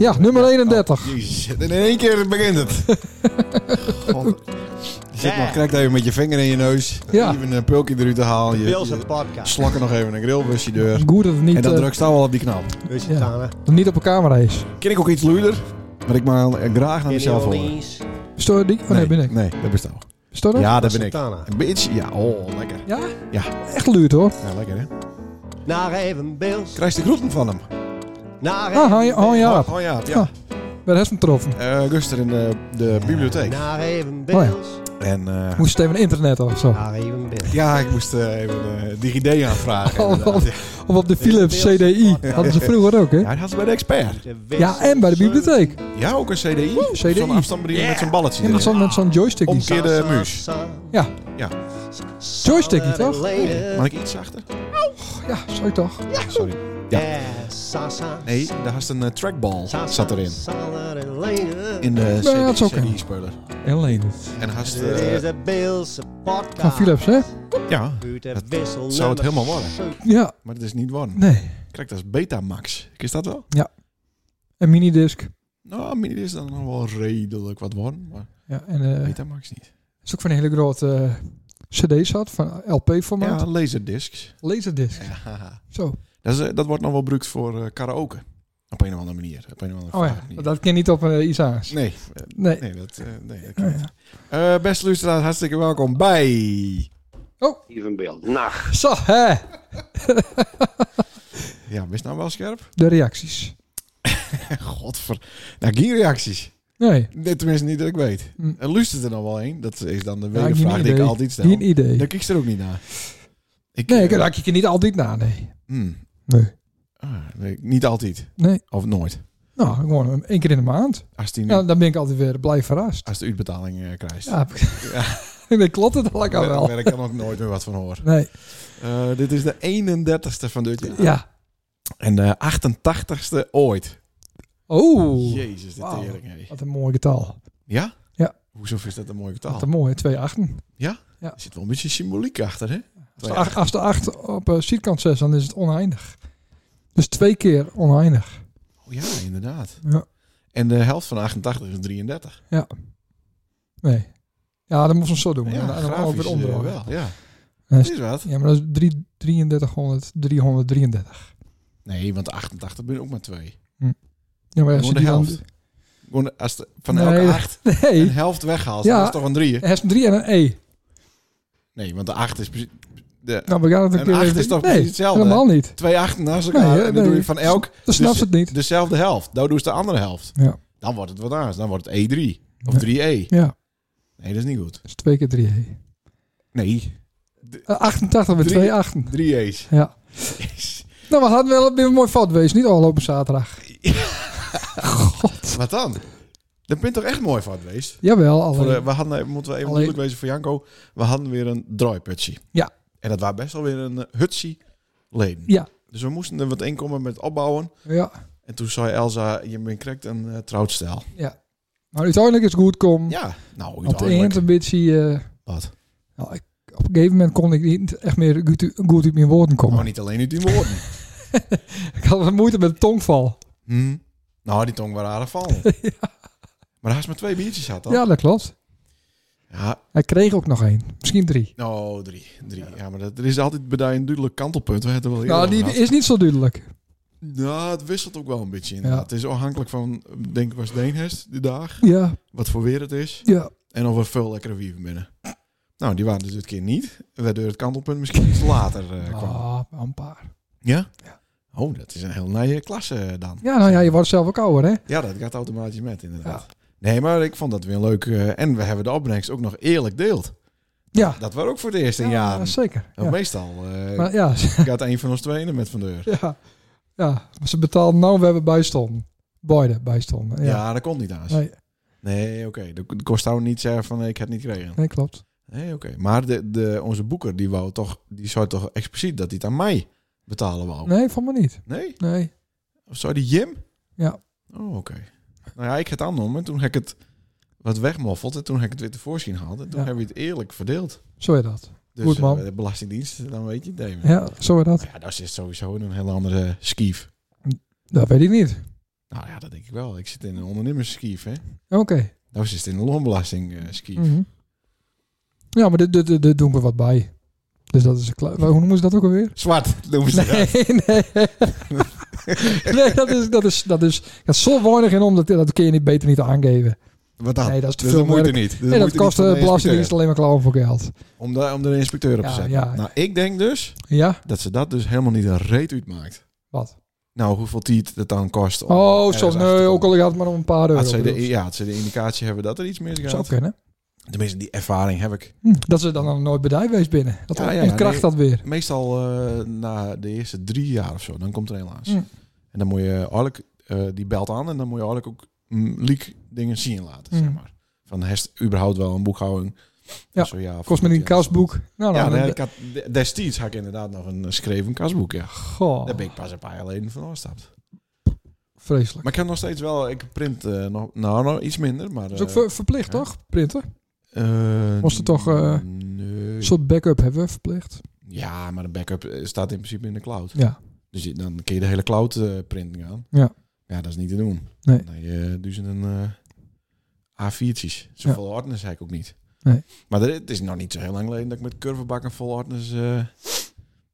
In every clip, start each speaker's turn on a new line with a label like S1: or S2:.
S1: Ja, nummer 31.
S2: Jezus, in één keer begint het. God. Je zit nog, krijgt even met je vinger in je neus.
S1: Ja.
S2: Even een eh, pulkje eruit te halen. Je,
S3: Pils
S2: je
S3: en podcast.
S2: slakken nog even een grillbusje deur.
S1: Goed dat het
S2: En
S1: niet,
S2: dan
S1: eh,
S2: drukt staan wel op die knap.
S3: Dus je
S1: Ja.
S3: tanden.
S1: niet op een camera is.
S2: Ken ik ook iets luider? Maar ik maak graag naar
S3: In
S2: mezelf horen.
S3: Orleans.
S1: Stoor die? Oh nee, ben ik.
S2: Nee, dat bestaat.
S1: Stoor dat?
S2: Ja, dat ben ik.
S3: Santana.
S2: Een beetje, ja, oh, lekker.
S1: Ja?
S2: Ja.
S1: Echt luid hoor.
S2: Ja, lekker hè.
S3: Naar even Bills.
S2: Krijg je de groeten van hem?
S3: Naar
S1: Ah,
S3: even
S1: hang, hang je
S2: Ja.
S1: af.
S2: Oh ja,
S1: Ah.
S2: ja.
S1: Bij de getroffen.
S2: Eh Guster in de, de bibliotheek.
S3: Naar even
S1: Oh ja.
S3: Bills.
S2: En eh,
S1: Moest het even internet of zo.
S3: Naar even Bills.
S2: ja, ik moest eh, even eh DigiD aanvragen. eh,
S1: Oh,
S2: inderdaad.
S1: Of op de Philips CDI. Hadden ze vroeger ook, hè?
S2: Ja, dat had ze bij de expert.
S1: Ja, en bij de bibliotheek.
S2: Ja, ook een CDI.
S1: CDI.
S2: Zo'n afstandsbediening met zo'n balletje
S1: Ja, met
S2: erin.
S1: zo'n met zo'n joystick. die-
S2: Omkeer- Omgekeerde muus.
S1: Ja.
S2: Ja.
S1: Joystick niet, toch?
S2: Mag ik iets zachter?
S1: Eh, Ja, zo toch?
S2: Sorry.
S3: Ja. Sasa.
S2: Nee, daar had een eh, trackball
S3: Sasa,
S2: zat erin.
S3: Sander en Lene.
S2: In de
S1: Ja, dat is ook een-
S2: CD-speler.
S1: En Lenen.
S2: En had
S3: Dit is de Beelse podcast.
S1: Van Philips, hè?
S2: Ja,
S3: Uit de
S2: Dat
S3: wissel
S2: zou het
S3: nummer
S2: helemaal worden.
S3: zeven.
S1: Ja,
S2: maar dat is niet warm.
S1: nee.
S2: Kijk, dat is Betamax. Is dat wel?
S1: En minidisc.
S2: Nou, mini is dan nog wel redelijk wat warm. Maar
S1: Ja, en eh het
S2: Betamax niet.
S1: is ook van een hele grote eh, CD zat, van LP-formaat.
S2: Ja, laserdiscs.
S1: Laserdisc. Zo.
S2: Dat, is, eh, dat wordt nog wel gebruikt voor eh, karaoke. Op een of andere manier. Op een of andere
S1: Oh ja,
S2: vage manier.
S1: dat ken niet op een iets aans.
S2: Nee, eh,
S1: Nee.
S2: nee, dat, eh, nee, dat kan niet. Eh, beste luisteraars, hartstikke welkom bij...
S4: Even beeld. Nacht.
S1: Zo, hè?
S2: Ja, wist nou wel scherp?
S1: De reacties.
S2: Godver... Nou, geen reacties.
S1: Nee.
S2: Nee, Tenminste, niet dat ik weet.
S1: Hm.
S2: En luistert er nog wel één? Dat is dan de
S1: Ja, geen
S2: wedervraag die ik
S1: idee.
S2: altijd stel.
S1: Geen idee.
S2: Daar kijk ik er ook niet naar. Ik,
S1: Nee,
S2: eh,
S1: ik raak je er niet altijd na, nee.
S2: hmm.
S1: Nee.
S2: Ah, nee, niet altijd.
S1: Nee.
S2: Of nooit.
S1: Nou, gewoon één keer in de maand.
S2: Als die nu-
S1: Ja, dan ben ik altijd weer blij verrast.
S2: als de uitbetaling eh, krijgt.
S1: Ja, dat klopt het al lekker wel.
S2: Daar ik dan ook nooit meer wat van hoor.
S1: Nee,
S2: Eh, dit is de 31ste van dit jaar.
S1: ja.
S2: En de 88ste ooit.
S1: Oh,
S2: Jezus, de
S1: Wauw.
S2: tering. hé.
S1: wat een mooi getal.
S2: Ja?
S1: Ja.
S2: Hoezo is dat een mooie getal?
S1: Wat een mooie, twee achten.
S2: Er zit wel een beetje symboliek achter, hè?
S1: Als de acht, als de acht op eh sierkant zes, dan is het oneindig. Dus twee keer oneindig.
S2: Oh, ja, inderdaad.
S1: Ja.
S2: En de helft van 88 is 33.
S1: Nee. Ja, dan moest ze zo doen.
S2: Ja,
S1: en dan- en dan ook
S2: grafisch
S1: weer
S2: eh,
S1: onderhouden.
S2: wel. Ja.
S1: Ja,
S2: Dat
S1: is-
S2: is wat.
S1: Ja, maar dat is drie- 3300, 333.
S2: Nee, want de 88 ben ook maar
S1: Eh,
S2: twee.
S1: Ja, maar als je
S2: Gewoon de
S1: die dan-
S2: helft. Gewoon als de, van
S1: Nee,
S2: elke
S1: dat-
S2: acht een
S1: Nee,
S2: helft weghaalt,
S1: Ja.
S2: dat is toch een drieën?
S1: er is een 3 en een E.
S2: Nee, want de 8 is precies... De,
S1: Nou, we gaan het een
S2: Een
S1: keer
S2: acht
S1: even-
S2: is toch
S1: nee,
S2: precies hetzelfde?
S1: helemaal niet.
S2: twee achten naast elkaar
S1: Nee,
S2: en dan
S1: nee.
S2: doe je van elk
S1: Dan snapt ze het niet.
S2: dezelfde helft. Nou doe ze de andere helft.
S1: Ja.
S2: Dan wordt het wat anders. Dan wordt het E3. Of
S1: Ja.
S2: 3E.
S1: Ja,
S2: Nee, dat is niet goed.
S1: dat is twee keer 3 E.
S2: Nee.
S1: Eh, 88 met
S2: Drie.
S1: twee achten.
S2: 3E's.
S1: Ja.
S2: Jezus.
S1: Nou, we hadden wel weer een mooi fout wees, niet afgelopen zaterdag. God.
S2: Wat dan? Dat bent toch echt mooi van geweest?
S1: Jawel,
S2: Voor, eh,
S1: alleen.
S2: we hadden, eh, moeten we even
S1: Alleen-
S2: moeilijk wezen voor Janko. We hadden weer een draaiputje.
S1: Ja.
S2: En dat was best wel weer een eh, hutsie leden.
S1: Ja.
S2: Dus we moesten er wat inkomen met opbouwen.
S1: Ja,
S2: En toen zei Elsa, je bent correct een eh trouwstijl.
S1: maar uiteindelijk is het goed kom.
S2: Ja. Nou,
S1: Op het
S2: uiteindelijk.
S1: eind een beetje... eh,
S2: Wat?
S1: nou, ik, op een gegeven moment kon ik niet echt meer goed, u- goed uit mijn woorden komen.
S2: Nou, niet alleen uit die woorden.
S1: Ik had wat moeite met de tongval.
S2: Hm. Nou, die tong waren aardig vallen. Maar hij is maar twee biertjes had dan.
S1: Ja, dat klopt.
S2: Ja,
S1: Hij kreeg ook nog één. Misschien drie.
S2: nou, drie. drie. Ja, maar dat, er is altijd bij daar een duidelijk kantelpunt. We hebben het er wel
S1: Nou,
S2: eerder
S1: die
S2: over
S1: is niet zo duidelijk.
S2: gehad. Nou, het wisselt ook wel een beetje inderdaad.
S1: Ja.
S2: Het is afhankelijk van, denk ik, was Deenhest die dag.
S1: Ja,
S2: Wat voor weer het is.
S1: ja.
S2: En of er veel lekkere wieven binnen. Nou, die waren dus dit keer niet. Waardoor het kantelpunt misschien iets later eh, kwam.
S1: Ah, een paar.
S2: Ja? Oh, dat is een heel nieuwe klasse dan.
S1: Ja, nou ja, je wordt zelf ook ouder, hè?
S2: Ja, dat gaat automatisch met inderdaad. Nee, maar ik vond dat weer leuk. eh, en we hebben de opbrengst ook nog eerlijk deeld.
S1: Ja.
S2: Dat was ook voor het eerst in
S1: Ja,
S2: jaren.
S1: zeker.
S2: Nou,
S1: Ja.
S2: Meestal eh,
S1: Maar ja,
S2: gaat een van ons tweeën met van deur.
S1: ja, ja. Maar ze betalen nou, we hebben bijstonden. Beide bijstonden.
S2: Ja.
S1: Ja.
S2: dat komt niet aan. Nee,
S1: Nee,
S2: oké. Dat kost nou niet zeggen van nee, ik heb het niet gekregen.
S1: nee, klopt.
S2: Nee, oké. Maar de, de, onze boeker, die wou toch, die zou toch expliciet dat hij het aan mij betalen wou?
S1: Nee, van me niet.
S2: Nee?
S1: Nee.
S2: Of zou die Jim?
S1: Ja.
S2: Oh, oké. Nou ja, ik het aannam en toen heb ik het wat wegmoffeld en toen heb ik het weer tevoorschijn gehaald. En toen
S1: Ja.
S2: hebben we het eerlijk verdeeld.
S1: Zo je dat.
S2: Dus
S1: Goed, man.
S2: eh, de Belastingdienst, dan weet je het even.
S1: Ja, zo je dat.
S2: Nou Ja, dat is sowieso een heel andere skief.
S1: Dat weet ik niet.
S2: Nou ja, dat denk ik wel. Ik zit in een ondernemersskief, hè.
S1: Oké.
S2: Nou zit in een loonbelasting eh, skief.
S1: Mhm. Ja, maar dit, dit, dit- dit doen we wat bij. Dus dat is een kle- Hoe noemen ze dat ook alweer?
S2: Zwart noemen ze dat.
S1: Nee, nee. nee, dat is, dat is, dat is, dat is zo weinig in om, dat, dat kun je niet, beter niet aangeven.
S2: Wat dan?
S1: Nee, dat is te
S2: Dus
S1: veel
S2: moeite
S1: werk.
S2: niet. Dus
S1: Nee, dat
S2: moeite
S1: kost
S2: niet
S1: de
S2: van inspecteur.
S1: Belastingdienst alleen maar klauwen voor geld.
S2: Om, daar om er een inspecteur op te
S1: Ja,
S2: zetten.
S1: ja.
S2: Nou, ik denk dus
S1: Ja,
S2: dat ze dat dus helemaal niet een reet uitmaakt.
S1: wat?
S2: Nou, hoeveel tijd dat dan kost. om
S1: Oh,
S2: ergens
S1: zo,
S2: achter te
S1: nee,
S2: komen.
S1: ook al gaat het maar om een paar euro.
S2: Had ze de, E-
S1: bedoel.
S2: ja, had ze de indicatie hebben dat er iets
S1: zou
S2: misgaat.
S1: kunnen.
S2: Tenminste, die ervaring heb ik.
S1: Hm, dat ze dan nog nooit bedrijfwees binnen. Dat
S2: Ja, ja,
S1: ontkracht
S2: nee.
S1: dat weer.
S2: Meestal eh, na de eerste drie jaar of zo, dan komt er helaas.
S1: Hm.
S2: En dan moet je eigenlijk, eh, die belt aan en dan moet je eigenlijk ook mm, leak dingen zien
S1: Hm.
S2: laten, zeg maar. Van, heeft überhaupt wel een boekhouding?
S1: Ja,
S2: Zo, ja of
S1: Kost me
S2: niet,
S1: een
S2: ja.
S1: kasboek. Nou,
S2: Ja,
S1: nou,
S2: nee,
S1: dan-
S2: ik had, destijds had ik inderdaad nog een eh, schreven kasboek, ja.
S1: Goh,
S2: Daar ben ik pas een paar jaar geleden van afgestapt.
S1: vreselijk.
S2: Maar ik heb nog steeds wel, ik print eh, nog, nou, nog iets minder, maar...
S1: Dat is ook
S2: eh,
S1: ver- verplicht,
S2: ja.
S1: toch? Printen.
S2: eh,
S1: Moest er toch, eh,
S2: nee.
S1: Een soort backup hebben we verplicht.
S2: Ja, maar de backup eh, staat in principe in de cloud.
S1: Ja.
S2: Dus je- dan kun je de hele cloud eh, printing aan.
S1: Ja.
S2: Ja, dat is niet te doen.
S1: Nee.
S2: Dan heb je duizenden eh, A4'tjes. eh, Zoveel ordners heb ik ook niet.
S1: Nee.
S2: Maar er- het is nog niet zo heel lang geleden dat ik met curvebakken vol ordners... eh,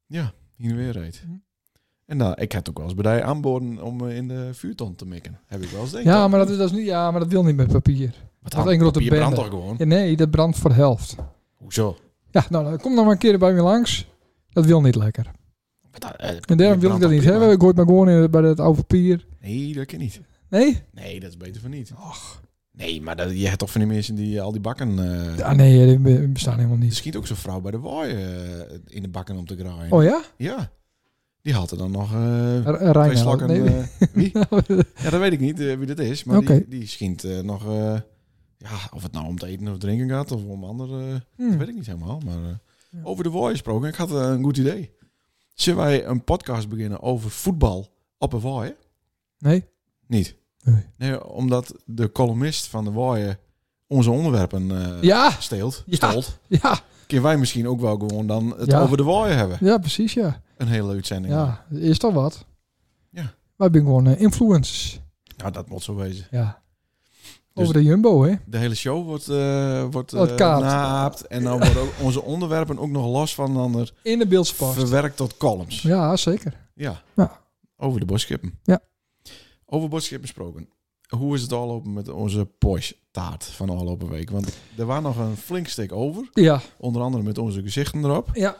S2: ja, hier en weer reed.
S1: Hm.
S2: En nou, ik had ook wel eens bij aanboden om eh, in de vuurton te mikken. Heb ik wel eens denk ik
S1: Ja,
S2: al.
S1: maar dat, is, dat is niet, ja, maar dat wil niet met papier.
S2: Wat
S1: dat
S2: dan?
S1: enkel op de
S2: Papier brandt
S1: bende.
S2: toch gewoon?
S1: Ja, nee, dat brandt voor de helft.
S2: Hoezo?
S1: Ja, nou, dan kom dan maar een keer bij me langs. Dat wil niet lekker.
S2: Wat dan? Eh,
S1: En daarom wil ik
S2: brandt
S1: dat
S2: toch
S1: niet
S2: prima?
S1: hebben. Ik hoor het maar gewoon in- bij dat oude papier.
S2: Nee, dat kan niet.
S1: Nee?
S2: Nee, dat is beter van niet. Och. Nee, maar dat, je hebt toch van die mensen die eh, al die bakken... eh
S1: Ah, nee, die be- bestaan helemaal
S2: Er
S1: niet.
S2: schiet ook zo'n vrouw bij de waai eh, in de bakken om te graaien.
S1: Oh ja?
S2: Ja. Die had er dan nog
S1: R-
S2: eh
S1: R-
S2: twee
S1: Reinoud.
S2: slakken.
S1: Nee. Hm.
S2: eh, wie? Ja, dat weet ik niet eh, wie dat is. Maar
S1: Oké.
S2: die, die schiet eh, nog... eh, ja, of het nou om te eten of drinken gaat of om andere... eh, Dat
S1: Hm.
S2: weet ik niet helemaal. Maar eh,
S1: Ja.
S2: over de waai gesproken, ik had eh, een goed idee. Zullen wij een podcast beginnen over voetbal op een waai?
S1: Nee?
S2: Niet.
S1: Nee.
S2: omdat de columnist van de waai eh, onze onderwerpen eh
S1: Ja!
S2: steelt.
S1: Ja.
S2: Stolt.
S1: Ja!
S2: Kunnen wij misschien ook wel gewoon dan het
S1: Ja.
S2: over de waai hebben?
S1: Ja, precies, ja.
S2: Een hele uitzending.
S1: Ja, is toch wat?
S2: Ja.
S1: Wij zijn gewoon eh, influencers.
S2: Nou, dat moet zo wezen.
S1: Ja.
S2: Dus-
S1: Over de Jumbo, hè?
S2: De hele show wordt, eh wordt eh
S1: Wordt kaapt.
S2: naapt. En dan worden ook onze onderwerpen ook nog los van elkaar
S1: In de beeldspast.
S2: verwerkt tot columns. Ja.
S1: Ja, zeker. Ja.
S2: Over de boskippen.
S1: Ja.
S2: Over boskippen gesproken. Hoe is het afgelopen met onze Porsche taart van de afgelopen week? Want er waren nog een flink stuk over.
S1: Ja.
S2: Onder andere met onze gezichten erop.
S1: Ja.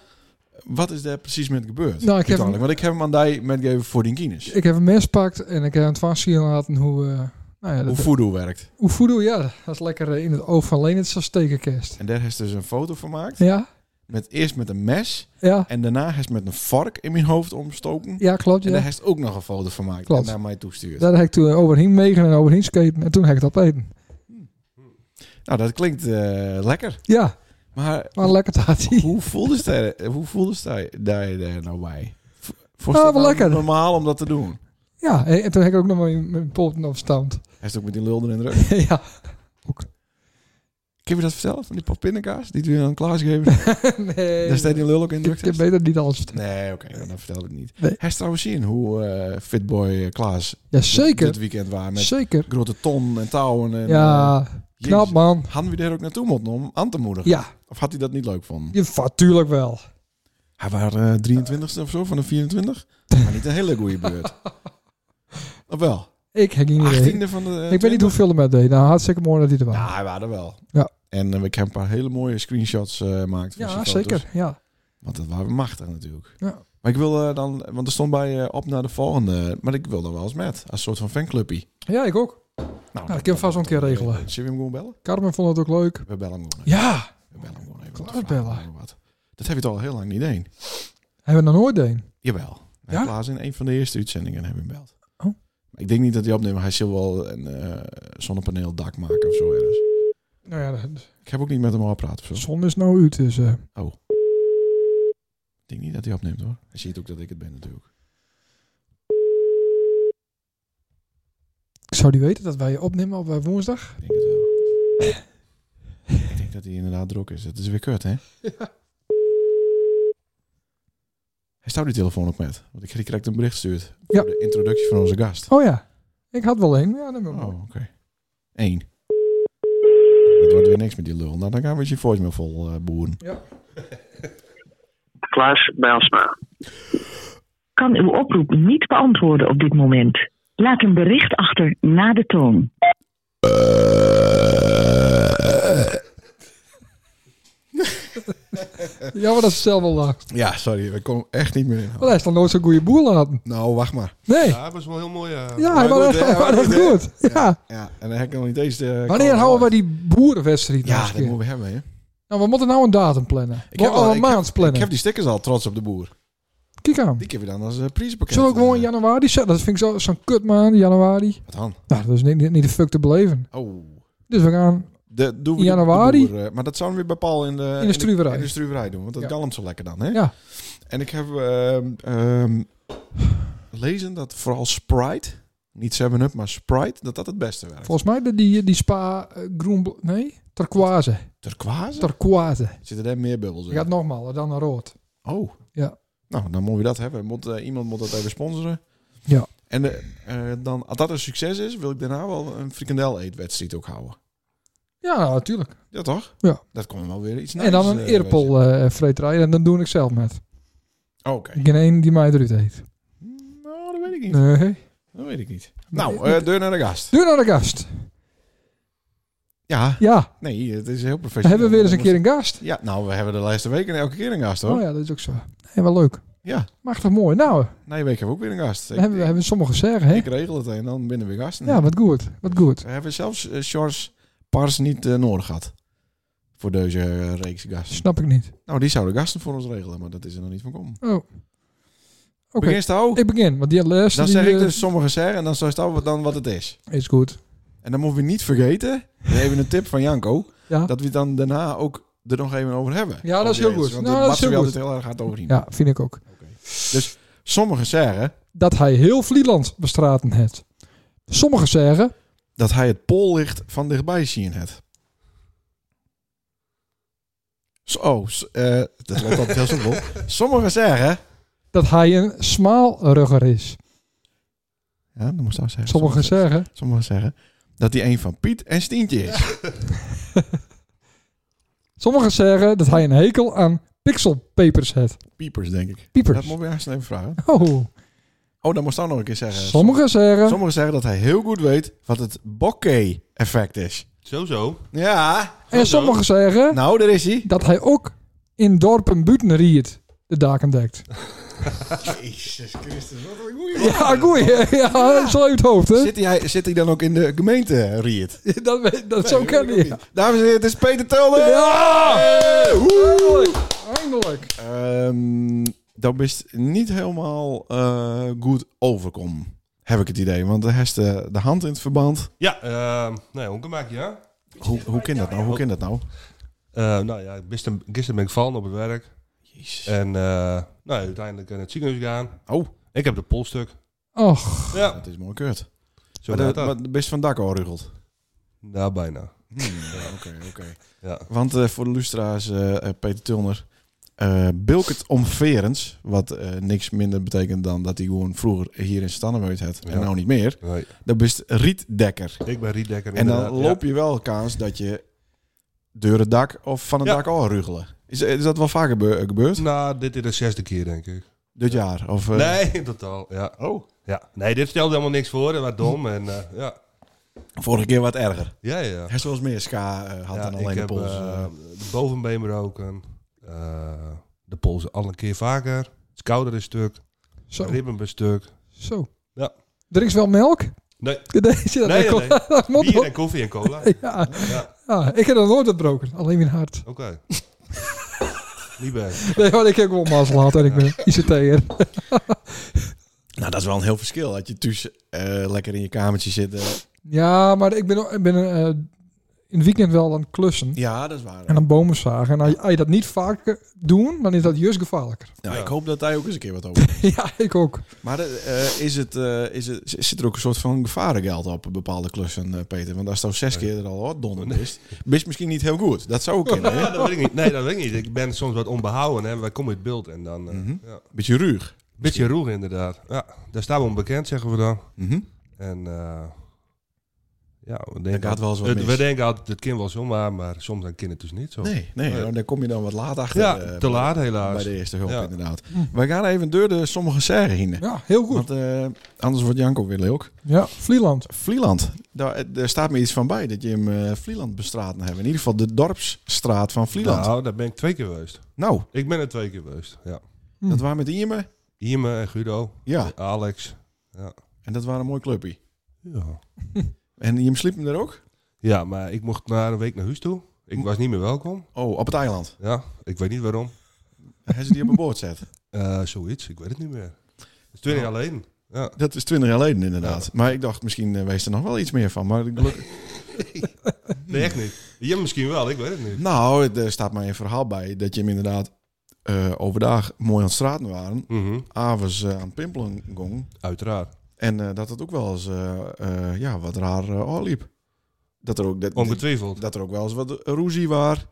S2: Wat is daar precies met gebeurd?
S1: Nou, ik heb-
S2: uiteindelijk? Want ik heb hem aan die metgegeven voor die kines.
S1: Ik heb een mes gepakt en ik heb aan het vastzien laten hoe... eh nou ja,
S2: Hoe
S1: dat,
S2: voodoo werkt.
S1: hoe voedoe, ja. Dat is lekker eh, in het oog van Lenert zo'n stekenkerst.
S2: En daar is dus een foto van gemaakt.
S1: Ja,
S2: Met, eerst met een mes.
S1: ja.
S2: En daarna heeft met een vark in mijn hoofd omstoken.
S1: Ja, klopt.
S2: En daar
S1: Ja.
S2: heeft ook nog een foto van gemaakt
S1: Klopt.
S2: en naar mij toestuurd.
S1: Daar heb ik toen eh, overheen meegen en overheen skaten en toen heb ik het opeten.
S2: Nou, dat klinkt eh, lekker.
S1: Ja,
S2: Maar
S1: maar lekker taart.
S2: hoe voelde ze hoe voelde ze daar daar nou bij? V- Vond
S1: Ah,
S2: je dat
S1: wel
S2: nou
S1: lekker.
S2: normaal om dat te doen?
S1: Ja, en, en toen heb ik ook nog mijn, mijn poten opstand.
S2: Hij is ook met die lul erin druk.
S1: ja.
S2: Kun je dat vertellen van die pop pindakaas die we aan Klaas geven?
S1: Nee.
S2: daar staat die lul ook
S1: Eh, ik,
S2: in druk.
S1: ik heb beter niet alles vertellen.
S2: Nee, oké, nou, dat vertel ik niet.
S1: Nee.
S2: Hij is trouwens zien hoe eh, Fitboy Klaas
S1: Ja,
S2: dit-
S1: zeker.
S2: dit weekend waren met
S1: Zeker.
S2: grote ton en touwen. En,
S1: Ja,
S2: eh,
S1: knap
S2: Jezus.
S1: man.
S2: Hadden we daar ook naartoe moeten om aan te moedigen?
S1: Ja,
S2: Of had hij dat niet leuk van?
S1: je, natuurlijk wel.
S2: Hij waren 23 of zo van de 24. Maar niet een hele goede beurt. of wel?
S1: Ik heb geen idee.
S2: 18e van de. eh,
S1: Ik weet niet
S2: 20?
S1: hoeveel er met deed. Nou, hartstikke mooi dat hij er was.
S2: Nou, hij waren er wel.
S1: Ja.
S2: En eh, ik heb een paar hele mooie screenshots eh, gemaakt. Van
S1: ja,
S2: zijn
S1: zeker.
S2: foto's.
S1: Ja.
S2: Want dat waren machtig natuurlijk.
S1: Ja.
S2: Maar ik wil eh, dan, want er stond bij eh, op naar de volgende. Maar ik wil dan wel eens met. Als soort van fanclubje.
S1: ja, ik ook.
S2: Nou,
S1: ik kan hem vast wel een keer regelen.
S2: Eh, Zullen we hem gewoon bellen?
S1: Carmen vond het ook leuk.
S2: We bellen hem gewoon even.
S1: Ja,
S2: We bellen hem gewoon even.
S1: Klaar
S2: om te vragen
S1: bellen.
S2: of Wat. Dat heb je toch al heel lang niet één.
S1: hebben we nog nooit een.
S2: Jawel.
S1: Ja?
S2: Ja? Klaas in een van de eerste uitzendingen hebben we gebeld.
S1: Oh.
S2: Maar Ik denk niet dat hij opneemt. maar Hij zal wel een eh, zonnepaneeldak maken of zo ergens.
S1: Nou ja, de-
S2: Ik heb ook niet met hem al gepraat of zo.
S1: de
S2: Ik
S1: zon is nou uit, dus... eh,
S2: denk niet dat hij opneemt hoor. Hij ziet ook dat ik het ben natuurlijk.
S1: ik zou die weten dat wij opnemen op eh, woensdag?
S2: Ik denk het wel. ik denk dat hij inderdaad druk is. Dat is weer kut hè? Hij staat die telefoon ook met. Want ik kreeg direct een bericht gestuurd.
S1: Ja.
S2: Voor de introductie van onze gast.
S1: Oh ja. Ik had wel één. Ja, dat ben ik
S2: Oh,
S1: mooi.
S2: oké. Eén. Dat wordt weer niks met die lul. Nou, dan gaan we eens je voicemail vol eh, boeren.
S1: Ja.
S4: Klaas Bijlsma.
S5: kan uw oproep niet beantwoorden op dit moment. Laat een bericht achter na de toon.
S1: Jammer dat ze zelf al lacht.
S2: Ja, sorry. We komen echt niet meer in.
S1: Maar hij is dan nooit zo'n goede boer laten.
S2: Nou, wacht maar.
S1: Nee.
S6: Ja, dat was wel heel mooi. eh.
S1: Ja, hij
S2: maar
S1: was
S2: goed, hè,
S1: echt,
S2: maar
S1: maar echt
S2: goed,
S1: goed. Ja.
S2: Ja, en dan heb ik nog niet eens de...
S1: Wanneer houden we die boerenwedstrijd nou
S2: Ja,
S1: eens
S2: dat
S1: een keer?
S2: moeten we hebben, hè.
S1: Nou, we moeten nou een datum plannen.
S2: Ik heb
S1: Wel,
S2: al-
S1: een
S2: ik
S1: maand
S2: heb-
S1: plannen.
S2: Ik heb die stickers al, trots op de boer.
S1: Kijk aan.
S2: Die kunnen we dan als eh, prijzenpakket...
S1: Zullen we ook gewoon
S2: eh,
S1: in januari zetten? Dat vind ik zo- zo'n kut maand, januari.
S2: Wat dan?
S1: Nou, dat is niet, niet, niet de fuck te beleven.
S2: Oh.
S1: Dus we gaan...
S2: De, doen we
S1: In
S2: de- de
S1: januari?
S2: boer, eh, maar dat zouden we bij Paul in de... in
S1: struwerij.
S2: In de struwerij doen, want dat
S1: Ja.
S2: galmt zo lekker dan, hè.
S1: Ja.
S2: En ik heb ehm, ehm, lezen dat vooral Sprite, niet 7-Up, maar Sprite, dat dat het beste werkt.
S1: Volgens mij de, die, die spa eh, groen... Nee? Turquoise.
S2: Turquoise?
S1: Turquoise.
S2: Zitten er meer bubbels
S1: Je
S2: in?
S1: gaat nogmaals, dan naar rood.
S2: Oh.
S1: Ja.
S2: Nou, dan moet je dat hebben. Moet, eh, iemand moet dat even sponsoren.
S1: Ja.
S2: En eh, eh, dan, als dat een succes is, wil ik daarna wel een frikandel-eetwedstrijd ook houden.
S1: Ja, nou, natuurlijk.
S2: Ja, toch?
S1: Ja.
S2: Dat komt wel weer iets
S1: en dan
S2: nice,
S1: een
S2: eh, weet
S1: eerpel eh vreterij. En dan doe ik zelf met.
S2: je. Oké.
S1: Geen één die mij eruit heet.
S2: Nou, dat weet ik niet.
S1: Nee.
S2: Dat weet ik niet.
S1: ik
S2: Nou, eh deur naar de gast.
S1: Doe nou de gast.
S2: Ja.
S1: Ja,
S2: Nee, het is heel
S1: we
S2: professioneel.
S1: hebben weer eens een keer een gast.
S2: Ja, nou, we hebben de laatste weken elke keer een gast, hoor.
S1: Oh ja, dat is ook zo. Hey, wel leuk.
S2: Ja.
S1: Mag toch mooi. Nou,
S2: Nee, week hebben we ook weer een gast. Ik,
S1: we hebben, we hebben sommige zeggen, hè?
S2: ik Mm. regel het en dan binnen weer gasten.
S1: Ja, wat goed. Wat goed.
S2: We hebben zelfs eh, Charles Pars niet eh, nodig gehad. Voor deze eh, reeks gasten.
S1: Snap ik niet.
S2: Nou, die zouden gasten voor ons regelen, maar dat is er nog niet van komen.
S1: Oh. Oké.
S2: Begin Stouw,
S1: Ik begin, want die les
S2: dan
S1: die,
S2: zeg ik
S1: eh,
S2: dus sommige zeggen en dan zou Stouw dan wat het is.
S1: is goed.
S2: En dan moeten we niet vergeten, even een tip van Janko,
S1: Ja.
S2: dat we het dan daarna ook er nog even over hebben.
S1: Ja, dat
S2: Over
S1: is heel
S2: die
S1: goed.
S2: reeks, Want
S1: Nou,
S2: dat
S1: dat is
S2: Matze
S1: heel
S2: wel
S1: goed.
S2: het heel erg hard over
S1: Ja, vind ik ook.
S2: Sommige zeggen
S1: Dat hij heel Vlieland bestraten heeft. Sommigen zeggen,
S2: dat hij het pollicht van dichtbij zien het. Zo, oh, s- eh, dat loopt altijd heel simpel. Sommigen zeggen...
S1: dat hij een smaalrugger is.
S2: Ja, dat moest Stouw zeggen.
S1: Sommigen zeggen,
S2: Sommigen zeggen dat hij een van Piet en Stientje is.
S1: sommigen zeggen dat hij een hekel aan pixelpapers heeft.
S2: Piepers, denk ik. Dat
S1: Piepers.
S2: moet ik haast even vragen.
S1: Oh.
S2: Oh, dat moest dan nog een keer zeggen.
S1: Sommigen zeggen,
S2: Sommigen zeggen dat hij heel goed weet wat het bokeh-effect is.
S6: Zo, zo.
S2: Ja,
S1: en sommigen zeggen
S2: nou, daar is hij.
S1: dat hij ook in dorpen buiten riet de daken dekt.
S2: Jezus Christus, wat een goeie.
S1: Ja, goeie. Ja, zo uit het hoofd, hè?
S2: Zit hij, zit hij dan ook in de gemeente, Riet?
S1: Dat, weet- dat zo kan
S2: Ook
S1: hij.
S2: niet. Dames en heren, het is Peter Tulder.
S1: Ja!
S2: Hey, woe!
S1: Eindelijk.
S2: Ehm, dat is niet helemaal eh, goed overkom, heb ik het idee. Want hij heeft eh, de, de hand in het verband.
S6: Ja, ehm nee, hoe maak je, ja?
S2: Hoe, hoe kan dat nou? Hoe kan dat nou?
S6: Eh, nou ja, gisteren, gisteren ben ik vallen op het werk.
S2: Jezus.
S6: En eh, nou, uiteindelijk naar het ziekenhuis gegaan.
S2: Oh.
S6: Ik heb de polstuk.
S1: Och,
S6: Ja,
S2: Dat is mooi keurt.
S6: zo
S2: Maar de,
S6: gaat dat.
S2: maar de best van dak al ruggelt.
S6: Nou, bijna.
S2: Hmm, Ja, Oké, oké.
S6: Ja.
S2: Want eh, voor de lustra's, eh, eh, Peter Tulner. eh Bilkert Omverens, wat eh, niks minder betekent dan dat hij gewoon vroeger hier in Stannemeut had en
S6: Ja.
S2: nou niet meer.
S6: Nee,
S2: Dat is Rietdekker.
S6: ik ben Riedekker.
S2: En dan loop je wel kans dat je deur het dak of van het
S6: Ja.
S2: dak al ruggelen. Is, eh, is dat wel vaker gebe- gebeurd?
S6: Nou, dit is de zesde keer, denk ik.
S2: Dit jaar? Of, eh,
S6: Nee, in totaal. Ja. Oh. Ja. Nee, dit stelde helemaal niks voor. Dat was dom. En, eh, ja.
S2: Vorige keer wat erger.
S6: Ja, ja.
S2: Hij is wel eens meer ska eh, had
S6: ja,
S2: dan alleen
S6: ik
S2: de
S6: heb,
S2: pols.
S6: eh,
S2: eh.
S6: de bovenbeen broken. Eh, de polsen al een keer vaker. Het kouder is stuk.
S1: zo.
S2: Oh.
S6: Ribben is stuk.
S1: zo.
S6: Ja.
S1: Drinkt ze wel melk?
S6: Nee,
S1: Deze, dat
S6: nee, nee.
S1: dat- dat moet
S6: bier
S1: wel.
S6: en koffie en cola.
S1: Ja.
S6: Ja,
S1: ja, ik heb dat nooit ontbroken. Alleen mijn hart.
S6: oké. Niet bij.
S1: Nee, want ik heb gewoon mazzel gehad en ik ben ICT'er.
S2: Nou, dat is wel een heel verschil. Dat je thuis eh, lekker in je kamertje zit. eh.
S1: Ja, maar ik ben, ik ben eh, in het weekend wel aan het klussen.
S2: Ja, dat is waar.
S1: En aan bomen zagen. En als- als je dat niet vaker doet, dan is dat juist gevaarlijker.
S2: Nou,
S6: Ja.
S2: Ik hoop dat hij ook eens een keer wat over.
S1: ja, ik ook.
S2: maar eh, is het, eh, is het, zit er ook een soort van gevarengeld op bepaalde klussen, eh, Peter? Want als het al zes keer er al wat donder is, is misschien niet heel goed. Dat zou ook kunnen. hè?
S6: Ja, dat weet ik niet. Nee, dat weet ik niet. Ik ben soms wat onbehouden. Hè. Wij komen uit beeld en dan... eh,
S2: Mhm.
S6: ja.
S2: Beetje ruig.
S6: Beetje roer inderdaad. Ja, daar staan we onbekend, zeggen we dan.
S2: Mhm.
S6: En eh, ja, we
S2: Er
S6: denken,
S2: gaat
S6: altijd,
S2: wel eens wat
S6: het- we
S2: mis.
S6: denken altijd, het kind wel zomaar, maar soms dan kind het dus niet zo.
S2: Nee, nee,
S6: Nee.
S2: nou, daar kom je dan wat laat achter.
S6: Ja,
S2: eh,
S6: te laat
S2: Bij
S6: helaas.
S2: de eerste hulp,
S6: Ja. Hm.
S2: inderdaad. We gaan even door de sommige zeggen hier.
S1: Ja, heel goed.
S2: Want eh, anders wordt Janko weer leuk.
S1: Ja, Vlieland.
S2: Vlieland. Daar, eh, daar staat me iets van bij dat je hem eh Vlieland bestraat hebt. In ieder geval de dorpsstraat van Vlieland. Nou,
S6: Nou, daar ben ik twee keer geweest. Ik ben er twee keer geweest, ja. Hm.
S2: dat waren met Ierme.
S6: Ierme en Guido,
S2: Ja,
S6: Alex.
S2: en dat waren een mooi clubje.
S6: Ja.
S2: En Iem sliep hem daar ook?
S6: ja, maar ik mocht na een week naar huis toe. Ik was niet meer welkom.
S2: Oh, op het eiland.
S6: Ja, ik weet niet waarom.
S2: Hij ze die op een boord zet.
S6: Eh, zoiets, ik weet het niet meer. Het is twintig jaar geleden. Ja.
S2: Dat is twintig jaar geleden inderdaad. Maar ik dacht, misschien eh, wees er nog wel iets meer van. Maar geluk-
S6: Nee, echt niet. Je misschien wel, ik weet het niet.
S2: nou, er staat mij een verhaal bij dat je hem inderdaad eh, overdag mooi aan het straten waren.
S6: Mhm,
S2: Avonds eh, aan het pimpelen gong.
S6: Uiteraard.
S2: En eh, dat het ook wel eens eh, eh, ja, wat raar eh oorliep. Dat er, ook, dat,
S6: Ongetwijfeld.
S2: dat er ook wel eens wat ruzie was.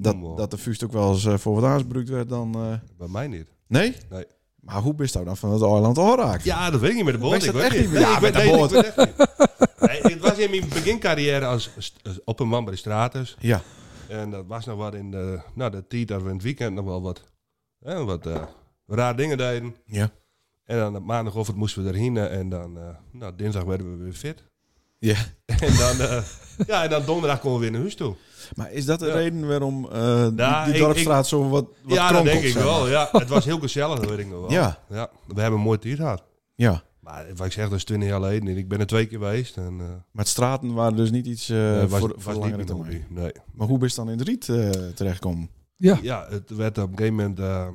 S2: Dat,
S6: Wow.
S2: dat de vuist ook wel eens eh, voor wat aansbruikt werd dan... eh,
S6: Bij mij niet.
S2: nee?
S6: Nee.
S2: Maar hoe bist nou dan van het eiland afraakt?
S6: Ja, dat weet ik niet met de boot.
S2: Wist
S6: ik
S2: dat
S6: weet
S2: echt
S6: niet.
S2: niet? Ja,
S6: Nee, ik weet
S2: met de
S6: nee,
S2: boot.
S6: ik weet het echt niet. Nee, het was in mijn begincarrière als st- als opperman bij de stratus.
S2: Ja.
S6: En dat was nog wat in de, nou, de tijd dat we in het weekend nog wel wat, hè, wat eh, raar dingen deden.
S2: Ja.
S6: En dan op maandagochtend moesten we erheen eh, en dan eh, nou, dinsdag werden we weer fit.
S2: Ja.
S6: En dan, eh, ja, en dan donderdag konden we weer naar huis toe.
S2: Maar is dat de
S6: Ja.
S2: reden waarom eh, die-
S6: Ja,
S2: die,
S6: ik-
S2: dorpstraat zo wat, wat
S6: ja, dat
S2: kronkelt,
S6: denk ik
S2: zeg maar?
S6: wel. Ja. Het was heel gezellig, dat weet ik nog wel.
S2: Ja.
S6: ja. We hebben een mooie tijd gehad.
S2: Ja,
S6: Maar wat ik zeg, dat is 20 jaar geleden. en Ik ben er twee keer geweest. En, eh,
S2: maar het straten waren dus niet iets eh,
S6: Eh, was,
S2: voor,
S6: was
S2: voor
S6: niet
S2: langere
S6: mijn
S2: termijn.
S6: hobby, nee.
S2: Maar hoe bist dan in de riet eh, terechtkomen?
S6: Ja, het werd op een gegeven moment... eh,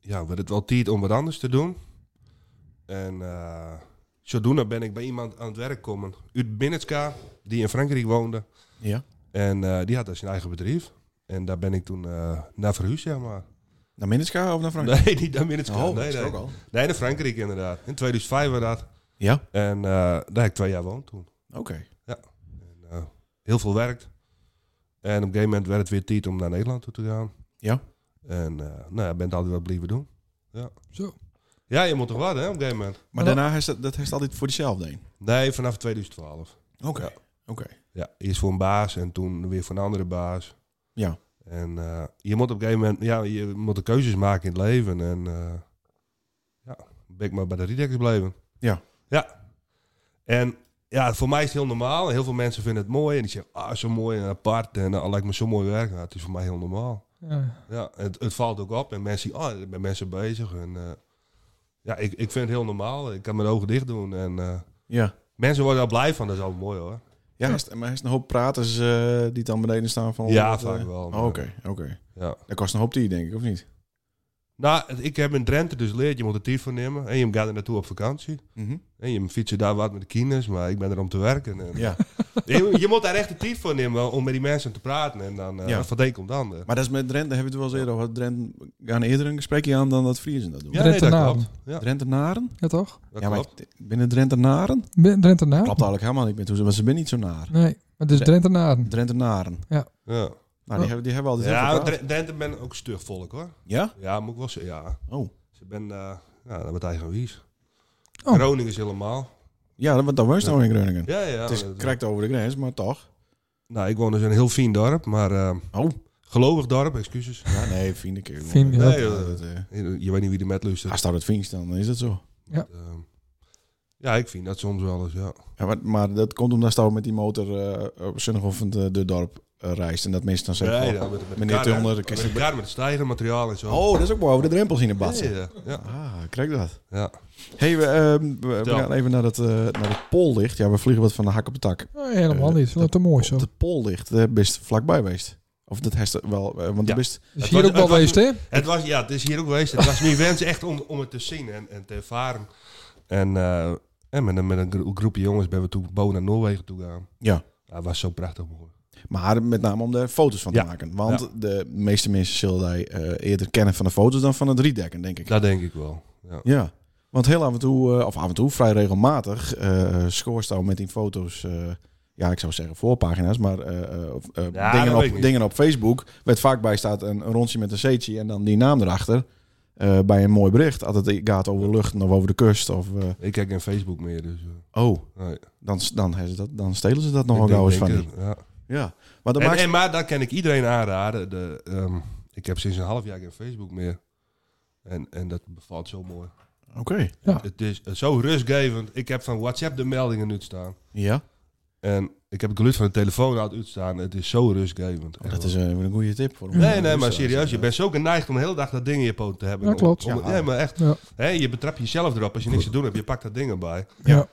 S6: ja, werd het wel tijd om wat anders te doen. En eh, zodoende ben ik bij iemand aan het werk komen. Uit Binnenska, die in Frankrijk woonde.
S2: Ja.
S6: En eh, die had dus zijn eigen bedrijf. En daar ben ik toen eh, naar verhuisd, zeg maar.
S2: Naar Minneska of naar Frankrijk?
S6: Nee, niet naar Binnenska.
S2: Oh,
S6: nee,
S2: is het
S6: nee.
S2: ook al.
S6: nee, naar Frankrijk inderdaad. In 2005 was dat.
S2: Ja,
S6: En eh, daar heb ik twee jaar woond toen.
S2: oké.
S6: En, eh, heel veel werkt. En op een gegeven moment werd het weer tijd om naar Nederland toe te gaan.
S2: Ja.
S6: En eh nou ja, bent altijd wat blijven doen.
S1: Zo.
S6: Ja, je moet toch wat, hè, op een gegeven moment.
S2: Maar daarna is dat, dat heeft altijd voor diezelfde een.
S6: Nee, vanaf 2012.
S2: Oké.
S6: Ja.
S2: Oké.
S6: Ja, eerst voor een baas en toen weer voor een andere baas.
S2: Ja.
S6: En eh, je moet op een gegeven moment, ja, je moet de keuzes maken in het leven. En eh, ja, ben ik maar bij de Riedekkers blijven.
S2: Ja.
S6: Ja. En ja, voor mij is het heel normaal. Heel veel mensen vinden het mooi en die zeggen, ah, zo mooi en apart en al lijkt me zo mooi werk. Nou, het is voor mij heel normaal.
S1: Ja.
S6: Ja, het, het valt ook op en mensen zien, oh, ik ben mensen bezig. En, eh, ja, ik, ik vind het heel normaal. Ik kan mijn ogen dicht doen. En eh,
S2: Ja.
S6: mensen worden daar blij van, dat is altijd mooi hoor.
S2: Ja, is het- maar is het een hoop praters eh, die dan beneden staan van...
S6: ja,
S2: dat, eh,
S6: vaak wel.
S2: oh, Oké, oké.
S6: Ja.
S2: Dat kost een hoop die, denk ik, of niet?
S6: Nou, het- ik heb in Drenthe dus geleerd, je moet de tijd voor nemen. En je gaat er naartoe op vakantie.
S2: Mhm.
S6: En je fietsen daar wat met de kinders, maar ik ben er om te werken. En, eh,
S2: Ja.
S6: je, je moet daar echt de tijd voor nemen om met die mensen te praten. En dan eh,
S2: Ja.
S6: van de een komt de ander.
S2: Maar dat is met Drenthe, hebben we het wel eens eerder over. Drenthe gaan eerder een gesprekje aan dan dat Friesen dat doen.
S6: Ja, nee, dat
S1: Drentenaren.
S6: klopt. Ja,
S2: Drentenaren?
S1: Ja, toch?
S6: dat
S2: ja, maar
S6: klopt.
S2: binnen Drentenaren?
S1: Ben- Drentenaar?
S2: Klopt eigenlijk helemaal niet meer toe, want ze zijn niet zo naar.
S1: Nee, maar het is
S2: Nee.
S1: Drentenaren.
S2: Drentenaren.
S6: Ja,
S2: Nou, die, hebben, die hebben altijd heel
S6: Oh. ja
S2: veel
S6: Dre-
S2: praat.
S6: Drenthe ben ook stug volk hoor.
S2: Ja?
S6: Ja, moet ik wel zeggen, ja.
S2: Oh.
S6: Ze ben, eh ja, dat wordt eigen wies.
S1: Oh.
S6: Groningen is helemaal.
S2: Ja, want dan woont ze
S6: Ja.
S2: nog nou in Groningen.
S6: Ja, ja.
S2: Het is
S6: dat-
S2: correct over de grens, maar toch.
S6: Nou, ik woon dus in een heel fijn dorp, maar eh,
S2: Oh.
S6: gelovig dorp, excuses.
S2: Ja, nee, vind ik. jongen.
S1: Vind ik, ja.
S2: Nee,
S6: Nee,
S2: joh,
S6: joh.
S2: dat, eh,
S6: Je, je weet niet wie die met luistert.
S2: als dat het vindt, dan is dat zo.
S1: Ja.
S6: Ehm, ja, ik vind dat soms wel eens, ja.
S2: Ja, maar, maar dat komt omdat Stouw met die motor eh, op zondagochtend eh, de dorp eh, reist. En dat mensen dan zeggen, van,
S6: dan met, met
S2: meneer
S6: elkaar,
S2: Tulner,
S6: Met
S2: kan je-
S6: elkaar, met het stijgermateriaal en zo.
S2: oh, dat is ook wel over de drempels in de bad.
S6: ja, ja, ja.
S2: Ah, krijg dat.
S6: ja.
S2: hey, we, ehm, we, we
S6: Ja.
S2: gaan even naar het, eh naar het pollicht. Ja, we vliegen wat van de hak op de tak.
S1: Nee, helemaal
S2: Eh,
S1: niet. Dat is te mooi zo.
S2: Op het pollicht, daar best vlakbij geweest. Of dat heeft wel, eh, want de
S6: Ja.
S2: best
S1: Is
S6: Het
S1: hier
S6: was-
S1: ook wel
S6: het was
S1: geweest, hè?
S6: Het, was, ja, het is hier ook geweest. Het was mijn wens echt om, om het te zien en, en te ervaren. En, eh, en met, een, met een gro- groepje jongens ben we toen boven naar Noorwegen toe gegaan.
S2: Ja.
S6: Dat was zo prachtig mooi.
S2: Maar met name om er foto's van te
S6: Ja.
S2: maken. Want de meeste mensen zullen wij eh, eerder kennen van de foto's dan van het riedekken, denk ik.
S6: Dat denk ik wel. Ja.
S2: Ja. Want heel af en toe, eh, of af en toe, vrij regelmatig, eh scoort al met die foto's, eh, ja, ik zou zeggen voorpagina's, maar eh, eh, of, eh,
S6: Ja, dat
S2: dingen,
S6: weet ik
S2: op,
S6: niet.
S2: dingen op Facebook, werd vaak bij staat een, een rondje met een C'tje en dan die naam erachter. eh, bij een mooi bericht. Als het gaat over luchten of over de kust. Of, eh,
S6: Ik kijk geen Facebook meer, dus... eh,
S2: oh,
S6: nee.
S2: dan, s- dan, hebben ze dat, dan stelen ze dat
S6: Ik
S2: nogal
S6: denk-
S2: gauw eens van
S6: denk
S2: die.
S6: het, ja.
S2: Ja, maar dat
S6: En,
S2: maakt...
S6: en maar dat kan ik iedereen aanraden. De, ehm, ik heb sinds een half jaar geen Facebook meer. En, en dat bevalt zo mooi.
S2: Oké.
S1: Ja.
S6: Het is eh, zo rustgevend. Ik heb van WhatsApp de meldingen nu staan.
S2: Ja,
S6: En ik heb het geluid van de telefoon uit uitstaan. Het is zo rustgevend.
S2: Oh, dat is een, een goede tip voor Dus, eh,
S6: Nee, nee, maar serieus. Je bent zo geneigd om de hele dag dat ding in je poot te hebben.
S1: Ja,
S6: Om-
S1: klopt.
S6: om-
S2: Ja.
S6: nee, maar echt.
S1: Ja.
S6: Hé, je betrapt jezelf erop als je niks te doen hebt. Je pakt dat ding erbij.
S1: Ja.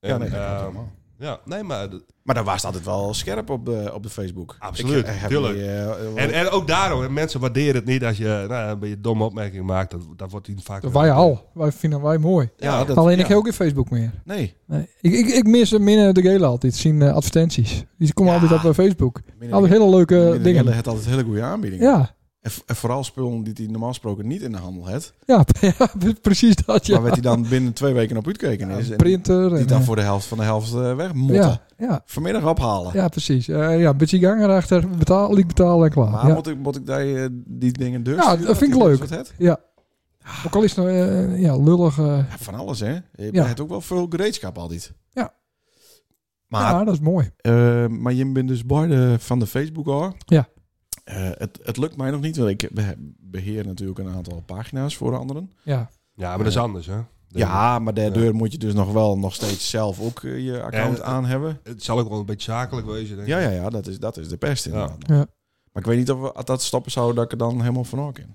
S6: En,
S2: Ja, nee, dat
S6: ehm,
S2: klopt helemaal.
S6: ja, nee, maar... dat-
S2: Maar daar was het altijd wel scherp op, de op de Facebook.
S6: Absoluut,
S2: Ik heb
S6: tuurlijk.
S2: die, eh, wel-
S6: En, en ook daarom, hè, mensen waarderen het niet als je nou, een beetje domme opmerking maakt. Dat, dat wordt niet vaak...
S1: Wij al. Wij vinden wij mooi.
S2: ja, dat,
S1: Alleen
S2: ja.
S1: ik heb ook geen Facebook meer.
S2: Nee.
S1: Nee. Ik, ik, ik mis eh, minder de gele altijd. Zien eh, advertenties. Die komen
S2: Ja.
S1: altijd op eh, Facebook.
S2: Minder-
S1: Altijd hele leuke eh,
S2: minder
S1: dingen.
S2: Jelle had altijd hele goede aanbiedingen.
S1: ja.
S2: En, v- en vooral spullen die hij normaal gesproken niet in de handel had.
S1: Ja, ja, precies dat. Ja.
S2: Maar werd hij dan binnen twee weken op uitkeken is. En
S1: Printer.
S2: die
S1: en,
S2: dan
S1: eh,
S2: voor de helft van de helft eh, weg motten.
S1: ja, ja,
S2: Vanmiddag ophalen.
S1: ja, precies. Eh, ja, beetje gang erachter. Betaal, ik betaal en klaar.
S2: Maar
S1: ja.
S2: moet ik, moet ik die, eh, die dingen dus?
S1: Ja, dat vind ik leuk. Ook al is het eh, ja, lullig. eh,
S2: Ja, van alles, hè? Je
S1: Ja.
S2: hebt ook wel veel gereedschap altijd.
S1: Ja.
S2: Maar,
S1: ja, dat is mooi.
S2: eh, maar je bent dus beide van de Facebook hoor.
S1: Ja.
S2: Eh, het, het lukt mij nog niet, want ik be- beheer natuurlijk een aantal pagina's voor anderen.
S1: Ja.
S6: Ja, maar dat is anders, hè?
S2: Ja, maar daardoor moet je dus nog wel nog steeds zelf ook eh, je account
S6: En-
S2: aan hebben.
S6: Het zal ook wel een beetje zakelijk wezen, denk ik.
S2: Ja, ja, ja, dat is, dat is de pest inderdaad.
S1: Ja.
S2: Maar ik weet niet of we als dat stappen zouden dat ik er dan helemaal van ook in.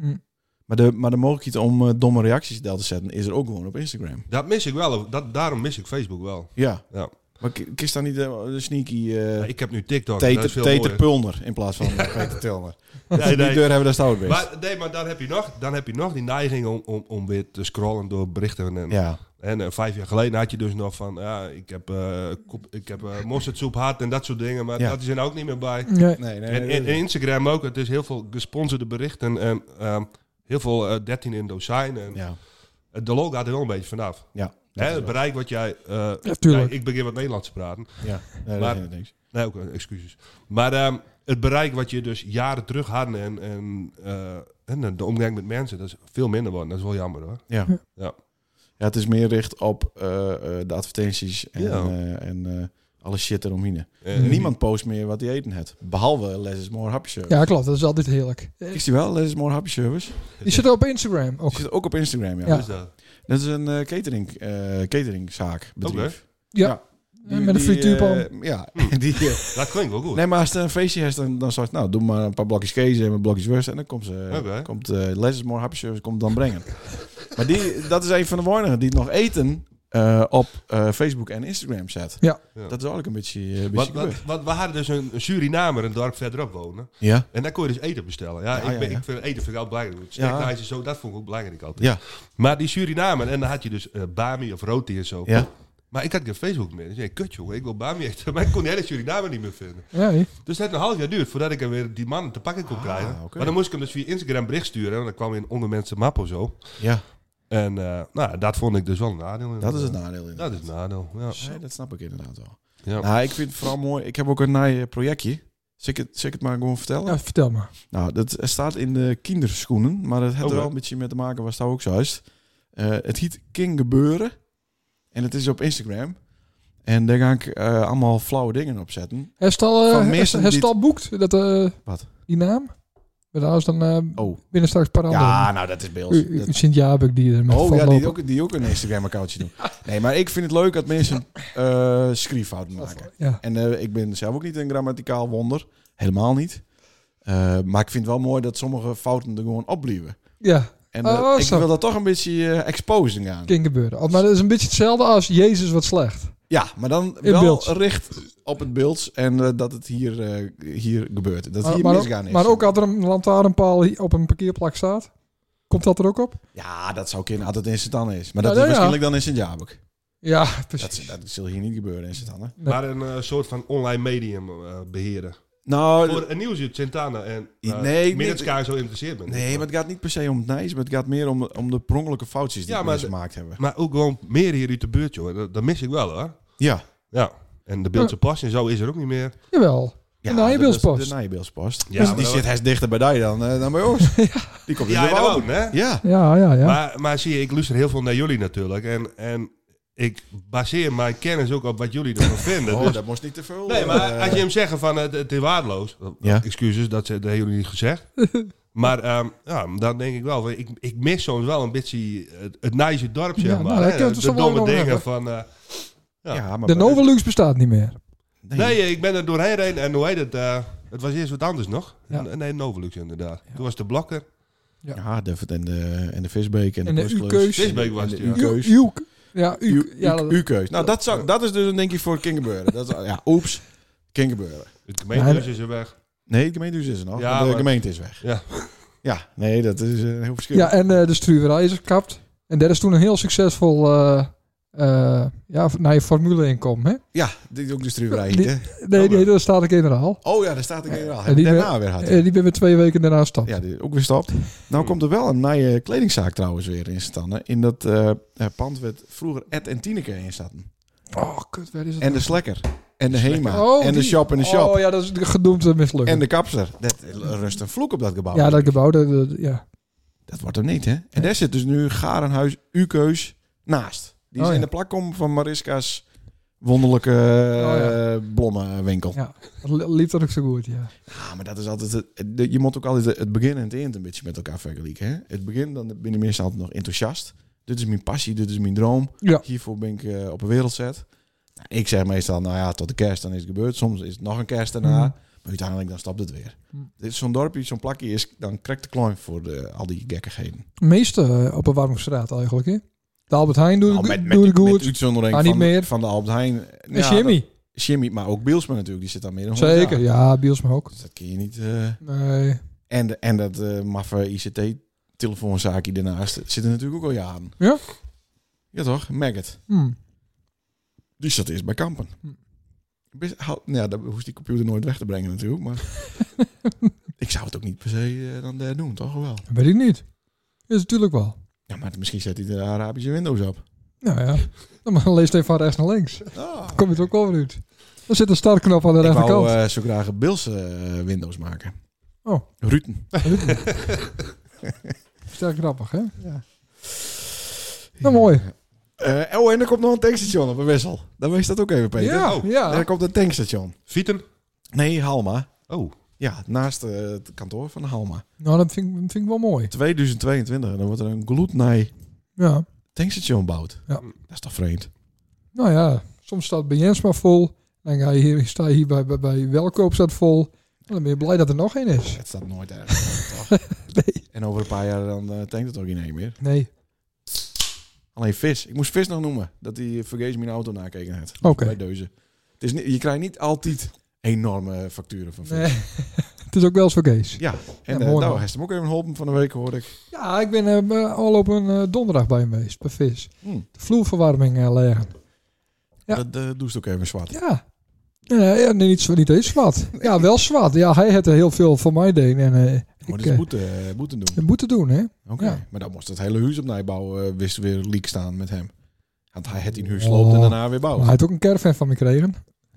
S1: Hm.
S2: Maar de, maar de mogelijkheid om eh, domme reacties daar te zetten is er ook gewoon op Instagram.
S6: Dat mis ik wel. Dat, daarom mis ik Facebook wel.
S2: Ja.
S6: Ja.
S2: Maar k- kies dan niet de, de sneaky
S6: Ja,
S2: eh
S6: ik heb nu TikTok. dat
S2: Teter
S6: is veel
S2: Teter
S6: mooier.
S2: Pulner in plaats van eh, Peter Tilner.
S6: Nee,
S2: Die
S6: nee.
S2: deur hebben we daar stout best.
S6: Maar, nee, maar dan heb, je nog, dan heb je nog die neiging om, om, om weer te scrollen door berichten. En,
S2: ja.
S6: en eh, vijf jaar geleden had je dus nog van, ja, ik heb, eh, kop- ik heb eh, mosterdsoep gehad en dat soort dingen. Maar
S2: Ja.
S6: dat is er nou ook niet meer bij.
S1: Nee.
S2: Nee, nee.
S6: En, en- en Instagram ook. Het is heel veel gesponsorde berichten en ehm, heel veel eh, 13 in dozijn. En
S2: ja.
S6: eh, De lol gaat er wel een beetje vanaf.
S2: Ja.
S6: Hè, het bereik wat jij... eh,
S1: Ja, tuurlijk.
S6: ja, ik begin wat Nederlands te praten.
S2: Ja. Nee,
S6: Maar-
S2: dat is niks.
S6: Nee, ook eh, excuses. Maar ehm, het bereik wat je dus jaren terug had en, en, eh, en de omgang met mensen, dat is veel minder geworden. Dat is wel jammer hoor.
S2: Ja.
S6: Ja.
S2: Ja, het is meer richt op eh, eh, de advertenties en,
S6: Ja.
S2: eh, en eh, alle shit eromheen.
S6: Eh,
S2: Niemand post meer wat hij eten heeft. Behalve Les is More Hapje Service.
S1: Ja, klopt. Dat is altijd heerlijk. Eh,
S2: Is die wel, Les is More Hapje Service?
S1: Die zit op Instagram ook.
S2: Die zit ook op Instagram, ja.
S1: Ja.
S6: Dus dat.
S2: Dat is een eh, catering, eh, cateringzaak, bedrijf.
S1: Eh, Met een frituurpan.
S2: eh, ja, die... eh,
S6: Dat klinkt wel goed.
S2: Nee, maar als het een feestje is, dan, dan zegt nou, doe maar een paar blokjes kees en een blokjes worst. En dan komt, ze,
S6: Oké.
S2: komt eh Les is More Happy Service komt het dan brengen. maar die, dat is een van de weinigen die het nog eten eh, op eh, Facebook en Instagram zet.
S1: Ja.
S6: Ja.
S2: Dat is eigenlijk een beetje, eh, een
S6: Want,
S2: beetje
S6: want,
S2: gebeurd.
S6: want we hadden dus een een Surinamer een dorp verderop wonen.
S2: Ja.
S6: En daar kon je dus eten bestellen. Ja,
S2: Ja,
S6: ik, ben,
S2: ja, ja.
S6: ik vind eten vind ik altijd belangrijk.
S2: Ja.
S6: Stekrijs en zo, dat vond ik ook belangrijk altijd.
S2: Ja.
S6: Maar die Surinamer, en dan had je dus eh, Bami of Roti en zo.
S2: Ja.
S6: Maar ik had geen Facebook meer. Dus ik zei, kut jongen, ik wil Bami eten. Maar ik kon de hele Surinamer niet meer vinden.
S1: Ja, nee.
S6: Dus het heeft een half jaar duurt voordat ik hem weer die man te pakken kon krijgen.
S2: Ah, oké.
S6: Maar dan moest ik hem dus via Instagram bericht sturen. En dan kwam hij in onder mensen map of zo.
S2: ja,
S6: En eh, nou, dat vond ik dus wel een nadeel.
S2: dat is het nadeel inderdaad.
S6: Dat is het nadeel, ja.
S2: Nee, dat snap ik inderdaad wel.
S6: Ja.
S2: Nou, ik vind het vooral mooi. Ik heb ook een naai projectje. Zal ik, het, zal ik het maar gewoon vertellen?
S1: Ja, vertel maar.
S2: Nou, dat staat in de kinderschoenen, maar dat heeft
S6: Oké.
S2: er wel een beetje mee te maken, was daar ook zojuist. Eh, het heet King Gebeuren en het is op Instagram. En daar ga ik eh, allemaal flauwe dingen op zetten.
S1: Herstal,
S2: Van
S1: eh
S2: mensen die-
S1: herstal boekt dat, eh,
S2: Wat?
S1: die naam. Maar daar is dan eh,
S2: Oh.
S1: binnen straks Parando.
S2: Ja, nou, dat is bij ons.
S1: U-
S2: Dat-
S1: u- Sint-Jabek die er met
S2: Oh ja, die
S1: vastlopen.
S2: ook, die ook een Instagram-accountje doen. Nee, maar ik vind het leuk dat mensen eh schrieffouten maken.
S1: Ja.
S2: En eh, ik ben zelf ook niet een grammaticaal wonder. Helemaal niet. Eh, maar ik vind het wel mooi dat sommige fouten er gewoon opblijven.
S1: ja,
S2: En eh,
S1: Oh,
S2: ik
S1: zo.
S2: wil dat toch een beetje eh exposing aan.
S1: kan gebeuren. Oh, Maar dat is een beetje hetzelfde als Jezus wat slecht.
S2: Ja, maar dan
S1: In
S2: wel
S1: beeld.
S2: richt op het beeld en eh, dat het hier, eh, hier gebeurt. Dat
S1: Maar,
S2: hier
S1: Eh, maar ook-
S2: misgaan is.
S1: maar ook als er een lantaarnpaal hier op een parkeerplak staat, komt dat er ook op?
S2: Ja, dat zou kunnen altijd in Sint-Anne is. Maar dat
S1: Ja, ja,
S2: is
S1: ja.
S2: waarschijnlijk dan in Sint-Jabek.
S1: Ja,
S2: Dat,
S1: precies.
S2: dat zal hier niet gebeuren in Sint-Anne.
S1: Nee.
S6: Maar een eh, soort van online medium eh, beheren.
S2: Nou,
S6: Voor een nieuwsuit Santana en
S2: Nee,
S6: uh,
S2: nee.
S6: Minnetskaar zo interesseert bent.
S2: nee, maar het gaat niet per se om het nijs, maar het gaat meer om, om de prongelijke foutjes die
S6: Ja, maar
S2: mensen
S6: de-
S2: gemaakt hebben.
S6: Maar ook gewoon meer hier uit de buurt, joh. Dat, dat mis ik wel, hoor.
S2: Ja, Hm.
S6: Ja. En de Beeldse Pas en zo is er ook niet meer.
S1: Jawel. de Nijbeelspost.
S2: De Nijbeelspost.
S6: Ja,
S2: Dus
S6: maar
S2: die
S6: dat-
S2: zit hij dichter bij die dan, eh, dan bij ons. Die komt
S6: Ja,
S2: er wel
S6: gewoon,
S2: aan.
S6: hè?
S2: Ja.
S1: Ja, ja, ja.
S6: Maar, maar zie je, ik luister heel veel naar jullie natuurlijk. En, en ik baseer mijn kennis ook op wat jullie ervan vinden.
S2: Oh,
S6: Dus-
S2: dat moest niet te veel.
S6: nee, maar
S2: eh,
S6: als je hem zegt van eh, het, het is waardeloos. eh,
S2: Ja.
S6: Excuses, dat, ze- dat hebben jullie niet gezegd. maar ehm, ja, dan denk ik wel, van, ik, ik mis soms wel een beetje het, het nice dorp, zeg
S1: Ja, nou,
S6: maar.
S1: daar
S6: hè.
S1: kunnen we het
S6: de
S1: zo wel
S6: domme
S1: over
S6: dingen
S1: hebben.
S6: van... eh,
S2: ja, maar
S1: de
S2: bij-
S1: Novelux bestaat niet meer.
S2: Nee,
S6: Nee, ik ben er doorheen reden en hoe heet het? eh, het was eerst wat anders nog.
S1: Ja.
S6: Nee, Novelux inderdaad. Toen was de blokker.
S2: Ja, de, en de, en de Visbeek en de
S1: En de
S2: Kusklus.
S1: U-keus.
S6: Visbeek was
S2: En
S6: het,
S2: de
S6: ja.
S2: U-keus.
S1: U- Uuk. Ja, Uuk.
S2: U-
S1: ja,
S2: U-
S1: dat-
S2: U-keus. Nou, dat, zou, dat is dus een denkje voor Kingerbeuren. Dat is, ja, oeps, Kingerbeuren.
S6: Het gemeentehuis
S1: Nee,
S6: is er weg.
S2: Nee, het gemeentehuis is er nog.
S6: Ja,
S2: maar de
S6: maar-
S2: gemeente is weg.
S6: Ja.
S2: Ja, nee, dat is een heel verschil.
S1: ja, en eh, de struwerij is gekapt. En dat is toen een heel succesvol eh, eh, ja, naar je formule inkomen. Hè?
S2: Ja, dit is ook de struwerij.
S1: Die-
S2: hè?
S1: Nee, nee, dat staat ik generaal.
S2: Oh ja, daar staat ik inderdaad.
S1: en
S2: Heb
S1: die
S2: ik daarna weer
S1: Eh,
S2: gehad.
S1: die ben we twee weken daarna stapt.
S2: Ah, Ja, die is ook weer stapt. Nou komt er wel een nieuwe kledingzaak trouwens weer in Stannen. In dat eh, eh, pand werd vroeger Ed en Tineke in zaten.
S1: Oh, kut, waar is het?
S2: En de Slekker. En de Hema.
S1: Oh,
S2: en de
S1: die.
S2: Shop en de Shop.
S1: Oh ja, dat is de gedoemde mislukken.
S2: En de Oh, Kapster. Dat rust een vloek op dat gebouw.
S1: ja, dat gebouw, dat, dat- ja.
S2: Dat wordt hem niet, hè? En daar zit dus nu Garenhuis U-keus naast. Die is
S1: Oh, ja. Oh,
S2: in de plakkom van Mariska's wonderlijke
S1: ja.
S2: eh, blommenwinkel.
S1: Ja. Dat li- liep dat ook zo goed, ja.
S2: Ah, maar dat is altijd... Het, het- je moet ook altijd het begin en het eind een beetje met elkaar vergelijken, hè? Het begin, dan ben je meestal altijd nog enthousiast. Dit is mijn passie, dit is mijn droom.
S1: Ja.
S2: Hiervoor ben ik eh, op een wereldzet. Nou, ik zeg meestal, nou ja, tot de kerst, dan is het gebeurd. Soms is het nog een kerst daarna.
S1: Mhm.
S2: Maar uiteindelijk, dan stapt het weer.
S1: Mhm.
S2: Dit is Zo'n dorpje, zo'n plakje is... Dan krijgt de kloon voor de, al die gekkigheden.
S1: Meeste eh, op een warme straat eigenlijk, hè. De Albert Heijn doet,
S2: Nou,
S1: het
S2: met,
S1: go-
S2: met,
S1: doet het
S2: met
S1: goed.
S2: uitzondering
S1: Maar
S2: van,
S1: niet meer.
S2: van de Albert Heijn.
S1: en Jimmy.
S2: Jimmy, maar ook Bielsma natuurlijk. Die zit daar meer dan 100
S1: Zeker,
S2: jaar.
S1: ja, Bielsma ook.
S2: Dus dat kun je niet... eh,
S1: Nee.
S2: en, de- en dat eh maffe ICT-telefoonzaakje daarnaast zit er natuurlijk ook al jaren.
S1: Ja?
S2: Ja toch? Maggot.
S1: Hm.
S2: Die zat eerst bij Kampen.
S1: Hm.
S2: Best, hou- nou ja, daar hoeft die computer nooit weg te brengen natuurlijk. Maar ik zou het ook niet per se eh, dan daar doen, toch wel?
S1: Dat weet ik niet. Is natuurlijk wel.
S2: Ja, maar misschien zet hij de Arabische Windows op.
S1: Nou ja, dan maar leest even van rechts naar links.
S2: Ah.
S1: Dan kom je het ook wel weer uit. Er zit een startknop aan de
S2: Ik
S1: rechterkant.
S2: wou eh, zo graag een Bills eh, Windows maken.
S1: Oh.
S2: Ruten.
S1: Sterk grappig, hè?
S2: Ja.
S1: Nou, mooi.
S2: Eh, oh, en er komt nog een tankstation op een wissel. Dan wees dat ook even, Peter.
S1: Ja,
S6: Oh.
S1: ja.
S2: Er komt een tankstation.
S6: Fieten?
S2: Nee, Halma.
S6: Oh.
S2: Ja, naast eh, het kantoor van Halma.
S1: Nou, dat vind, ik- dat vind ik wel mooi.
S2: 2022. En dan wordt er een gloednij
S1: Ja.
S2: tankstation gebouwd.
S1: Ja.
S2: Dat is toch vreemd?
S1: Nou ja, soms staat bij Jens maar vol. Dan ga je hier, sta je hier bij, bij, bij Welkoop staat vol. En dan ben je blij dat er nog één is.
S2: Het staat nooit ergens. toch? En over een paar jaar dan eh, tankt het ook geen één meer.
S1: Nee.
S2: Alleen vis. Ik moest vis nog noemen. Dat hij vergeet mijn auto nakeken had.
S1: Oké.
S2: Bij deuze. Het is niet, je krijgt niet altijd enorme facturen van vis.
S1: Nee. Het is ook wel eens voor Kees.
S2: Ja, en
S1: Ja,
S2: eh
S1: mooi,
S2: nou,
S1: man.
S2: hij is hem ook even geholpen van de week, hoorde ik.
S1: Ja, ik ben eh, al op een eh, donderdag bij hem geweest, bij Vis.
S2: Hm.
S1: De vloerverwarming eh, leggen. Ja.
S2: Dat eh, doe ze ook even zwart.
S1: Ja. Eh, ja, nee, niet, zo- niet eens zwart. Ja, wel zwart. Ja, hij had er heel veel van mij deed. En eh,
S2: Maar
S1: ik
S2: dat is
S1: eh,
S2: boete, eh, boete doen.
S1: dat moet te doen, hè?
S2: Oké.
S1: ja.
S2: Maar dan moest het hele huis opnieuw bouwen, eh, wist weer leak staan met hem. Want hij het in huis
S1: Oh.
S2: loopt en daarna weer
S1: Maar hij
S2: bouwt.
S1: had ook een caravan van me gekregen.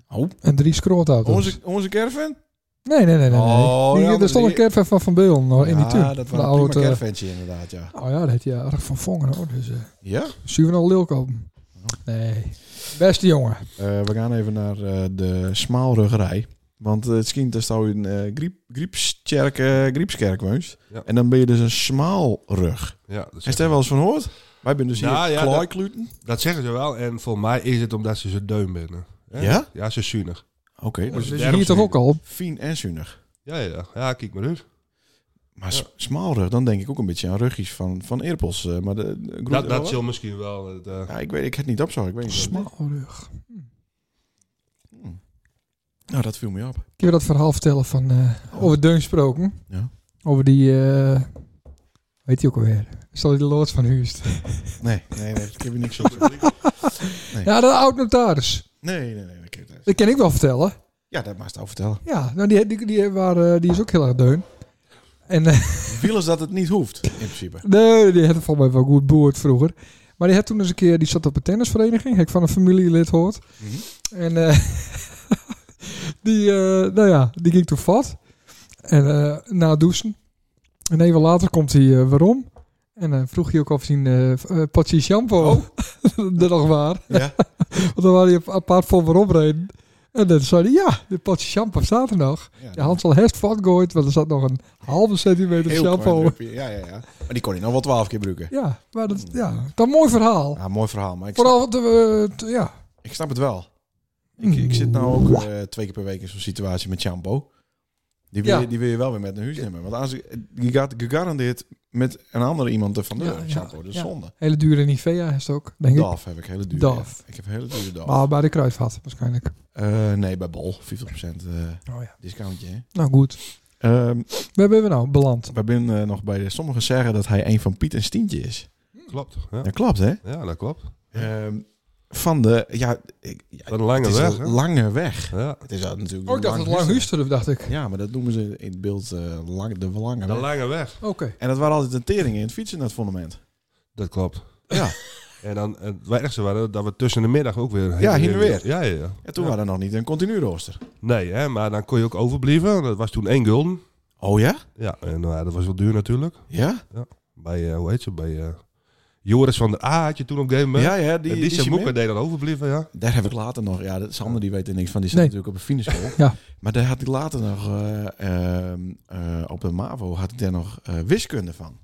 S2: Oh.
S1: En drie scrootauto's.
S2: Onze, onze caravan?
S1: Nee, nee, nee, nee. nee.
S2: Oh,
S1: Die-
S2: ja, maar
S1: er stond
S2: die-
S1: een caravan van Van Beel nog Oh, in die tuin. Van
S2: dat was een
S1: de
S2: prima
S1: oude, eh,
S2: caravantje inderdaad, ja.
S1: Oh ja, dat had je erg van vongen hoor. Dus eh
S2: Ja?
S1: zullen we nou lil kopen?
S2: Oh.
S1: Nee. Beste jongen.
S2: Eh, we gaan even naar eh, de smaalruggerij. Want eh, het schijnt dat zou in eh griep, griepskerk, eh, griepskerk woont.
S6: Ja.
S2: En dan ben je dus een smaalrug.
S6: Ja, dat
S2: Heeft
S6: zeggen,
S2: daar wel eens van gehoord? Wij zijn dus hier
S6: Nou,
S2: nou,
S6: ja, dat-
S2: klaarkluten.
S6: dat zeggen ze wel. En voor mij is het omdat ze zo deun binnen.
S2: Ja?
S6: Ja, ze is zuinig.
S2: Oké,
S1: Dus
S6: het
S1: hier
S6: ergste
S1: toch ook al?
S2: fijn en zuinig.
S6: Ja, ja. Ja, kijk maar dus.
S2: Maar
S6: Ja.
S2: s- smaalrug, dan denk ik ook een beetje aan rugjes van, van eerpels. eh, maar de, de groente-
S6: Dat, dat zal misschien wel. Het, eh,
S2: ja, ik weet, ik heb het niet op zo. Ik weet niet.
S1: Smalrug.
S2: Hm. Nou, dat viel me op.
S1: Ik wil dat verhaal vertellen van eh, over Deun gesproken.
S2: Ja.
S1: Over die, eh weet je ook alweer? Is dat die loods van Huust?
S2: Nee, nee, nee, ik heb er niks op.
S1: Ja, de oud notaris.
S2: Nee, nee, nee. Ik heb het.
S1: Dat kan ik wel vertellen.
S2: Ja, dat mag het al vertellen.
S1: Ja, nou, die, die, die, waren, die is ook heel erg Deun. En eh,
S2: Wielers dat het niet hoeft, in principe.
S1: Nee, die had het volgens mij wel goed boerd vroeger. Maar die had toen eens een keer, die
S2: Mhm.
S1: zat op een tennisvereniging, heb ik van een familielid hoort. En eh, Die, eh, nou ja, die ging toen vat. En eh, na het douchen. En even later komt hij eh, waarom. En dan vroeg hij ook of hij een eh, v- eh, potje shampoo
S2: Oh.
S1: er nog waar.
S2: Ja.
S1: Want dan waren hij op- apart voor waarom reden. En dan zei hij, ja, de potje shampoo staat er nog.
S2: Ja,
S1: Ja, Hansel heeft vatgooid, want er zat nog een halve centimeter
S2: heel
S1: shampoo.
S2: klein drupje. Ja, ja, ja. Maar die kon hij nog wel twaalf keer gebruiken.
S1: Ja, maar dat, ja, dat een mooi verhaal.
S2: Ja, mooi verhaal. Maar ik, snap,
S1: Vooral, de, eh, t- ja,
S2: ik snap het wel. Ik, ik zit nou ook eh, twee keer per week in zo'n situatie met shampoo. Die wil,
S1: Ja.
S2: je, die wil je wel weer met naar huis nemen. Want als, ik- je gaat gegarandeerd met een andere iemand er vandoor.
S1: Ja, ja,
S2: shampoo, dat is
S1: ja.
S2: zonde.
S1: hele dure Nivea is het ook, denk ik.
S2: DAF heb ik hele dure.
S1: DAF.
S2: ja. Ik heb hele dure DAF.
S1: Maar bij de kruidvat waarschijnlijk.
S2: Eh, nee, bij Bol. 50% eh,
S1: Oh ja.
S2: discountje. Hè?
S1: Nou goed,
S2: Ehm,
S1: waar ben we nou beland?
S2: we zijn eh, nog bij de, sommigen zeggen dat hij een van Piet en Stientje is.
S6: Klopt. Ja.
S2: Dat klopt, hè?
S6: ja, dat klopt.
S2: Ehm, van de... Ja, ik, ja,
S6: Een lange
S2: het is
S6: weg,
S2: een
S6: hè?
S2: lange weg.
S6: Ja.
S2: Het is natuurlijk
S1: Oh, ik dacht het
S2: lang
S1: lang
S2: huis.
S1: Huisterf, dacht ik.
S2: Ja, maar dat noemen ze in het beeld eh, lang, de lange
S6: De
S2: weg.
S6: lange weg.
S1: Oké.
S2: En dat waren altijd een tering in het fietsen naar het fundament.
S6: Dat klopt.
S2: Ja.
S6: En dan het ergste waren dat we tussen de middag ook weer...
S2: Ja, heen en weer.
S6: Ja, ja, ja.
S2: En toen waren er nog niet een continu rooster.
S6: Nee, hè, maar dan kon je ook overblijven. Dat was toen één gulden.
S2: Oh ja?
S6: Ja, en nou ja, dat was wel duur natuurlijk.
S2: Ja?
S6: Bij, eh, hoe heet ze, bij eh, Joris van der A had je toen op een gegeven moment.
S2: Ja, ja.
S6: die,
S2: Die,
S6: en
S2: die
S6: die,
S2: is
S6: zijn
S2: je
S6: boeken
S2: mee.
S6: deed dat overblijven, ja.
S2: Daar heb ik later nog... Ja, dat, Sander die weet er niks van. Die zit
S1: Nee.
S2: natuurlijk op een fineschool.
S1: Ja.
S2: Maar daar had ik later nog... eh, ehm, eh, op de MAVO had ik daar nog eh, wiskunde van.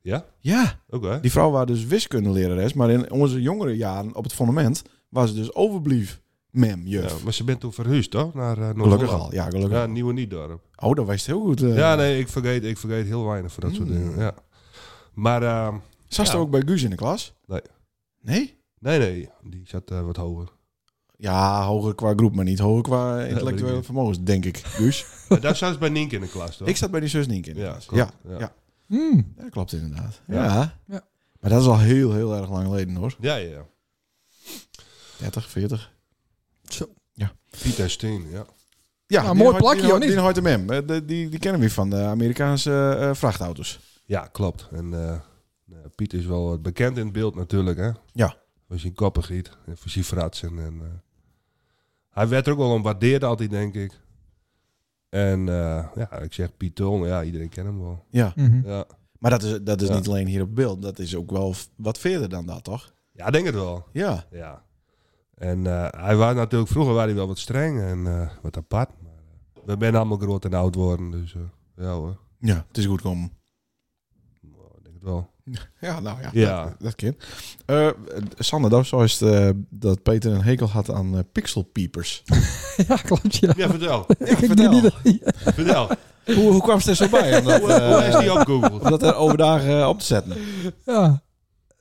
S6: Ja?
S2: Ja.
S6: Oké.
S2: Die vrouw was dus wiskundelerares. Maar in onze jongere jaren op het fundament... was ze dus overblief mem, juf.
S6: Ja, maar ze bent toen verhuisd, toch? Naar eh
S2: gelukkig
S6: Noord-Holland.
S2: al. Ja, gelukkig
S6: Ja, Nieuwe Niedorp.
S2: al. Oh, dat wijst heel goed. eh.
S6: Ja, nee, ik vergeet, ik vergeet heel weinig van dat soort
S2: Mm.
S6: dingen. Ja. Maar, ehm,
S2: Zat ze
S6: Ja.
S2: ook bij Guus in de klas?
S6: Nee.
S2: Nee?
S6: nee, nee, die zat eh, wat hoger.
S2: Ja, hoger qua groep, maar niet hoger qua
S6: weet ik
S2: intellectuele
S6: niet.
S2: vermogens, denk ik. Dus
S6: Maar daar zat ze bij Nienke in de klas, toch?
S2: ik zat bij die zus Nienke. in de
S6: ja,
S2: klas.
S6: klopt.
S2: ja,
S6: ja.
S2: ja.
S6: ja.
S1: Hmm.
S2: dat klopt inderdaad. Ja.
S6: Ja.
S1: Ja.
S2: Maar dat is al heel, heel erg lang geleden hoor.
S6: ja, ja.
S2: 30, 40.
S6: Pieter Steen, ja.
S2: Ja,
S1: Ja, mooi plakje, hoor, niet?
S2: Die hoort hem hem. Eh, de- Die, die kennen we van de Amerikaanse eh, eh, vrachtauto's.
S6: Ja, klopt. En eh, nou, Piet is wel wat bekend in het beeld natuurlijk, hè?
S2: Ja.
S6: Voor zijn koppengiet en voor zijn fratsen. En, eh, hij werd er ook wel om waardeerd altijd, denk ik. En eh, ja, ik zeg Piet Tulner, ja, iedereen kent hem wel.
S2: Ja,
S1: Mhm.
S6: Ja,
S2: maar dat is, dat is
S6: Ja.
S2: niet alleen hier op beeld. Dat is ook wel f- wat verder dan dat, toch?
S6: ja ik denk het wel.
S2: Ja.
S6: Ja. En eh, hij was natuurlijk, vroeger was hij wel wat streng en eh, wat apart. Maar, eh, we zijn allemaal groot en oud worden, dus eh, ja hoor.
S2: Ja, het is goed komen.
S6: Nou, Ik denk het wel.
S2: Ja, nou ja.
S6: Ja.
S2: Dat, dat kind. Eh Sander, dat was eh dat Peter een hekel had aan eh, pixelpiepers.
S1: Ja, klopt, ja.
S6: Ja, vertel.
S2: Ja,
S1: Ik
S2: vertel.
S1: doe niet-
S6: vertel.
S2: Hoe, hoe kwam ze er zo bij? Omdat,
S6: Hoe, eh, hoe is
S2: eh,
S6: die
S2: om
S6: opgegoogeld?
S2: dat er overdag eh, op te zetten.
S1: ja.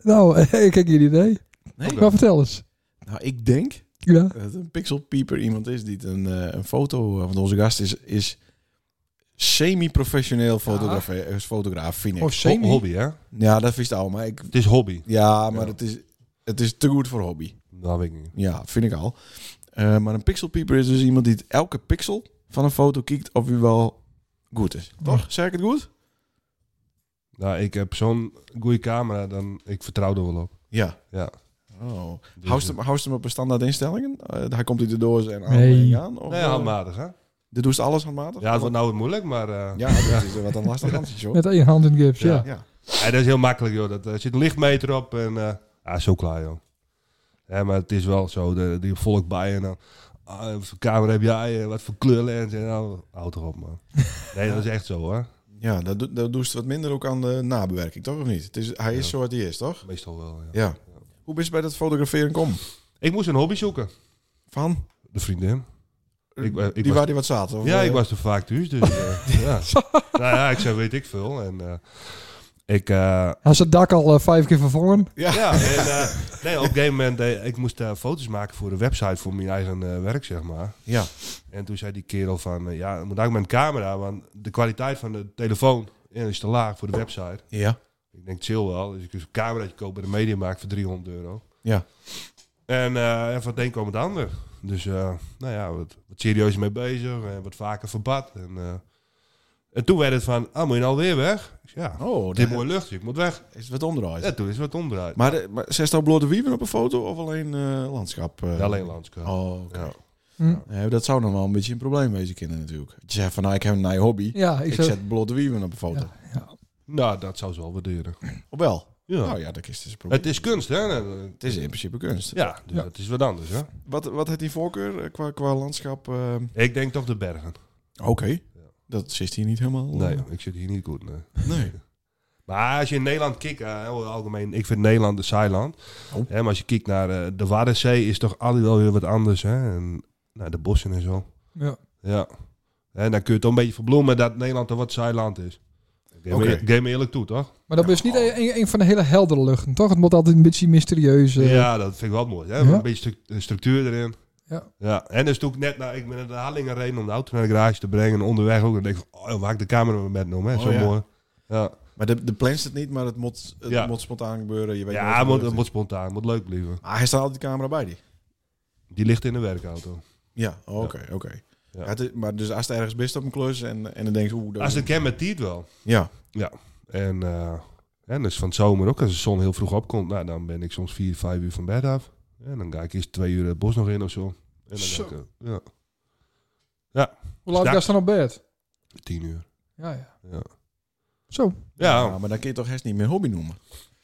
S1: Nou, ik heb geen idee.
S2: Nee.
S1: Maar vertel eens.
S2: Nou, ik denk
S1: Ja.
S2: dat een pixelpieper iemand is die een, eh, een foto... eh, Want onze gast is, is semi-professioneel fotograaf, eh, fotograaf, vind ik.
S1: Oh, semi.
S6: Hobby, hè?
S2: Ja, dat is het al. Maar ik,
S6: Het is hobby.
S2: ja, maar
S6: Ja.
S2: Het, is, het is te goed voor hobby.
S6: Dat weet ik niet.
S2: Ja, vind ik al. Eh, maar een pixelpieper is dus iemand die het- elke pixel van een foto kijkt of hij wel goed is. Toch? Zeg ik het goed?
S6: Nou, ik heb zo'n goede camera, dan ik vertrouw er wel op.
S2: Ja.
S6: Ja.
S2: Oh.
S6: Dus,
S2: Houst hem, houst hem op een standaard instellingen? Eh, hij komt hij de doos en aan,
S1: Nee.
S2: aan? Of,
S6: Nee,
S2: eh,
S6: handmatig, hè?
S2: Dit doet ze alles handmatig?
S6: Ja, het wordt nou weer moeilijk, maar... eh,
S2: Ja, dat is eh, wat een lastig handje, joh.
S1: Met één hand in gips, ja.
S6: Ja. ja, dat is heel makkelijk, joh. Dat, er zit een lichtmeter op en... eh ah, zo klaar, joh. Ja, maar het is wel zo, de, die volk bij en dan... ah, wat voor camera heb jij? eh, Wat voor kleurlens? En dan, houd erop, man. Nee, dat is echt zo, hoor.
S2: Ja, dat, doet- dat doet ze wat minder ook aan de nabewerking, toch? Of niet? Het is, hij is
S6: Ja.
S2: zo wat hij is, toch?
S6: Meestal wel, ja.
S2: Ja. Hoe ben je bij dat fotograferen kom?
S6: Ik moest een hobby zoeken.
S2: Van?
S6: De vriendin. Ik, eh, ik
S2: die
S6: was-
S2: waar die wat zaten? of,
S6: Ja,
S2: eh,
S6: ik was te vaak thuis, dus eh, ja. Nou ja, ik zei, weet ik veel. En eh, ik, eh,
S1: Had ze het dak al eh, vijf keer vervangen?
S6: ja, en, eh, nee, op een gegeven moment, eh, ik moest eh, foto's maken voor de website voor mijn eigen eh, werk, zeg maar.
S2: Ja.
S6: En toen zei die kerel van, eh, ja, moet ik met een camera, want de kwaliteit van de telefoon eh, is te laag voor de website.
S2: Ja.
S6: Ik denk, chill wel. Dus ik moest een cameraatje kopen bij de Mediamarkt voor 300 euro.
S2: Ja.
S6: En, eh, en van het een kwam het ander. Dus eh, nou ja, wat, wat serieus mee bezig. En wat vaker verpad. En, eh, en toen werd het van, ah, moet je nou weer weg? Ik zei, ja,
S2: Oh,
S6: het is
S2: dit
S6: mooi luchtje, ik moet weg.
S2: is wat onderuit.
S6: Ja, toen is het wat omdraaid.
S2: nou Maar, de, maar zes blote wieven op een foto of alleen eh, landschap? eh?
S6: Ja, alleen landskap.
S2: Oh, oké.
S6: Ja.
S1: Hm.
S2: Ja, dat zou nog wel een beetje een probleem wezen kunnen natuurlijk. Dat Je zegt van, nou, ik heb een nieuwe hobby.
S1: Ja, ik
S2: ik
S1: zou...
S2: zet blote wieven op een foto.
S6: Nou, dat zou ze wel waarderen.
S2: Of wel?
S6: Ja.
S2: Nou ja, dat is dus een probleem.
S6: het is kunst, hè? Het
S2: Het is in principe kunst.
S6: Ja, dus
S1: Ja.
S6: het is wat anders, hè?
S2: Wat, wat heeft die voorkeur eh, qua, qua landschap? eh?
S6: Ik denk toch de bergen.
S2: Oké. Dat zit hier niet helemaal.
S6: Nee,
S2: eh,
S6: ik zit hier niet goed, nee.
S2: nee.
S6: Maar als je in Nederland kijkt, eh, heel algemeen, ik vind Nederland de saailand.
S2: Oh.
S6: Hè, maar als je kijkt naar eh, de Waddenzee, is toch altijd wel weer wat anders. Hè? En nou, de bossen en zo.
S1: Ja.
S6: Ja. En dan kun je het toch een beetje verbloemen dat Nederland toch wat saailand is. Geef
S2: Oké.
S6: me- geef me eerlijk toe, toch?
S1: Maar dat is niet een, een- een van de hele heldere luchten, toch? Het moet altijd een beetje mysterieus. eh,
S6: Ja, dat vind ik wel mooi. Hè?
S1: Ja.
S6: Een beetje stru- structuur erin.
S1: Ja.
S6: ja. En dus toen ik net naar, ik ben naar de Hallingen reden om de auto naar de garage te brengen. En onderweg ook. En denk ik, van, oh, waar ik de camera met noem, hè?
S2: Oh,
S6: Zo
S2: ja.
S6: mooi. Ja,
S2: Maar de, de plan het niet, maar het moet, het
S6: Ja.
S2: moet spontaan gebeuren. Je weet
S6: ja
S2: nooit wat
S6: het moet,
S2: er
S6: het moet
S2: gebeurt.
S6: spontaan, het moet leuk blijven.
S2: Ah, hij staat altijd de camera bij die.
S6: Die ligt in de werkauto.
S2: Ja, oh, oké, oké.
S6: Ja.
S2: Ja, het is- maar dus als het ergens best op een klus en, en dan denk je, oeh, dat
S6: Als het ken met die het wel.
S2: Ja,
S6: En, eh, en dus van het zomer ook, als de zon heel vroeg opkomt, nou, dan ben ik soms vier, vijf uur van bed af. En dan ga ik eerst twee uur het bos nog in of zo. En dan
S2: Zo.
S6: Ga ik, eh, ja,
S1: Hoe laat
S6: Daar-
S1: was dan op bed?
S6: tien uur.
S1: Ja, ja.
S6: Ja.
S1: Zo.
S6: Ja,
S2: Ja, maar dan kun je toch echt niet meer hobby noemen.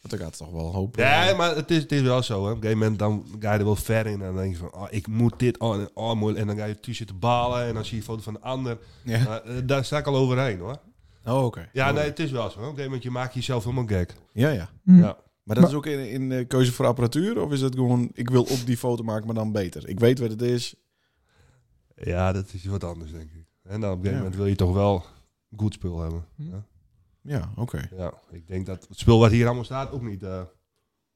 S2: Want dan gaat het toch wel hopen.
S6: Nee, maar het is, het is wel zo. Hè. Op een gegeven moment dan ga je er wel ver in. En dan denk je van, oh, ik moet dit. Oh, en, oh, moeilijk. en dan ga je tussen te balen. En dan zie je een foto van de ander.
S2: Ja.
S6: Maar, eh, daar sta ik al overheen hoor.
S2: Oh, oké.
S6: Ja,
S2: Oh.
S6: nee, het is wel zo. Op een gegeven moment je maakt jezelf helemaal gek.
S2: Ja, ja.
S1: Hm.
S6: Ja.
S2: Maar dat is ook in, in eh, keuze voor apparatuur? Of is het gewoon, ik wil op die foto maken, maar dan beter? Ik weet wat het is.
S6: Ja, dat is wat anders denk ik. En dan op een gegeven
S2: Ja.
S6: moment wil je toch wel goed spul hebben. Ja.
S2: Ja, oké.
S6: ja, ik denk dat het spul wat hier allemaal staat ook niet eh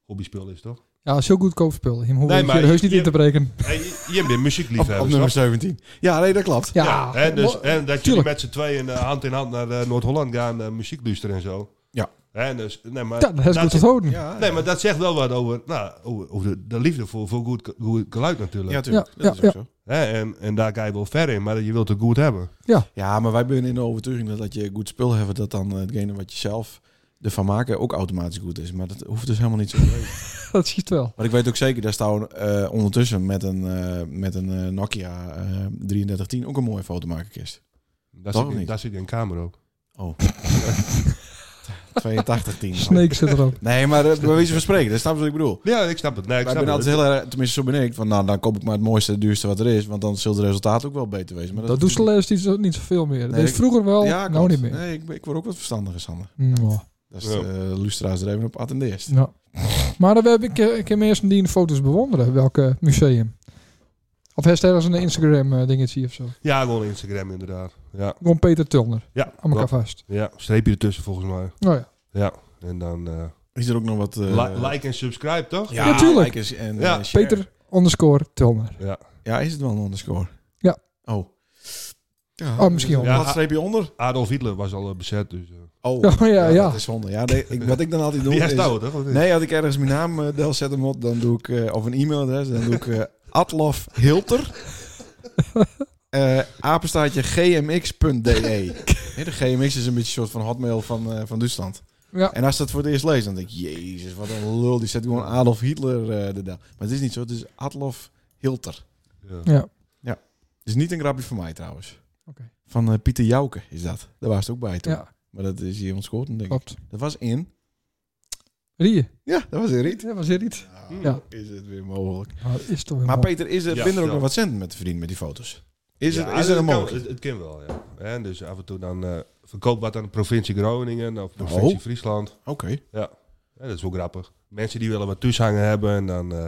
S6: hobby spul is, toch?
S1: Ja, zo goedkoop spul. Je hoeft
S6: Nee,
S1: je
S6: maar
S1: heus niet
S6: je-
S1: in te breken.
S6: Hey, je, je bent
S2: Op, op
S6: muziekliefhebber,
S2: nummer
S6: toch?
S2: 17. Ja, nee, dat klopt.
S1: Ja,
S6: hè, dus,
S1: mo-
S6: en dat jullie
S1: tuurlijk.
S6: met z'n tweeën eh, hand in hand naar eh, Noord-Holland gaan, eh, muziek luisteren en zo.
S2: Ja.
S6: Hè, dus, nee, maar,
S1: Ja, dat is goed te
S6: zegt-
S1: houden.
S2: Ja,
S6: Nee, maar dat zegt wel wat over, nou, over, over de, de liefde voor, voor goed, goed geluid natuurlijk.
S2: ja, tuurlijk.
S1: Ja,
S2: dat is
S1: ja,
S2: ook zo.
S6: Hè, en, en daar ga je wel ver in, maar je wilt het goed hebben.
S2: Ja, maar wij zijn in de overtuiging dat, dat je goed spul hebt, dat dan eh, hetgene wat je zelf ervan maken ook automatisch goed is. Maar dat hoeft dus helemaal niet zo te wezen.
S1: Dat ziet wel.
S2: Maar ik weet ook zeker, daar staan eh ondertussen met een, eh, met een eh, Nokia eh, 3310 ook een mooie fotomakerkist.
S6: Daar
S2: Toch
S6: zit, in-
S2: niet?
S6: daar zit je in kamer ook.
S2: Oh. 8210.
S1: Snake zit erop.
S2: Nee, maar eh, bij wijze van spreken, dat snap je wat ik bedoel.
S6: Ja, ik snap het. Nee, ik
S2: Ik
S6: snap
S2: ben
S6: het.
S2: altijd heel erg, tenminste zo ben ik, van nou dan koop ik maar het mooiste, het duurste wat er is, want dan zullen de resultaten ook wel beter wezen. Maar
S1: Dat doet ze les niet, zo- niet zoveel meer. dat
S2: Nee,
S1: is
S2: ik-
S1: vroeger wel,
S2: Ja,
S1: nou
S2: klopt.
S1: niet meer.
S2: Nee, ik, ben- ik word ook wat verstandiger, Sander.
S1: Nou,
S2: Dat is
S6: Ja.
S2: eh, Lustra's er even op attendeert.
S1: nou. Maar dan heb ik, eh, ik heb eerst die de foto's bewonderen. Welke museum? Of heeft hij ergens een Instagram eh, dingetje of zo?
S6: Ja, gewoon Instagram inderdaad. Ja,
S1: Gewoon Peter Tulner.
S6: ja,
S1: Aan elkaar
S6: klopt.
S1: vast.
S6: ja streepje ertussen volgens mij.
S1: Nou ja.
S6: Ja, en dan eh,
S2: Is er ook nog wat... eh,
S6: li- like en subscribe, toch?
S2: ja,
S1: Ja, tuurlijk.
S2: like is en,
S6: Ja,
S2: eh, share.
S1: Peter underscore Tulner.
S2: Ja, is het wel een underscore?
S1: Ja.
S2: Oh. Ja,
S1: Oh, misschien wel.
S2: Wat
S6: Ja.
S2: streep je onder?
S6: Adolf Hitler was al eh, bezet, dus... eh,
S2: Oh,
S1: Ja, ja, ja.
S2: Dat is zonde. Ja, nee, ik, wat ik dan altijd doe
S6: die
S2: is...
S6: is oud, toch? Of niet?
S2: Nee, als ik ergens mijn naam eh, del zetten moet, dan doe ik... eh, of een e-mailadres, dan doe ik eh Atlof Hilter. eh, apenstaartje gmx.de. Nee, de gmx is een beetje een soort van hotmail van, eh, van Duitsland.
S1: Ja.
S2: En als je dat voor het eerst leest, dan denk ik... Jezus, wat een lul. Die zet gewoon Adolf Hitler eh er dan. Maar het is niet zo. Het is Atlof Hilter.
S6: Ja.
S1: Ja.
S2: Het is niet een grapje van mij trouwens.
S1: Oké.
S2: Van eh, Pieter Jouke is dat. Daar was het ook bij toen.
S1: Ja,
S2: Maar dat is hier ontschoten, denk ik.
S1: klopt.
S2: Dat was in...
S1: Rie.
S2: Ja, dat was in Riet.
S1: Ja, was hier niet? Ja.
S2: Nou, Is het weer mogelijk.
S1: Nou, dat is toch weer
S2: Maar
S1: mooi.
S2: Peter, is er,
S6: Ja,
S2: binnen er ook
S6: ja.
S2: nog wat centen met te verdienen met die foto's? Is,
S6: Ja,
S2: er, is er een
S6: het kan-
S2: mogelijkheid?
S6: Het, het kan wel, ja. En dus af en toe dan eh, verkoop wat aan de provincie Groningen of provincie
S2: Oh.
S6: Friesland.
S2: Oké.
S6: Ja, dat is wel grappig. Mensen die willen wat tussenhangen hebben en dan eh,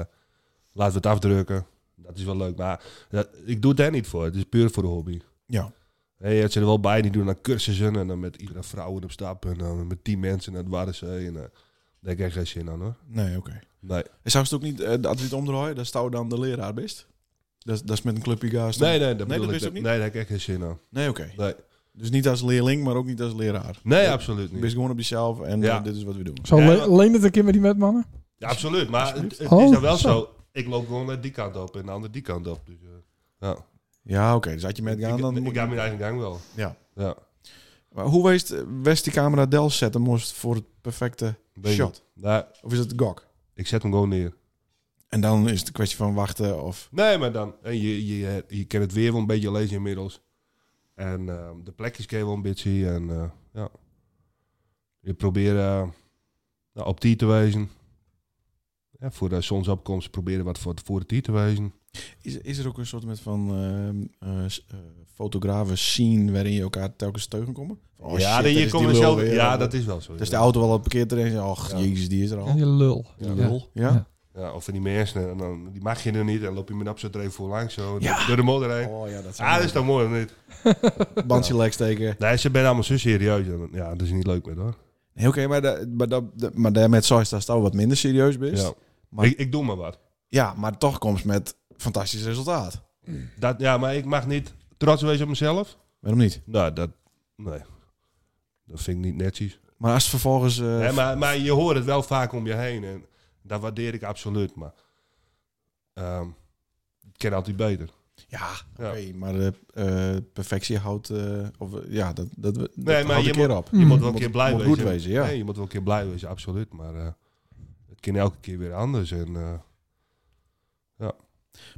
S6: laten we het afdrukken. Dat is wel leuk, maar dat, ik doe het daar niet voor. Het is puur voor de hobby.
S2: Ja.
S6: Hey, je hebt ze er wel bij, die doen dan cursussen en dan met iedere vrouwen op stap en dan met tien mensen naar het Waddenzee. En eh, daar heb ik echt geen zin aan hoor.
S2: Nee, oké.
S6: Nee,
S2: En Zou het ook niet, eh, als je het omdraaien, dat zou dan de leraar best? Dat, is- dat is met een clubje gaas. dan?
S6: nee, nee, dat,
S2: dat
S6: bedoel
S2: is
S6: ik,
S2: ook niet?
S6: nee, daar heb ik echt geen zin aan.
S2: Nee, oké.
S6: Nee,
S2: Dus niet als leerling, maar ook niet als leraar.
S6: nee
S2: Ja,
S6: absoluut niet.
S2: Wees gewoon op jezelf en
S6: Ja.
S2: eh, dit is wat we doen.
S1: Zo
S6: Ja,
S1: le-
S6: maar-
S1: leen het een keer met die met mannen.
S6: Ja, absoluut. Maar het, het
S1: Oh,
S6: is dan wel
S1: zo.
S6: zo. Ik loop gewoon naar die kant op en de andere die kant op. Dus, eh, ja.
S2: Ja, oké. Dus had je met
S6: Ik,
S2: gaan, dan
S6: ik,
S2: moet
S6: ga mijn eigen gang wel.
S2: Ja.
S6: ja.
S2: Maar hoe wees West die camera Del zetten moest voor het perfecte
S6: Weet je
S2: shot?
S6: wat? Nou,
S2: Of is het gok?
S6: ik zet hem gewoon neer.
S2: En dan is het een kwestie van wachten of...
S6: Nee, maar dan. En je, je, je kent het weer wel een beetje lezen inmiddels. En ehm, de plekjes ken je wel een beetje. En eh, ja. Je probeert eh, nou, op die te wijzen. Ja, voor de zonsopkomst proberen wat voor, voor de die te wijzen.
S2: Is, is er ook een soort met van ehm, eh, s- eh, fotografen scene waarin je elkaar telkens tegenkomt? Oh, shit, daar is die lul weer.
S6: Ja, dat is wel zo.
S2: Dan is de auto al parkeerd en je och,
S6: Ja.
S2: jezus, die is er al.
S1: En je lul.
S6: Ja.
S1: Ja.
S2: Ja?
S6: Ja, of van die mensen. En dan, die mag je er niet. En loop je met een zo voor langs. Zo,
S2: Ja.
S6: Door de modder heen.
S2: Oh ja, dat is
S6: ah, dat is dan mooi of niet?
S2: Bandje lek steken.
S6: Nee, ze zijn allemaal zo serieus. En, Ja, dat is niet leuk meer hoor.
S2: Nee, oké, maar, da- maar, da- da- maar daar met Sois dat al wat minder serieus bent.
S6: Ja.
S2: Ja. Maar-
S6: ik, ik doe maar wat.
S2: maar toch komt ze met fantastisch resultaat.
S6: Dat, ja, maar ik mag niet trots wezen op mezelf.
S2: Waarom niet?
S6: Nou, dat... Nee. Dat vind ik niet netjes.
S2: Maar als het vervolgens... eh,
S6: Nee, maar, maar je hoort het wel vaak om je heen. En dat waardeer ik absoluut. Maar... ehm het kan altijd beter.
S2: Ja, oké,
S6: Ja.
S2: maar eh, eh, perfectie houdt... eh, of, eh, ja, dat, dat, dat
S6: maar
S2: houdt
S6: je
S2: een keer op.
S1: je
S6: Je
S1: Mm.
S6: moet wel een keer blij
S2: Hmm. moet
S6: wezen.
S2: goed wezen, ja.
S6: Nee, je moet wel een keer blij wezen, absoluut. Maar eh, het kan elke keer weer anders. En, eh,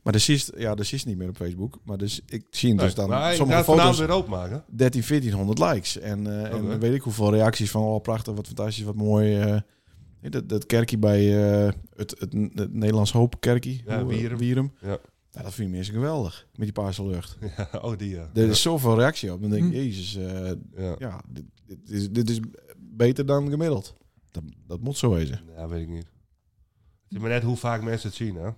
S2: Maar de zie ja, dat zie je niet meer op Facebook. Maar dus, ik zie
S6: nee,
S2: dus dan
S6: maar ik ga
S2: sommige
S6: het vanavond
S2: foto's
S6: weer openmaken.
S2: 13, 1400 likes. En, eh, en
S6: Oké.
S2: dan weet ik hoeveel reacties van, oh prachtig, wat fantastisch, wat mooi. eh. Nee, dat, dat kerkje bij eh, het, het, het Nederlands Hoop kerkje.
S6: Ja,
S2: Hoe, eh,
S6: Wierum. Ja.
S2: Nou, dat vinden mensen geweldig, met die paarse lucht.
S6: Ja, oh, die ja.
S2: Er is zoveel reactie op. Dan denk ik,
S1: Hm.
S2: jezus, eh,
S6: Ja.
S2: ja, dit, dit is, dit is beter dan gemiddeld. Dat, dat moet zo wezen.
S6: Ja, weet ik niet. Het is maar net hoe vaak mensen het zien, hè.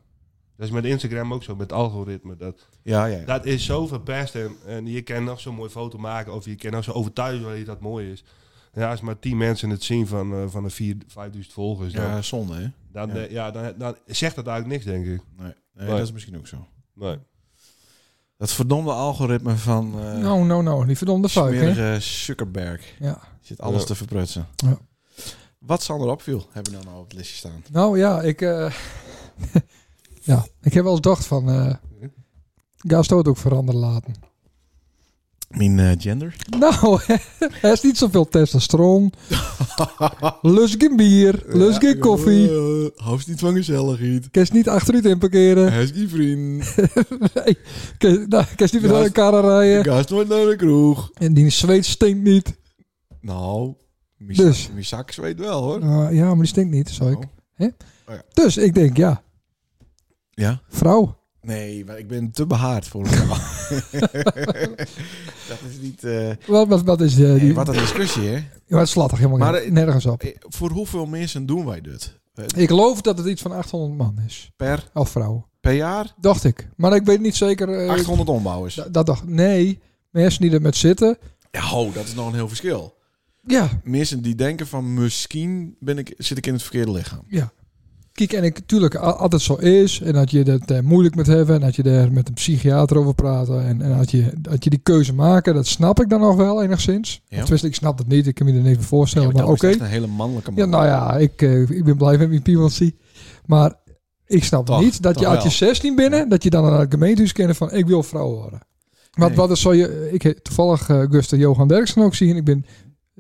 S6: Dat is met Instagram ook zo, met het algoritme. Dat,
S2: Ja, ja. ja.
S6: dat is zo verpest en, en je kan nog zo'n mooie foto maken of je kan nog zo overtuigen dat dat mooi is. Ja, als maar tien mensen het zien van, eh, van de vier, vijfduizend volgers, dan,
S2: ja zonde, hè?
S6: dan,
S2: ja.
S6: eh, ja, dan, dan zegt dat eigenlijk niks, denk ik.
S2: Nee. Nee,
S6: Nee.
S2: dat is misschien ook zo.
S6: Nee.
S2: Dat verdomde algoritme van eh
S1: Nou, nou, nou. Die verdomde fuik, hè?
S2: smerige Zuckerberg
S1: Ja.
S2: zit alles
S6: Ja.
S2: te verprutsen.
S1: Ja.
S2: Wat Sander opviel, hebben we nou nou op het listje staan.
S1: Nou ja, ik... eh, ja, ik heb wel eens dacht van... eh ga stoot ook veranderen laten.
S2: Mijn eh, gender?
S1: Nou, er is niet zoveel testosteron. Lus geen bier. Lus geen koffie.
S2: Eh, Hoofd niet van gezelligheid.
S1: Ik is niet achteruit in parkeren.
S2: Hij is geen vriend.
S1: Nee. Ik is- nou, Ik is niet met
S2: Ja,
S1: elkaar
S2: is-
S1: elkaar aan rijden.
S2: Ik ga nooit naar de kroeg.
S1: En die zweet stinkt niet.
S2: Nou, mijn
S1: Dus.
S2: zak- mijn zak zweet wel hoor.
S1: Nou, ja, maar die stinkt niet, zou ik.
S2: Oh.
S1: Hè?
S2: ja.
S1: Dus ik denk, ja,
S2: Ja?
S1: vrouw.
S2: Nee, maar ik ben te behaard voor een dat is niet... eh,
S1: Wat, wat, wat is de, die,
S2: nee,
S1: wat,
S2: wat een discussie, hè?
S1: het slaat toch helemaal
S2: Maar,
S1: niet-
S2: eh,
S1: nergens op.
S2: Eh, Voor hoeveel mensen doen wij dit? Eh,
S1: Ik geloof dat het iets van 800 man is.
S2: Per,
S1: Of vrouwen.
S2: per jaar?
S1: Dacht ik. Maar ik weet niet zeker. eh,
S2: 800 ombouwers.
S1: da- dat dacht Nee, mensen die er met zitten.
S2: Ja, ho, dat is nog een heel verschil.
S1: Ja,
S2: Mensen die denken van misschien ben ik, zit ik in het verkeerde lichaam.
S1: kijk, en ik, tuurlijk, a- als het zo is. En dat je het eh, moeilijk met hebben. En dat je daar met een psychiater over praat. eh, En, en dat, je, dat je die keuze maken. Dat snap ik dan nog wel enigszins.
S2: Ja.
S1: Ja. ik snap het niet. Ik kan me er niks voor voorstellen.
S2: Ja,
S1: maar
S2: dat
S1: oké.
S2: is echt een hele mannelijke man.
S1: Ja, nou ja, ik, eh, ik ben blij met mijn piwantie. Maar ik snap
S2: Toch,
S1: niet dat
S2: toch
S1: je als je
S2: wel.
S1: 16 binnen, dat je dan naar het gemeentehuis kent van ik wil vrouw worden. Want
S2: Nee.
S1: wat is, zo je, ik heb toevallig eh Guster Johan Derksen ook zien. Ik ben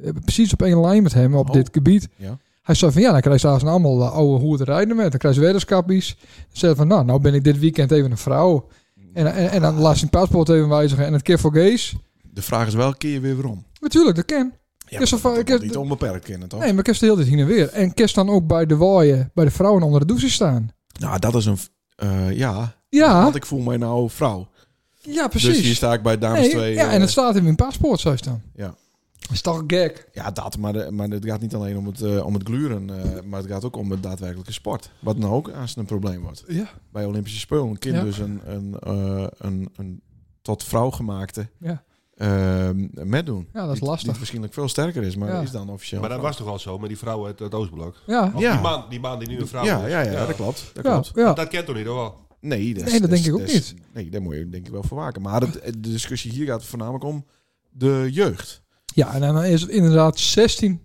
S1: eh, precies op één lijn met hem op
S2: Oh.
S1: dit gebied.
S2: Ja.
S1: Hij zei van ja, dan krijg je daar allemaal eh, oude hoerderijden met. Dan krijg je weddenschappies. Dan zei hij van nou, nou ben ik dit weekend even een vrouw. En, en, en dan laat zijn paspoort even wijzigen. En het keer voor gays.
S2: De vraag is wel, keer je weer waarom?
S1: Natuurlijk, dat kan.
S2: Ja,
S1: Is er
S2: maar
S1: van-
S2: dat
S1: ik
S2: kan
S1: heb-
S2: niet onbeperkt kennen, toch?
S1: Nee, maar kerst de hele tijd heen en weer. En kerst dan ook bij de waaien, bij de vrouwen onder de douche staan.
S2: Nou, dat is een... v- eh, ja,
S1: Ja,
S2: want ik voel mij nou vrouw.
S1: ja
S2: Dus hier
S1: Ah? precies.
S2: sta ik bij dames
S1: Nee,
S2: twee.
S1: ja,
S2: eh,
S1: en het staat in mijn paspoort, zo staan.
S2: Ja.
S1: Dat is toch gek?
S2: Ja, dat. Maar, de- maar het gaat niet alleen om het, eh, om het gluren. eh, maar het gaat ook om het daadwerkelijke sport. Wat nou ook als het een probleem wordt.
S1: Ja.
S2: Bij Olympische Spelen kan
S1: Ja.
S2: dus een, een, eh, een, een tot vrouw gemaakte
S1: Ja.
S2: eh, met doen.
S1: Ja, dat is
S2: Die-
S1: lastig.
S2: Die waarschijnlijk veel sterker is, maar
S1: Ja.
S2: is dan officieel.
S6: Maar dat
S2: vrouw.
S6: was toch al zo met die vrouw uit het Oostblok?
S1: Ja,
S6: Of
S2: Ja.
S6: Die, man, die man die nu een vrouw
S2: ja,
S6: is.
S2: ja, ja, dat klopt. Oh, Dat
S1: ja,
S2: klopt.
S1: ja.
S6: Dat kent toch niet, hoor?
S2: Nee, dat, is-
S1: Nee, dat denk
S2: is-
S1: ik ook
S2: is- Nee, daar moet je denk ik wel voor waken. Maar het- de discussie hier gaat voornamelijk om de jeugd.
S1: ja, en dan is het inderdaad 16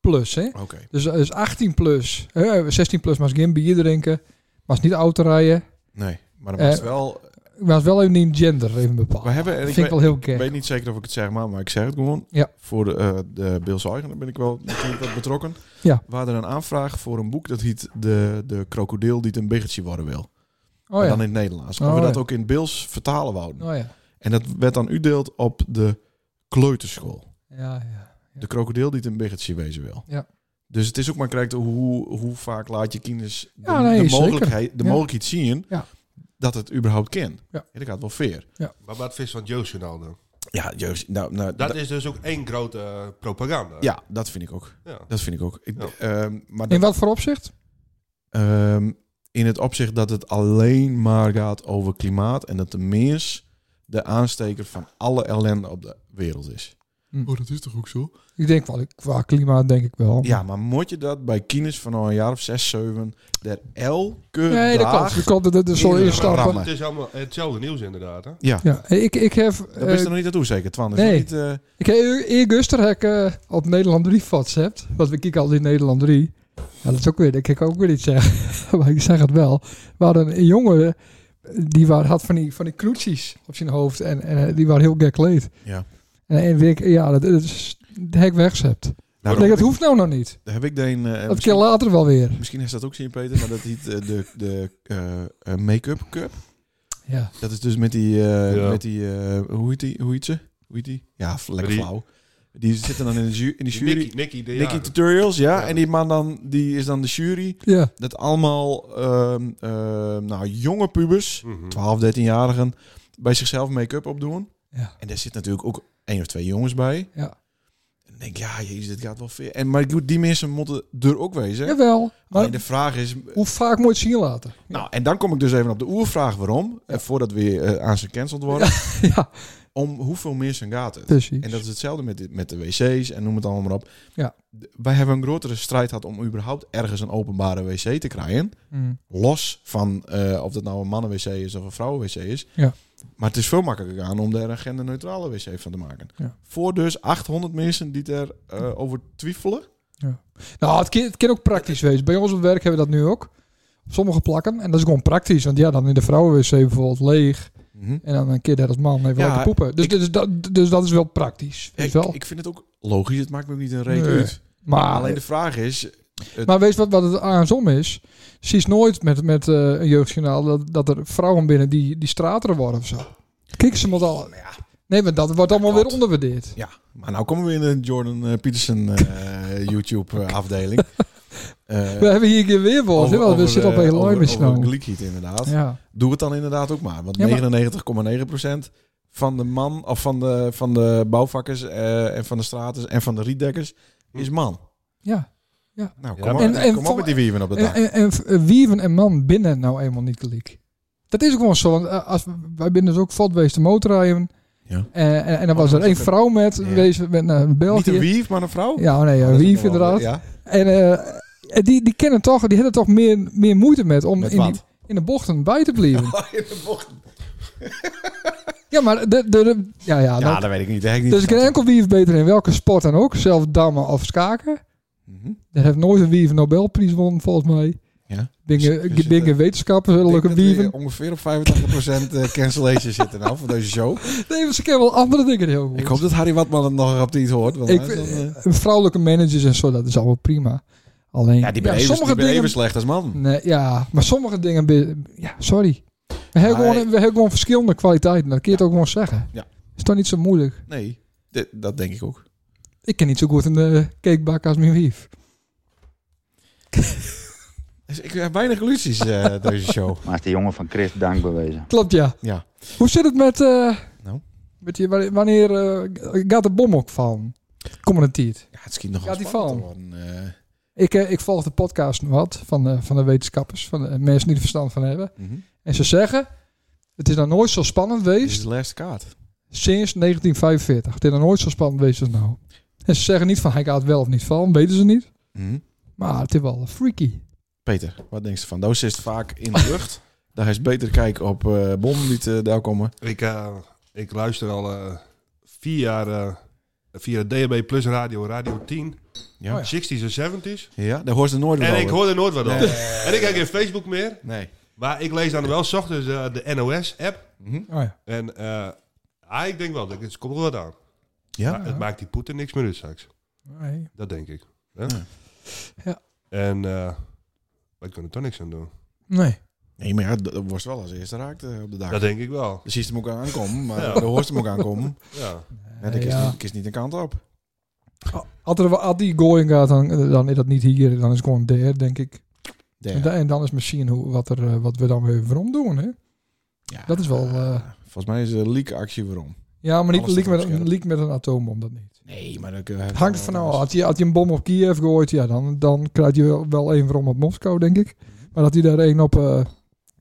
S1: plus, hè.
S2: Oké.
S1: Dus, dus 18 plus. hè, 16 plus mag geen bier drinken, mag niet auto rijden.
S2: Nee, maar dan was
S1: Eh,
S2: het wel...
S1: Ik was wel even in gender even bepaald.
S2: We hebben, en
S1: dat
S2: ik
S1: vind ik
S2: weet,
S1: wel heel
S2: ik
S1: gek.
S2: weet niet zeker of ik het zeg, maar, maar ik zeg het gewoon.
S1: Ja.
S2: Voor de, eh de Bill Zeigen, daar ben ik wel natuurlijk wat betrokken.
S1: Ja.
S2: We hadden een aanvraag voor een boek dat heet De, de krokodil die een biggetje worden wil.
S1: Oh
S2: Maar
S1: ja.
S2: dan in het Nederlands.
S1: Oh,
S2: Maar we dat
S1: ja.
S2: ook in het Bils vertalen wouden.
S1: Oh ja.
S2: En dat werd dan uitdeeld op de kleuterschool.
S1: Ja, ja.
S2: De krokodil die een biggetje wezen wil.
S1: Ja.
S2: Dus het is ook maar correct hoe, hoe vaak laat je kinders de,
S1: Ja, nee,
S2: de
S1: zeker.
S2: mogelijkheid, de
S1: Ja.
S2: mogelijkheid zien
S1: Ja.
S2: dat het überhaupt kan.
S1: Ja.
S2: En dat gaat wel veer.
S6: Maar wat vis van het Jeugdjournaal dan?
S2: Ja, Joost, nou, nou,
S6: Dat
S2: da-
S6: is dus ook één grote eh, propaganda.
S2: ja, dat vind ik ook.
S6: Ja.
S2: Dat vind ik ook. Ik,
S6: Ja.
S2: ehm, maar
S1: In
S2: dat-
S1: wat voor opzicht?
S2: ehm, in het opzicht dat het alleen maar gaat over klimaat en dat de mens de aansteker van alle ellende op de wereld is.
S1: Hm.
S2: Oh, dat is toch ook zo?
S1: Ik denk wel, qua klimaat denk ik wel.
S2: Ja, maar moet je dat bij kines van al een jaar of zes, zeven, daar elke
S1: Nee, dat
S2: dag...
S1: klopt. Dat klopt. Dat is al
S2: in de
S1: instappen.
S2: rammen.
S6: Het is allemaal hetzelfde nieuws inderdaad. Hè?
S2: Ja,
S1: Ja, ik, ik heb...
S2: dat wist
S1: eh,
S2: er nog niet naartoe zeker, Twan. Is
S1: nee.
S2: dat niet, eh,
S1: Ik heb eergisteren heb ik eh, op Nederland 3 WhatsApp. Want we kijken altijd in Nederland 3. Ja, dat is ook weer, dat kan ik ook weer niet zeggen. maar ik zeg het wel. We hadden een jongen eh, die wa- had van die, van die knoetsies op zijn hoofd. En, en eh, die waren heel gek kleed.
S2: Ja.
S1: En, en ik, ja, dat, dat is de hek wegzept.
S2: nou,
S1: ik denk,
S2: dat
S1: dat hoeft nou nog niet.
S2: heb ik de een... eh,
S1: Dat keer
S2: misschien,
S1: later wel weer.
S2: misschien is dat ook zien, Peter, maar dat heet eh, de, de eh, eh, make-up cup.
S1: Ja.
S2: Dat is dus met die, eh,
S6: Ja.
S2: met die, eh, hoe heet die, hoe heet ze? Hoe heet die? Ja, lekker
S6: Die-
S2: flauw. Die zitten dan in de, ju- in de jury.
S6: Nicky, Nicky de
S2: Nicky
S6: Jager.
S2: Tutorials, ja.
S6: Ja.
S2: En die man dan, die is dan de jury.
S1: Ja.
S2: Dat allemaal, ehm, ehm, nou, jonge pubers,
S6: Mhm.
S2: 12, 13-jarigen, bij zichzelf make-up opdoen.
S1: Ja.
S2: En daar zit natuurlijk ook één of twee jongens bij.
S1: Ja.
S2: En ik denk, ja, jezus, dit gaat wel veel. En, maar goed, die mensen moeten er ook wezen.
S1: Jawel.
S2: Alleen
S1: Maar
S2: de vraag is,
S1: hoe vaak moet je het zien later?
S2: nou, en dan kom ik dus even op de oervraag waarom. En voordat we eh, aan ze cancelled worden.
S1: Ja,
S2: Om hoeveel mensen gaat het?
S1: precies.
S2: En dat is hetzelfde met, dit- met de wc's en noem het allemaal maar op.
S1: Ja.
S2: D- Wij hebben een grotere strijd gehad om überhaupt ergens een openbare wc te krijgen.
S1: Hm.
S2: Los van eh, of dat nou een mannenwc is of een vrouwenwc is.
S1: Ja.
S2: Maar het is veel makkelijker gegaan om daar een genderneutrale wc van te maken.
S1: Ja. Hm.
S2: Voor dus 800 mensen die er eh, over twijfelen.
S1: Nou, het kan, het kan ook praktisch wezen. Bij ons op werk hebben we dat nu ook. Op sommige plakken. En dat is gewoon praktisch. Want ja, dan in de vrouwenwc bijvoorbeeld leeg. En dan een keer daar als man even
S2: Ja,
S1: laten poepen. Dus,
S2: ik-
S1: dus, dat, dus dat is wel praktisch. Weet
S2: Ik,
S1: je wel.
S2: ik vind het ook logisch, het maakt me ook niet een
S1: Nee.
S2: reden
S1: Ah, eh.
S2: uit. Alleen
S1: maar,
S2: de vraag is,
S1: maar weet je wat, wat het andersom is? Zie je nooit met, met eh, een jeugdjournaal dat, dat er vrouwen binnen die, die strateren worden of zo. Kijk ze maar al. Nee, want dat wordt allemaal weer
S2: klopt.
S1: onderwaardeerd.
S2: Ja, maar nou komen we in de Jordan eh, Peterson eh, YouTube-afdeling.
S1: We hebben hier een keer weer voor. ons, hè, want We zitten op een heel
S2: over,
S1: live
S2: over
S1: nou.
S2: Gleek Heat inderdaad.
S1: Ja.
S2: Doe het dan inderdaad ook maar. Want
S1: Ja, maar-
S2: 99,9% van de man, of van de, van de bouwvakkers eh, en van de straten en van de rietdekkers is man.
S1: ja.
S2: Nou,
S6: Ja,
S2: kom, op,
S1: en- en
S2: kom op
S1: voor-
S2: met die wieven op de
S1: En,
S2: dak.
S1: en, en v- wieven en man binnen nou eenmaal niet gelijk. Dat is ook gewoon zo. Want eh, als, we- wij binnen dus ook valt wees te motorrijden.
S2: Ja.
S1: En, Eh, en, en dan
S2: Oh,
S1: was
S2: dat
S1: er
S2: was
S1: één
S2: ook
S1: vrouw met,
S2: Ja.
S1: wees met naar
S2: Niet
S1: België.
S2: een wief, maar een vrouw?
S1: Ja, nee,
S2: Oh,
S1: een
S2: dat is
S1: wief
S2: nog wel-
S1: inderdaad.
S2: Ja.
S1: En eh, en die, die kennen toch, die hebben er toch meer, meer moeite met om
S2: Met
S1: in, die-
S2: wat? Oh,
S1: in de bochten bij te blijven.
S2: In de bocht.
S1: ja, maar de, de, de- ja, ja,
S2: Ja,
S1: dan-
S2: dat weet ik niet. dat heb ik niet
S1: dus geen
S2: verstand.
S1: enkel wief beter in welke sport dan ook. Zelfs dammen of schaken.
S2: Mhm.
S1: Er heeft nooit een wief een Nobelprijs gewonnen, volgens mij.
S2: Ja.
S1: Dingen,
S2: Dus- dus het,
S1: dingen wetenschappers,
S2: Ik denk
S1: leuke
S2: dat we
S1: wieven.
S2: ongeveer op 85% eh, cancellation zitten nou voor deze show.
S1: Nee, maar ze kennen wel andere dingen heel goed.
S2: Ik hoop dat Harry Watman het nog op iets hoort. Want
S1: Ik-
S2: hij is dan, eh,
S1: Vrouwelijke managers en zo, dat is allemaal prima. Alleen,
S2: ja, die ben, even, die ben even slecht als man.
S1: nee, ja, maar sommige dingen... be- Ja, sorry. We hebben,
S2: Maar-
S1: gewoon, we hebben gewoon verschillende kwaliteiten. Dat kun je het ook gewoon zeggen.
S2: Ja.
S1: Is toch niet zo moeilijk?
S2: Nee, dit- dat denk ik ook.
S1: Ik ken niet zo goed een eh, cakebak als mijn wief.
S2: Dus ik heb weinig illusies eh, deze show.
S7: Maar is de jongen van Chris dank bewezen.
S1: Klopt, ja.
S2: Ja.
S1: Hoe zit het met... eh,
S2: Nou?
S1: met je, wanneer- wanneer eh, gaat de bom ook vallen? Komende tijd.
S2: Ja, het schiet nog
S1: Ja,
S2: wel
S1: die
S2: spannend
S1: val.
S2: te worden, eh.
S1: Ik, eh, ik volg de podcast nog wat van de, van de wetenschappers. Van de eh, mensen die er verstand van hebben.
S2: Mhm.
S1: En ze zeggen... Het is nog nooit zo spannend
S2: Dit
S1: geweest
S2: is de laatste kaart.
S1: sinds 1945. Het is nog nooit zo spannend geweest als nou. En ze zeggen niet van hij gaat wel of niet vallen, weten ze niet.
S2: Mhm.
S1: Maar het is wel freaky.
S2: Peter, wat denk je van? Doos is vaak in de lucht. Daar is beter kijken op eh bommen die te daar komen.
S6: Ik, eh, ik luister al eh, vier jaar eh, via DHB Plus Radio, Radio 10,
S2: Ja,
S6: 60s en 70s.
S2: ja daar hoort ze nooit wat
S6: En ik
S2: over.
S6: hoor er nooit wat over. En ik kijk geen Facebook meer.
S2: Nee.
S6: Maar ik lees dan wel 's ochtends eh, de NOS-app.
S2: Mhm.
S1: Oh ja.
S6: En eh, ah, ik denk wel, dat het komt wel wat aan.
S2: Ja?
S6: Maar het maakt die Poetin niks meer uit straks.
S1: Nee.
S6: Dat denk ik. hè?
S2: Ja.
S1: Ja.
S6: En eh, wij kunnen er toch niks aan doen.
S1: Nee.
S2: Nee, maar ja, dat wordt wel als eerste raakt eh, op de dag.
S6: Dat denk ik wel.
S2: Dus je ziet hem ook aankomen, maar
S6: Ja.
S2: de hoort hem ook aankomen.
S6: Ja.
S2: Ja, dat
S1: Ja.
S2: kiest niet een kant op.
S1: Als, er, wel- als die going gaat, dan, eh, dan is dat niet hier. Dan is het gewoon daar, denk ik. En, da- en dan is misschien hoe, wat, er, eh, wat we dan weer waarom doen, hè?
S2: Ja.
S1: dat is wel, eh,
S2: Volgens mij is de leak-actie waarom.
S1: Ja, maar niet
S2: Alles
S1: leak
S2: staat
S1: met,
S2: op
S1: een,
S2: scherp.
S1: leak met een atoombom, dat niet.
S2: Nee, maar dan kunnen we-
S1: Hangt er van nou, had je, had je een bom op Kiev gegooid, ja, dan, dan krijg je wel, wel één waarom op Moskou, denk ik. Maar dat hij daar één op, eh,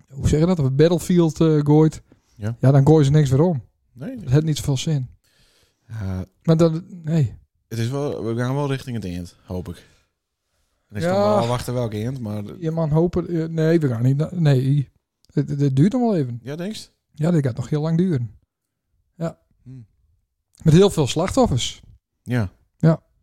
S1: hoe zeg je dat, op een battlefield eh, gooit,
S2: Ja.
S1: dan gooien ze niks weer om.
S2: Nee.
S1: Het heeft niet zoveel zin.
S2: Eh,
S1: Maar dat, nee.
S2: het is wel, we gaan wel richting het eind, hoop ik. En ik
S1: Ja.
S2: kan wel wachten welk eind, maar...
S1: Je man hopen, eh, nee, we gaan niet, na- nee. Het, het- het duurt nog wel even.
S2: Ja, denkst?
S1: Ja, dit gaat nog heel lang duren. Ja.
S2: Hmm.
S1: Met heel veel slachtoffers.
S2: Ja.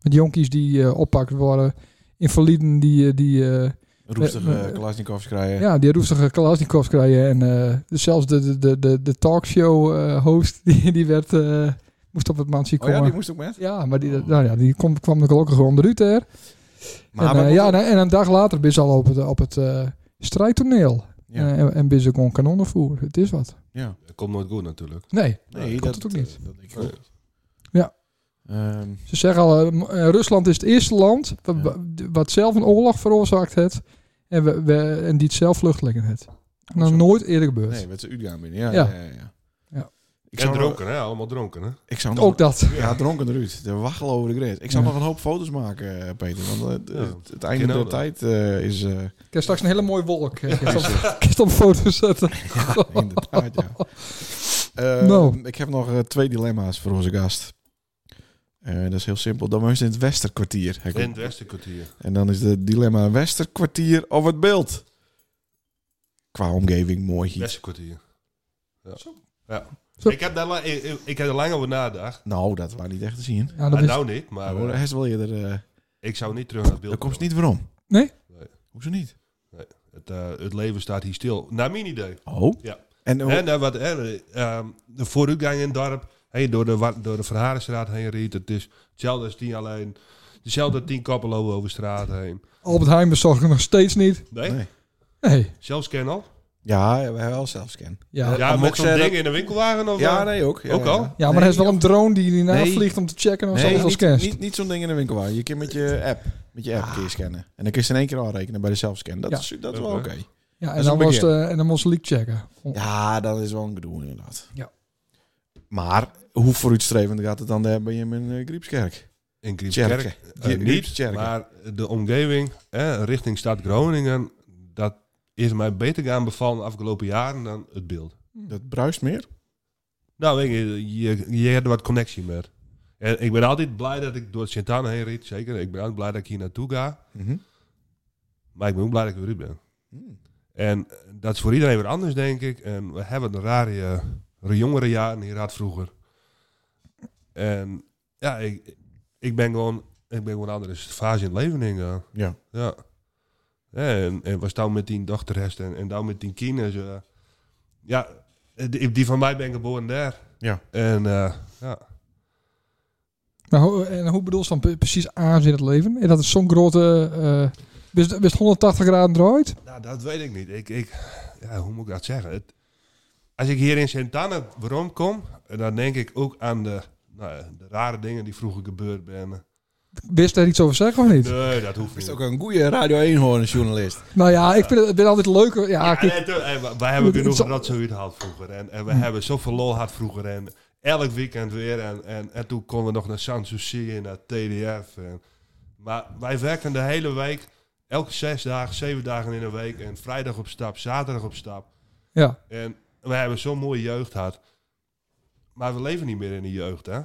S1: Met jonkies die eh, oppakt worden. Invaliden die, eh, die eh,
S2: Roestige
S1: Eh,
S2: eh,
S1: eh,
S2: Kalasnikovs krijgen.
S1: Ja, die roestige Kalasnikovs krijgen. En eh, dus zelfs de, de, de, de, de talkshow-host, die, die werd, eh, moest op het mansie
S2: Oh
S1: komen.
S2: ja, die moest ook met?
S1: Ja, maar die, nou ja, die kwam, kwam er gelukkig gewoon eruit hè.
S2: Ah, Maar
S1: en,
S2: we
S1: eh,
S2: moeten-
S1: ja, en, en een dag later ben ze al op het, op het eh, strijdtoneel. Eh,
S2: Ja.
S1: En, en, en ben ze gewoon kanonnen voer. Het is wat.
S2: ja.
S6: Dat komt nooit goed natuurlijk.
S1: Nee,
S2: Nee,
S1: dat,
S2: dat,
S1: komt het ook niet. Oh.
S2: eh, dat denk ik
S6: Nee.
S2: ook niet.
S1: Ja.
S2: Ehm,
S1: Ze zeggen al, eh, m- eh, Rusland is het eerste land wa-
S2: Ja.
S1: wa- wat zelf een oorlog veroorzaakt heeft. En, we, we, en die het zelf vluchtelingen heeft. Nog
S2: zo.
S1: nooit eerder gebeurd.
S2: nee, met zijn Udgaan binnen. Ja,
S1: Ja.
S2: ja, ja. ja.
S1: Ja.
S2: Ik
S6: en
S2: zou nog-
S6: dronken, hè? Allemaal dronken, hè?
S2: Ik zou nog-
S1: Ook dat.
S2: Ja, dronken eruit. De waggel over de grens. Ik zou
S1: Ja.
S2: nog een hoop foto's maken, eh, Peter. Want eh, het,
S6: Ja.
S2: het, het einde der
S6: Genau.
S2: tijd eh, is eh,
S1: Ik heb straks een hele mooie wolk. eh, Ik heb op- ik heb op foto's zetten.
S2: inderdaad, ja. Eh,
S1: Nou.
S2: Ik heb nog eh, twee dilemma's voor onze gast. Eh, dat is heel simpel. Dan was in het Westerkwartier. Hij komt.
S6: In het Westenkwartier.
S2: En dan is het dilemma Westerkwartier of het beeld. Qua omgeving mooi hier.
S6: Westenkwartier. Ja. Ja.
S1: Zo.
S6: Ik, heb daar la- ik, ik- ik heb er lang over nagedacht.
S2: Nou, dat was niet echt te zien.
S1: Ja, dat
S6: Nou,
S1: is-
S6: nou niet, maar
S2: Maar
S6: eh,
S2: hij is wel eerder... eh,
S6: ik zou niet terug naar het beeld
S2: daar komt ze
S6: komen.
S2: niet waarom.
S1: Nee?
S6: Nee.
S2: Hoezo niet?
S6: Het, eh, het leven staat hier stil. Naar mijn idee.
S2: Oh.
S6: Ja.
S2: En, eh,
S6: En eh, wat, eh, ehm, de vooruitgang in het dorp, hey, door de, wa- door de Verharenstraat heen riet. Het is hetzelfde als tien alleen. Dezelfde tien koppen lopen over straat heen.
S1: Albert Heijn bezocht ik nog steeds niet.
S6: Nee,
S2: Nee.
S1: Nee.
S6: zelfs ken al.
S2: Ja, we hebben wel zelfscan.
S1: Ja, ja,
S6: Ja,
S2: maar
S6: met
S2: ik
S6: zo'n
S2: zei
S6: ding in een winkelwagen of
S2: Ja,
S6: wat?
S2: nee, ook. Ja,
S6: Ook al?
S2: ja.
S1: maar
S2: Nee,
S1: er is wel een drone die die
S2: Nee.
S1: vliegt om te checken of ze
S2: Nee,
S1: alles
S2: niet,
S1: scant.
S2: niet, niet zo'n ding in de winkel waar. Je kunt met je app, met je app kun je scannen. En dan kun je ze in één keer aanrekenen bij de zelfscan. Dat
S1: Ja.
S2: is, dat is wel
S6: Oké.
S2: oké.
S1: ja,
S2: dat
S1: en,
S2: is
S1: dan
S2: een
S1: was het, eh, en dan moest ze leak checken.
S2: Ja, dat is wel een gedoe inderdaad.
S1: Ja.
S2: Maar hoe vooruitstrevend gaat het dan daar bij je in eh, Griepskerk?
S6: In
S2: Tjerken.
S6: Griepskerk. Eh,
S2: Die-
S6: niet,
S2: Griepskerken.
S6: maar de omgeving eh, richting stad Groningen, dat is mij beter gaan bevallen de afgelopen jaren dan het beeld.
S1: Hmm.
S2: Dat bruist meer.
S6: Nou, weet je, je, je hebt er wat connectie met. En ik ben altijd blij dat ik door sint Anne heen riet, zeker. Ik ben altijd blij dat ik hier naartoe ga, maar ik ben ook blij dat ik weer uit ben.
S2: Mhm. Hmm.
S6: En eh, dat is voor iedereen weer anders, denk ik. En we hebben een rare, eh, jongere jaren hier had vroeger. En ja, ik, ik ben gewoon, ik ben gewoon een andere fase in het leven ingegaan.
S2: Ja.
S6: Ja. En, en was daar met die dochterhest en, en daar met die kinderen. zo. ja, eh, die, die van mij ben geboren daar.
S2: Ja.
S6: En eh, ja.
S1: Nou, hoe- en hoe bedoel je dan pre- precies aan in het leven? En dat is zo'n grote... eh wist wist 180 graden draait?
S6: Nou, dat weet ik niet. Ik, ik, ja, hoe moet ik dat zeggen? Het, als ik hier in Sint-Anne rondkom, dan denk ik ook aan de, nou, ja, de rare dingen die vroeger gebeurd zijn.
S1: Wist daar iets over zeggen of niet?
S6: Nee, dat hoeft
S2: Is
S6: niet.
S2: ook een goede Radio 1 hoorn journalist.
S1: Nou ja, ik vind het, ik ben altijd leuk. Ja,
S6: Ja,
S1: Ah, kijk,
S6: nee, tuurlijk. En we- wij hebben genoeg
S1: Zo-
S6: dat zoiets gehad vroeger. En, en we hebben zoveel lol gehad vroeger. En elk weekend weer. En, en, en toen konden we nog naar San Susi en naar TDF. En, maar wij werken de hele week. Elke zes dagen, zeven dagen in een week. En vrijdag op stap, zaterdag op stap.
S1: ja.
S6: En we hebben zo'n mooie jeugd gehad. Maar we leven niet meer in die jeugd, hè?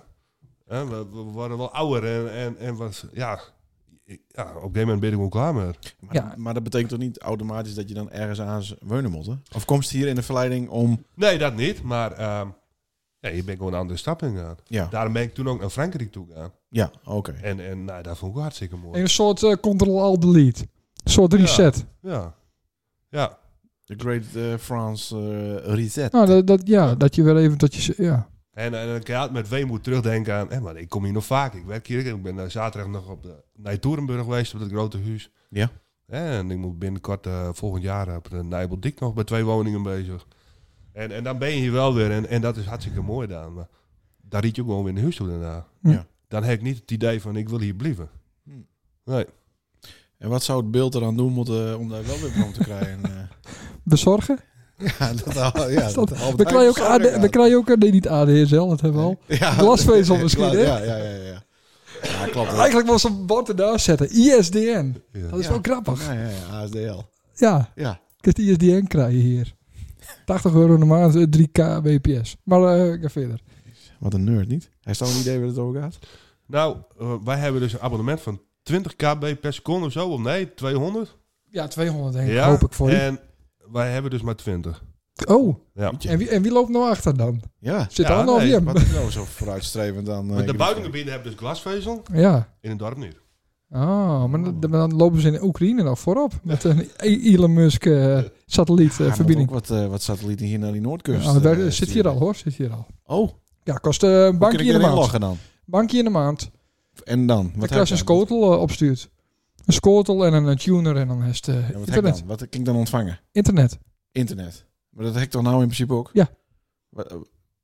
S6: Hè, We, we worden wel ouder en, en, en wat, ja, ik- ja, op een gegeven moment ben ik ook klaar mee.
S2: Maar,
S1: Ja.
S2: maar dat betekent toch niet automatisch dat je dan ergens aan z- wonen moet? hè? Of komst hier in de verleiding om...
S6: Nee, dat niet, maar ehm ja, je bent gewoon een andere stap ingegaan.
S2: Ja,
S6: Daarom ben ik toen ook naar Frankrijk toe gegaan.
S2: ja oké.
S6: En, en nou, dat vond ik hartstikke mooi.
S1: Een soort eh, control-alt-delete. Een soort reset.
S6: Ja. Ja.
S2: The Great eh, France eh, Reset.
S1: Nou, dat, dat- ja, dat je wel even dat je... z- Ja.
S6: En, en ik had met weemoed terugdenken aan, hé, maar ik kom hier nog vaak. Ik werk hier, ik ben eh, zaterdag nog op de, naar Toerenburg geweest, op het grote huis.
S2: Ja.
S6: En ik moet binnenkort, eh, volgend jaar, op de Nijbeldik nog bij twee woningen bezig. En, en dan ben je hier wel weer. En, en dat is hartstikke mooi dan. Maar daar riet je ook gewoon weer in huis toe daarna.
S1: Ja.
S6: Dan heb ik niet het idee van, ik wil hier blijven.
S2: Hm.
S6: Nee.
S2: En wat zou het beeld eraan doen moeten eh, om daar wel weer van te krijgen? eh?
S1: bezorgen.
S2: ja, dat al. Ja,
S1: Dat-
S2: dat al-
S1: We krijgen ook,
S2: Sorry,
S1: AD,
S2: ja.
S1: we krijgen ook eh, nee, niet ADSL, dat hebben we al.
S2: Ja.
S1: Glasvezel misschien, hè?
S2: Ja, ja, ja. ja. Ja, klopt. hoor.
S1: Eigenlijk was een bord ernaast zetten. ISDN.
S6: Ja.
S1: Dat is
S2: Ja.
S1: wel grappig.
S2: Ja, ja, ja, ASDL.
S1: Ja,
S2: Ja.
S1: kun je het ISDN krijgen hier. 80 euro in de maand, eh, 3k bps. Maar eh ik ga verder.
S2: Wat een nerd, niet? Hij heeft al een idee waar het over gaat.
S6: Nou, eh, wij hebben dus een abonnement van 20 kb per seconde of zo. Of nee, 200.
S1: Ja, 200 denk ik,
S6: Ja.
S1: hoop ik voor je.
S6: En wij hebben dus maar 20.
S1: Oh,
S6: Ja.
S1: en wie, en wie loopt nou achter dan?
S2: Eh, Ja.
S1: Zit
S6: Ja,
S1: er al
S6: nee,
S1: hem?
S2: Wat is nou zo vooruitstrevend aan... eh,
S6: Want de
S2: Griekenland?
S6: buitengebieden hebben dus glasvezel.
S1: Ja.
S6: In het dorp niet.
S1: Oh, maar dan, dan lopen ze in Oekraïne nog voorop. Met een Elon Musk eh, satellietverbinding.
S2: Hij moet ook wat, eh, wat satellieten hier naar die Noordkust.
S1: Ja, Oh, daar
S2: eh,
S1: zit hier
S2: sturen.
S1: al hoor, zit hier al.
S2: Oh,
S1: Ja, kost eh, een
S2: bankje
S1: bankje in de
S2: in
S1: maand.
S2: loggen dan?
S1: Bankje in de maand.
S2: En dan?
S1: Dan
S2: Wat
S1: krijg je een
S2: scoot.
S1: schotel eh, opstuurd. Een schotel en een eh, tuner en dan is het eh,
S2: Ja, wat heb ik
S1: internet.
S2: dan? Wat kan ik dan ontvangen?
S1: Internet.
S2: Internet. Maar dat heb ik toch nou in principe ook?
S1: Ja.
S2: Wa- eh,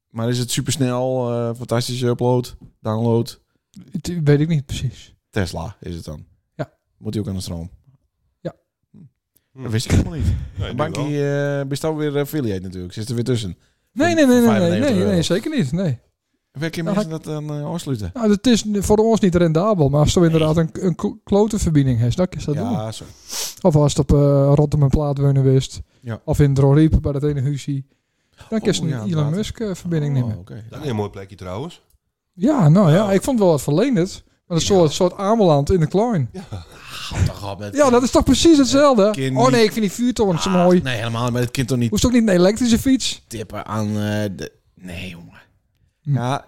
S2: Maar is het supersnel, eh, fantastische upload, download?
S1: Het- eh, weet ik niet precies.
S2: Tesla is het dan?
S1: Ja.
S2: Moet die ook aan de stroom?
S1: Ja.
S2: Hm. Dat wist ik helemaal niet.
S6: Nee,
S2: Bankie
S6: nu
S2: eh bist alweer weer affiliate natuurlijk. Zit er weer tussen.
S1: Nee, nee, nee, nee, nee,
S2: 95
S1: nee, nee,
S2: euro.
S1: zeker niet. Nee.
S2: Werk je
S1: Dan
S2: mensen dat dan eh afsluiten?
S1: Nou, het is voor ons niet rendabel, maar als er inderdaad een, een ko- klote verbinding is, dan is dat doen.
S2: Ja, zo.
S1: Of als het op eh Rotterdam en Plaat wonen wist.
S2: Ja.
S1: Of in Droriep bij dat ene huisje. Dan kun je
S2: Oh,
S1: een
S2: ja,
S1: Elon
S2: inderdaad.
S1: Musk eh, verbinding
S2: Oh,
S1: nemen.
S2: oké.
S6: Dat is een mooi plekje trouwens.
S1: Ja, nou ja, ik vond wel wat verleend. Maar een soort, soort Ameland in de klein. Ja, dat is toch precies hetzelfde?
S2: kind
S1: Oh nee,
S2: niet- Ah,
S1: ik vind die vuurtorens zo mooi.
S2: Nee, helemaal niet. Maar het kind toch niet
S1: Hoeft ook niet een elektrische fiets?
S2: tippen aan eh, de... Nee, jongen.
S1: Hm.
S2: Ja,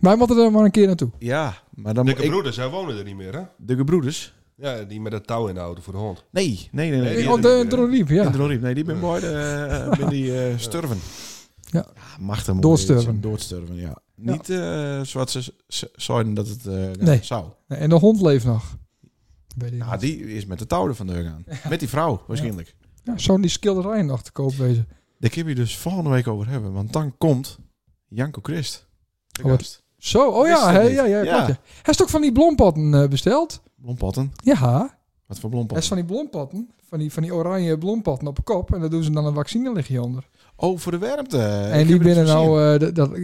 S1: Wij moeten er maar een keer naartoe.
S2: ja, maar dan...
S6: Dikke
S2: ik-
S6: broeders, zij wonen er niet meer, hè?
S2: Dikke broeders?
S6: Ja, die met dat touw in de auto voor de hond.
S2: Nee, nee, nee. nee.
S6: Nee,
S2: die-
S6: die-
S1: Oh, de Droriep, ja.
S2: in de Roriep. Nee, die ben bij de... eh, ben die eh, sterven.
S1: Ja.
S2: Mag dan
S1: Doodsterven.
S2: Doodsterven, ja. Niet eh, zoals ze z- zeiden dat het eh,
S1: Nee.
S2: zou.
S1: En de hond leeft nog. Weet ik
S2: Nou,
S1: niet.
S2: die is met de touwen van deur gaan. Met die vrouw, waarschijnlijk.
S1: Ja, Zo'n die schilderijen nog te koop wezen.
S2: Daar kun je dus volgende week over hebben. Want dan komt Janko Christ. De
S1: Oh, wat-
S2: gast.
S1: Zo, oh
S2: Wist
S1: ja,
S2: het
S1: hè,
S2: niet.
S1: ja, ja,
S2: Ja.
S1: klopt, ja. Hij is ook van die blompotten eh, besteld.
S2: Blompotten.
S1: Ja.
S2: Wat voor
S1: Dat is
S2: blompotten?
S1: van die blompotten, van die, van die oranje blompotten op de kop. En daar doen ze dan een vaccinelichtje onder.
S2: Oh, voor de warmte.
S1: en die binnen nou, eh, dat- dat,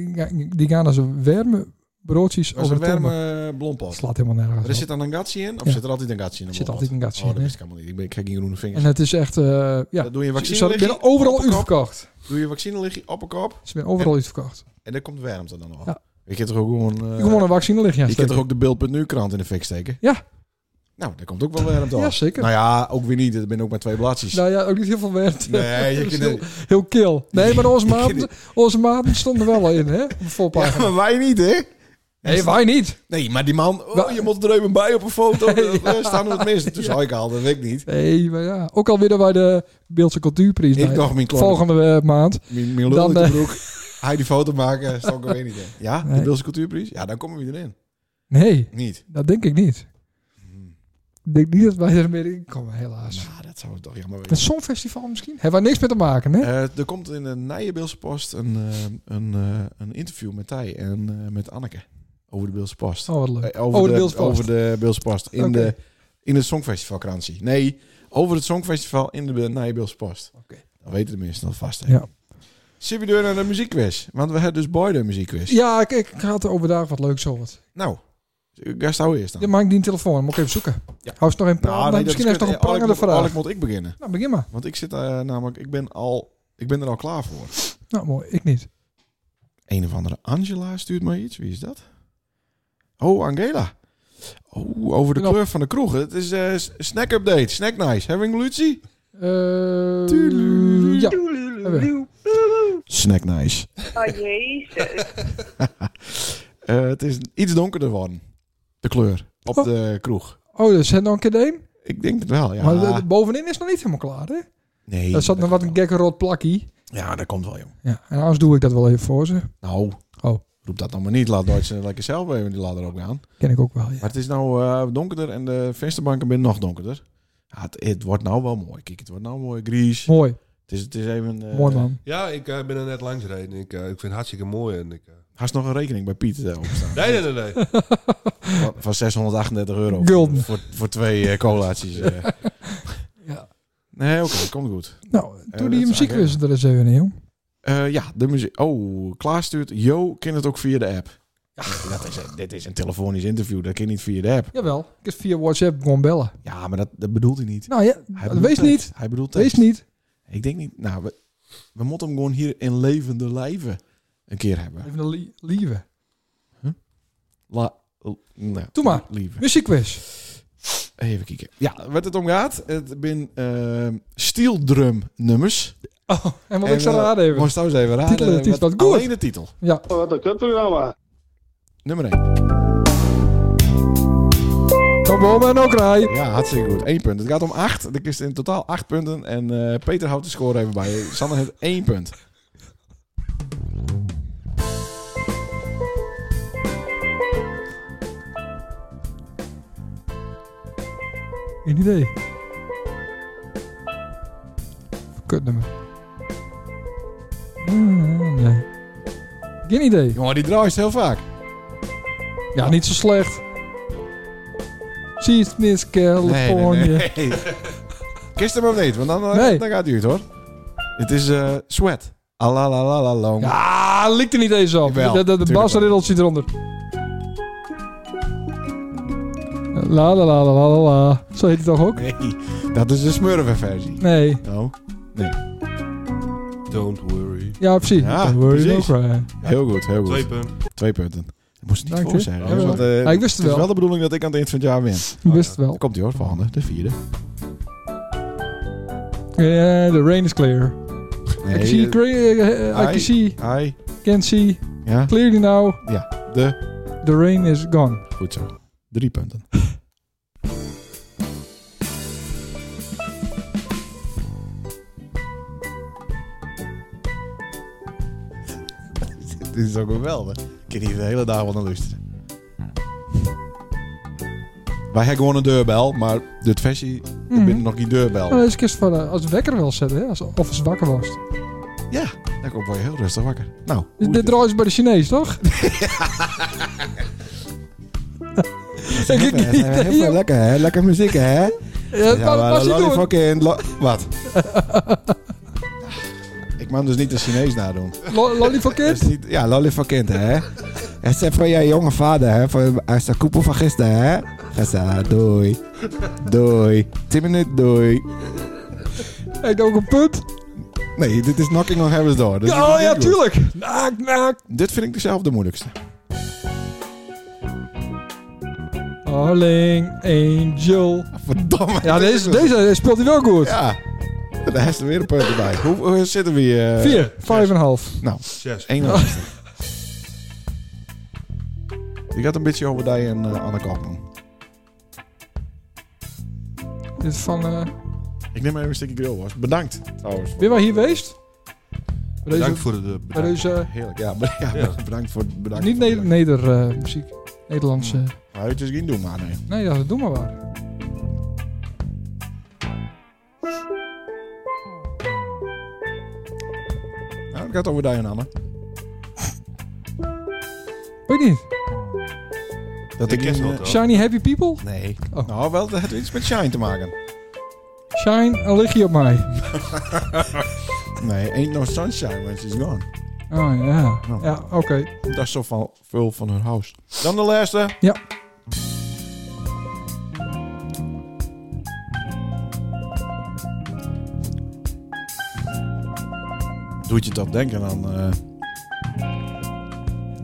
S1: die gaan als warme broodjes
S2: Als
S1: over
S2: een
S1: de tong.
S2: warme blompot.
S1: Het slaat helemaal nergens
S2: Er
S1: op.
S2: zit dan een gatje in? Of
S1: Ja.
S2: zit er altijd een gatje in? een
S1: Er zit
S2: blompot?
S1: altijd een gatje
S2: Oh,
S1: in,
S2: dat
S1: hè?
S2: wist ik helemaal niet. Ik, ben, ik kijk hier groene vingers.
S1: En het is echt, eh, ja.
S2: Dat doe je
S1: Ze ze
S2: vaccine
S1: zijn overal uitverkocht.
S2: Doe je vaccine liggen op een kop.
S1: Ze zijn overal uitverkocht.
S2: En dan komt warmte dan nog.
S1: Ja.
S2: Je kunt er ook gewoon... eh,
S1: Je gewoon een vaccinelichtje
S2: je kunt er
S1: aansteken.
S2: ook de beeld.nu krant in de fik steken.
S1: Ja.
S2: Nou, daar komt ook wel warmte af.
S1: Ja, zeker.
S2: Nou ja, ook weer niet. Het ben ook maar twee blaadjes.
S1: Nou ja, ook niet heel veel werd.
S2: Nee, je
S1: Dat is
S2: kunt-
S1: heel, heel kil. Nee, maar onze maten, onze maten stonden wel in, hè? Op de
S2: ja,
S1: voorpagina.
S2: maar wij niet, hè? Dus-
S1: nee, wij niet.
S2: Nee, maar die man, oh,
S1: Wa-
S2: je moet er even bij op een foto. Daar staan we het mis. Toen zei ik al, dat weet ik niet.
S1: Nee, maar ja. Ook al winnen wij de Beeldse Cultuurprijs.
S2: Ik
S1: nee,
S2: dacht, mijn klok,
S1: volgende eh, maand.
S2: mijn, mijn lul
S1: Dan,
S2: in de
S1: eh,
S2: broek. Hij die foto maken, stak ik er weer niet in. Ja, de
S1: Nee.
S2: Beelse Cultuurprijs? Ja, dan komen we erin.
S1: Nee,
S2: Niet.
S1: dat denk ik niet.
S2: Hmm.
S1: Ik denk niet dat wij er meer in komen, helaas.
S2: Nou, dat zou toch jammer
S1: Het
S2: wezen.
S1: Songfestival misschien? Hebben we niks mee te maken, hè?
S2: Eh, er komt in de Nije Beelse Post een, eh, een, eh, een interview met Thij en eh, met Anneke over de Beelse Post.
S1: Oh, wat leuk.
S2: Eh, over,
S1: Oh, de
S2: de,
S1: Beelse Post.
S2: over de Beelse Post. In,
S1: Oké.
S2: de, in het Songfestivalkrantie. Nee, over het Songfestival in de Nije Beelse Post.
S1: Oké.
S2: Dan weten de mensen dat vast. hè.
S1: Ja.
S2: Zullen we door naar de muziekquiz? Want we hebben dus Boyden muziekquiz.
S1: Ja, ik, ik had overdag wat leuks over.
S2: Nou, gast hou eerst dan.
S1: Dan maak ik die een telefoon, moet ik even zoeken.
S2: Ja. Nou,
S1: Hou eens nog een praat.
S2: nee, dat
S1: misschien is
S2: kut.
S1: nog een
S2: Eh, Alec
S1: prangende
S2: moet-
S1: vraag.
S2: Alec moet ik beginnen.
S1: Nou, begin maar.
S2: Want ik zit eh, namelijk, ik ben, al, ik ben er al klaar voor.
S1: Nou, mooi. Ik niet.
S2: Een of andere Angela stuurt mij iets. Wie is dat? Oh, Angela. Oh, over de
S1: Knap.
S2: kleur van de kroeg. Het is eh, s- snack update, snack nice. Hebben we een Lucie?
S1: Eh
S2: Tuurlijk.
S1: ja. hebben we.
S2: Snack nice.
S8: Oh jezus.
S2: Eh, het is iets donkerder geworden. De kleur op
S1: Oh.
S2: de kroeg.
S1: Oh, dus zijn nog een keer de een?
S2: Ik denk het wel, ja.
S1: Maar de- de- bovenin is nog niet helemaal klaar, hè?
S2: Nee.
S1: Er zat nog wat een
S2: komt wel.
S1: gekke rot plakkie.
S2: Ja, dat komt wel, jong.
S1: Ja, en anders doe ik dat wel even voor ze.
S2: Nou,
S1: Oh.
S2: roep dat nou maar niet. Laat Duitsers lekker zelf even die ladder opgaan.
S1: Ken ik ook wel, ja.
S2: Maar het is nou eh, donkerder en de vensterbanken zijn nog donkerder. Ja, het, het wordt nou wel mooi. Kijk, het wordt nou mooi gries.
S1: Mooi,
S2: Het is, het is even... eh,
S1: mooi man.
S6: Ja, ik eh, ben er net langs gereden. Ik, eh, ik vind het hartstikke mooi. En ik, eh,
S2: Haast nog een rekening bij Piet eh, opstaan.
S6: Nee, nee, nee. nee.
S2: Van, van 638 euro.
S1: Gulden.
S2: Voor, voor twee eh, colaatjes. eh.
S1: Ja.
S2: Nee, oké, komt goed.
S1: Nou, doe
S2: eh, dat
S1: die
S2: is
S1: muziekquiz er eens even in, jong.
S2: Eh, ja, de muziek. Oh, Klaas stuurt. Jo, ken het ook via de app. Ja, dat is, dit is een telefonisch interview. Dat kan niet via de app.
S1: Jawel, ik heb via WhatsApp gewoon bellen.
S2: Ja, maar dat, dat bedoelt hij niet.
S1: Nou ja,
S2: Hij bedoelt
S1: wees
S2: tekst.
S1: niet.
S2: Hij bedoelt
S1: Wees
S2: tekst.
S1: niet.
S2: Ik denk niet. Nou, we, we moeten hem gewoon hier in levende lijven een keer hebben.
S1: Even een lie- lieve.
S2: La, nou,
S1: Doe maar.
S2: Lieve.
S1: Muziekquiz.
S2: Even kijken. Ja, wat het om gaat. Het zijn eh steel drum nummers.
S1: Oh, en wat
S2: En,
S1: ik zou
S2: eh,
S1: raden even.
S2: Moest trouwens even raden. eh,
S1: Titel, titel,
S2: wat-
S1: wat goed.
S2: Alleen de titel.
S1: Ja,
S4: Oh, wat een kutprogramma.
S2: Nummer 1.
S1: kom op en ook rij.
S2: Ja, hartstikke goed. 1 punt. Het gaat om 8. Er is in totaal 8 punten. En eh, Peter houdt de score even bij. Sander heeft 1 punt.
S1: Geen idee. Kutnummer. Ah, Nee. Geen idee.
S2: Jongen, die draait heel vaak.
S1: Ja, niet zo slecht. Zie het niet, Californië.
S2: nee. Kist hem of niet? Want dan, eh,
S1: Nee.
S2: dan gaat hij uit hoor. Het is eh, Sweat. Alalalalong.
S1: Ja, likt er niet eens op.
S2: Jawel,
S1: de de, de
S2: tuurlijk
S1: bas
S2: wel.
S1: riddelt zit eronder. La la la la la la la. Zo heet het toch ook?
S2: Nee, dat is de smurvenversie.
S1: Nee.
S2: Oh,
S6: Don't worry.
S1: Ja, precies.
S2: Ja,
S1: Don't worry,
S2: precies.
S1: no cry.
S2: heel goed, heel goed.
S6: Twee
S2: Twee,
S6: punten.
S2: punten. Dat moest ik niet
S1: Dank
S2: voor
S1: u.
S2: zeggen.
S1: Ja,
S2: hè,
S1: ja.
S2: want, eh,
S1: Ja, ik wist het
S2: Het is
S1: wel.
S2: wel de bedoeling dat ik aan het eind van het jaar win.
S1: Je wist het wel.
S2: Dan komt hij hoor, volgende. De vierde.
S1: Ja, the rain is clear. I can see,
S2: eh,
S1: clear, eh, I can
S2: I-
S1: see,
S2: Ai.
S1: can see,
S2: Ja,
S1: clearly now,
S2: ja. De.
S1: the rain is gone. Oh,
S2: Goed zo. Drie punten. Dit is ook geweldig. Ik kan hier de hele dag wel naar luisteren. Wij hebben gewoon een deurbel, maar de versie, er binnen nog geen deurbel.
S1: Nou, deze kist van eh, als wekker wel zetten, hè? Als, of als wakker was.
S2: Ja, dan word je heel rustig wakker. Nou, hoe
S1: Dus
S2: is
S1: dit
S2: dit?
S1: draait bij de Chinees, toch? Ik heb geen idee.
S2: Heel
S1: joh.
S2: lekker, hè? Lekker muziek, hè?
S1: Ja, dat
S2: maar
S1: was hij doen.
S2: lollyfuck in lo- Wat? Ik mag hem dus niet de Chinees nadoen.
S1: Lo-
S2: Dat
S1: Lollyfuckend?
S2: is niet, ja, lollyfuckind, hè? Het is voor je jonge vader, hè? Voor, hij is de koepel van gisteren, hè? Gisteren, doei. Doei. 10 minuten, doei.
S1: Heeft ook een punt?
S2: Nee, dit is Knocking on Heaven's Door. Dus
S1: Ja, oh
S2: dit is
S1: ja,
S2: niet goed.
S1: tuurlijk. Naak, naak.
S2: Dit vind ik dus zelf de moeilijkste.
S1: Alleen Angel.
S2: Verdomme.
S1: Ja, deze, deze speelt hij wel goed.
S2: Ja. Daar heeft er weer een punt bij. Hoe, hoe zitten we hier? eh?
S1: Vier, vijf en een half.
S2: Nou,
S6: Zes.
S2: één laatste. Die gaat een beetje over die en eh, Anne Kaufman.
S1: Dit is van... eh,
S2: Ik neem even een stukje grill, was. Bedankt, trouwens.
S1: weer waar hier geweest? Bij deze,
S6: Dank voor de...
S1: bij deze eh,
S2: Heerlijk, ja. be- ja,
S6: Ja.
S2: Bedankt voor bedankt
S1: niet
S2: voor
S1: ne neder eh, muziek. Nederlandse...
S2: Hij is geen doen, maar nee.
S1: Nee, ja, dat doe maar waar.
S2: Nou, het gaat over die en Anne.
S1: Weet niet.
S2: Dat
S6: Ik ken ze wel,
S2: eh,
S6: toch?
S1: Shiny Happy People?
S2: Nee.
S1: Oh.
S2: Nou, wel, dat heeft iets met Shine te maken.
S1: Shine, een lichtje op mij.
S2: Nee, Ain't No Sunshine When She's Gone.
S1: Oh ja.
S2: Nou.
S1: Ja, oké.
S2: Dat is zo van veel van hun house. Dan de laatste.
S1: Ja.
S2: Doet je dat denken aan, eh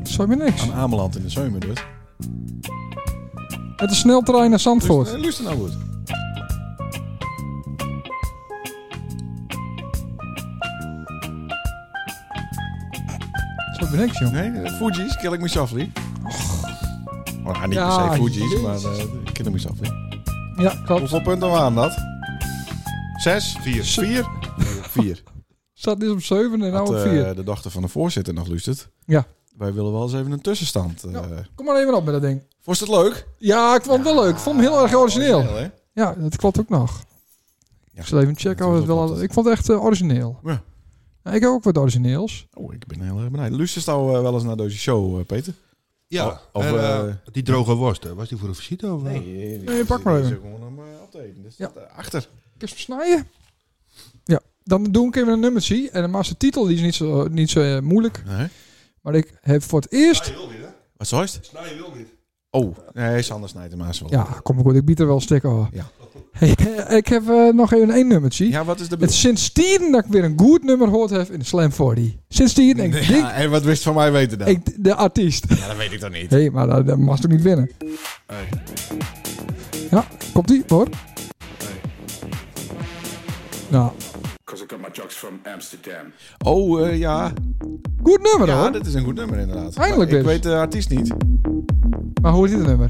S1: Zou me niks.
S2: aan Ameland in de Zeumen, dus.
S1: Het is sneltrein naar Zandvoort.
S2: Luister, luister nou goed.
S1: Zou me niks, joh.
S2: Nee, eh, Fuji's, Kill Ik Me Softly. Oh, nou, niet
S1: Ja,
S2: per se Fuji's,
S1: jezus.
S2: maar eh Kill Ik Me Softly.
S1: Ja, klopt.
S2: Hoeveel punten waren dat?
S6: Zes? Vier. Vier?
S2: Vier.
S1: Zat dus op 7 en nou
S2: Had,
S1: op
S2: eh,
S1: 4.
S2: de dochter van de voorzitter nog luistert.
S1: Ja.
S2: Wij willen wel eens even een tussenstand. eh.
S1: Ja. Kom maar even op met dat ding.
S2: Vond je het leuk?
S1: Ja, ik vond het wel leuk. Ik vond hem heel erg origineel.
S2: hè?
S1: Ja, dat klopt ook nog.
S2: Ja.
S1: Ik zal even checken of het wel...
S2: Dat klopt.
S1: Ik vond het echt eh, origineel.
S2: Ja.
S1: Ja, ik heb ook wat origineels.
S2: Oh, ik ben heel erg benieuwd. Luistert nou eh, wel eens naar deze show, eh, Peter?
S6: Ja.
S2: Of,
S6: en, eh,
S2: eh,
S6: die droge worst, hè, was die voor een visite? Of, eh?
S1: Nee, pak maar even.
S2: Gewoon om eh, op te eten. Dus
S1: Ja.
S2: dat, eh, achter.
S1: Ik eens versnijden. Ja, dan doe ik even een nummertje. En dan maar de titel die is niet zo, niet zo eh, moeilijk.
S2: Nee.
S1: Maar ik heb voor het eerst...
S6: wil niet, hè?
S2: Wat zo is het?
S6: Snij Nou, wil niet.
S2: Oh, nee, Sander snijdt hem aan zo wel.
S1: Ja, kom maar goed. Ik bied er wel een stuk over.
S2: Ja.
S1: ik heb eh, nog even één nummertje.
S2: Ja, wat is de
S1: Het
S2: bedoeling?
S1: sindsdien dat ik weer een goed nummer gehoord heb in de Slam 40. Sindsdien, ik denk
S2: Ja, en wat wist van mij weten dan?
S1: ik, de artiest.
S2: Ja, dat weet ik dan niet.
S1: Hé, hey, maar dat, dat mag toch niet winnen? Ja, komt ie, hoor. Nou,
S8: Because I got my drugs from Amsterdam.
S2: Oh, eh, ja.
S1: goed nummer
S2: Ja,
S1: hoor.
S2: dit is een goed nummer inderdaad.
S1: Eindelijk
S2: Maar Ik
S1: weer.
S2: weet de artiest niet.
S1: Maar hoe is dit nummer?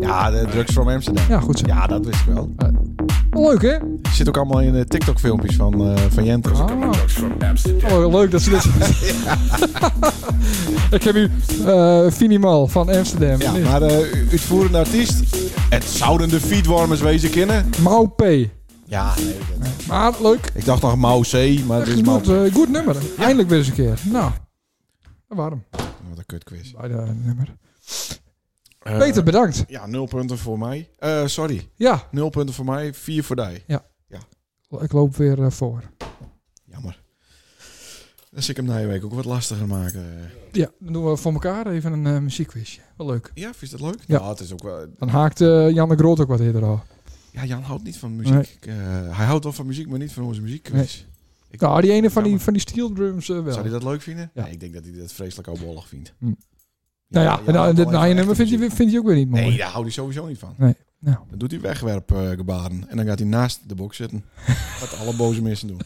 S2: Ja, de Drugs from Amsterdam.
S1: Ja, goed zo.
S2: Ja, dat wist ik wel.
S1: Wel Leuk hè?
S2: Het zit ook allemaal in de TikTok-filmpjes van, eh van Jente.
S1: Ah.
S8: Drugs from Amsterdam.
S1: Oh, leuk dat ze dit. ik heb hier eh Finimal van Amsterdam.
S2: Ja,
S1: Nee,
S2: maar de uitvoerende artiest, het zouden de feedwarmers wezen kennen.
S1: Mau P.
S2: Ja,
S1: Maar leuk.
S2: ik dacht nog Mao C, maar het is
S1: Echt
S2: Mao.
S1: goed, eh, goed nummer. Eindelijk weer eens een keer. Nou, waarom?
S2: Wat een kutquiz.
S1: Bij de nummer.
S2: Eh,
S1: Peter, bedankt.
S2: Ja, nul punten voor mij. Eh, sorry,
S1: Ja,
S2: nul punten voor mij, vier voor die.
S1: ik loop weer eh, voor.
S2: Jammer. Dus ik hem na je week ook wat lastiger maken.
S1: Ja, dan doen we voor elkaar even een eh, muziekquizje. Wel leuk.
S2: Ja, vind je dat leuk?
S1: Ja.
S2: Nou, het is ook wel...
S1: Dan haakt eh, Jan de Groot ook wat eerder al.
S2: Ja, Jan houdt niet van muziek. Eh, hij houdt wel van muziek, maar niet van onze muziekquiz. Ik-
S1: Nou, die ene van die,
S2: Jammer.
S1: van die steel drums eh, wel.
S2: Zou hij dat leuk vinden?
S1: Ja.
S2: Nee, ik denk dat hij dat vreselijk oudbollig vindt.
S1: Hm. nou ja,
S2: Jan
S1: en
S2: houdt
S1: nou, dit
S2: alleen van
S1: naaien
S2: echte
S1: nummer vindt hij,
S2: muziek.
S1: vindt hij ook weer niet mooi.
S2: Nee, daar houdt hij sowieso niet van.
S1: Nee, nou.
S2: Dan doet hij wegwerpgebaren. En dan gaat hij naast de box zitten. Wat alle boze mensen doen.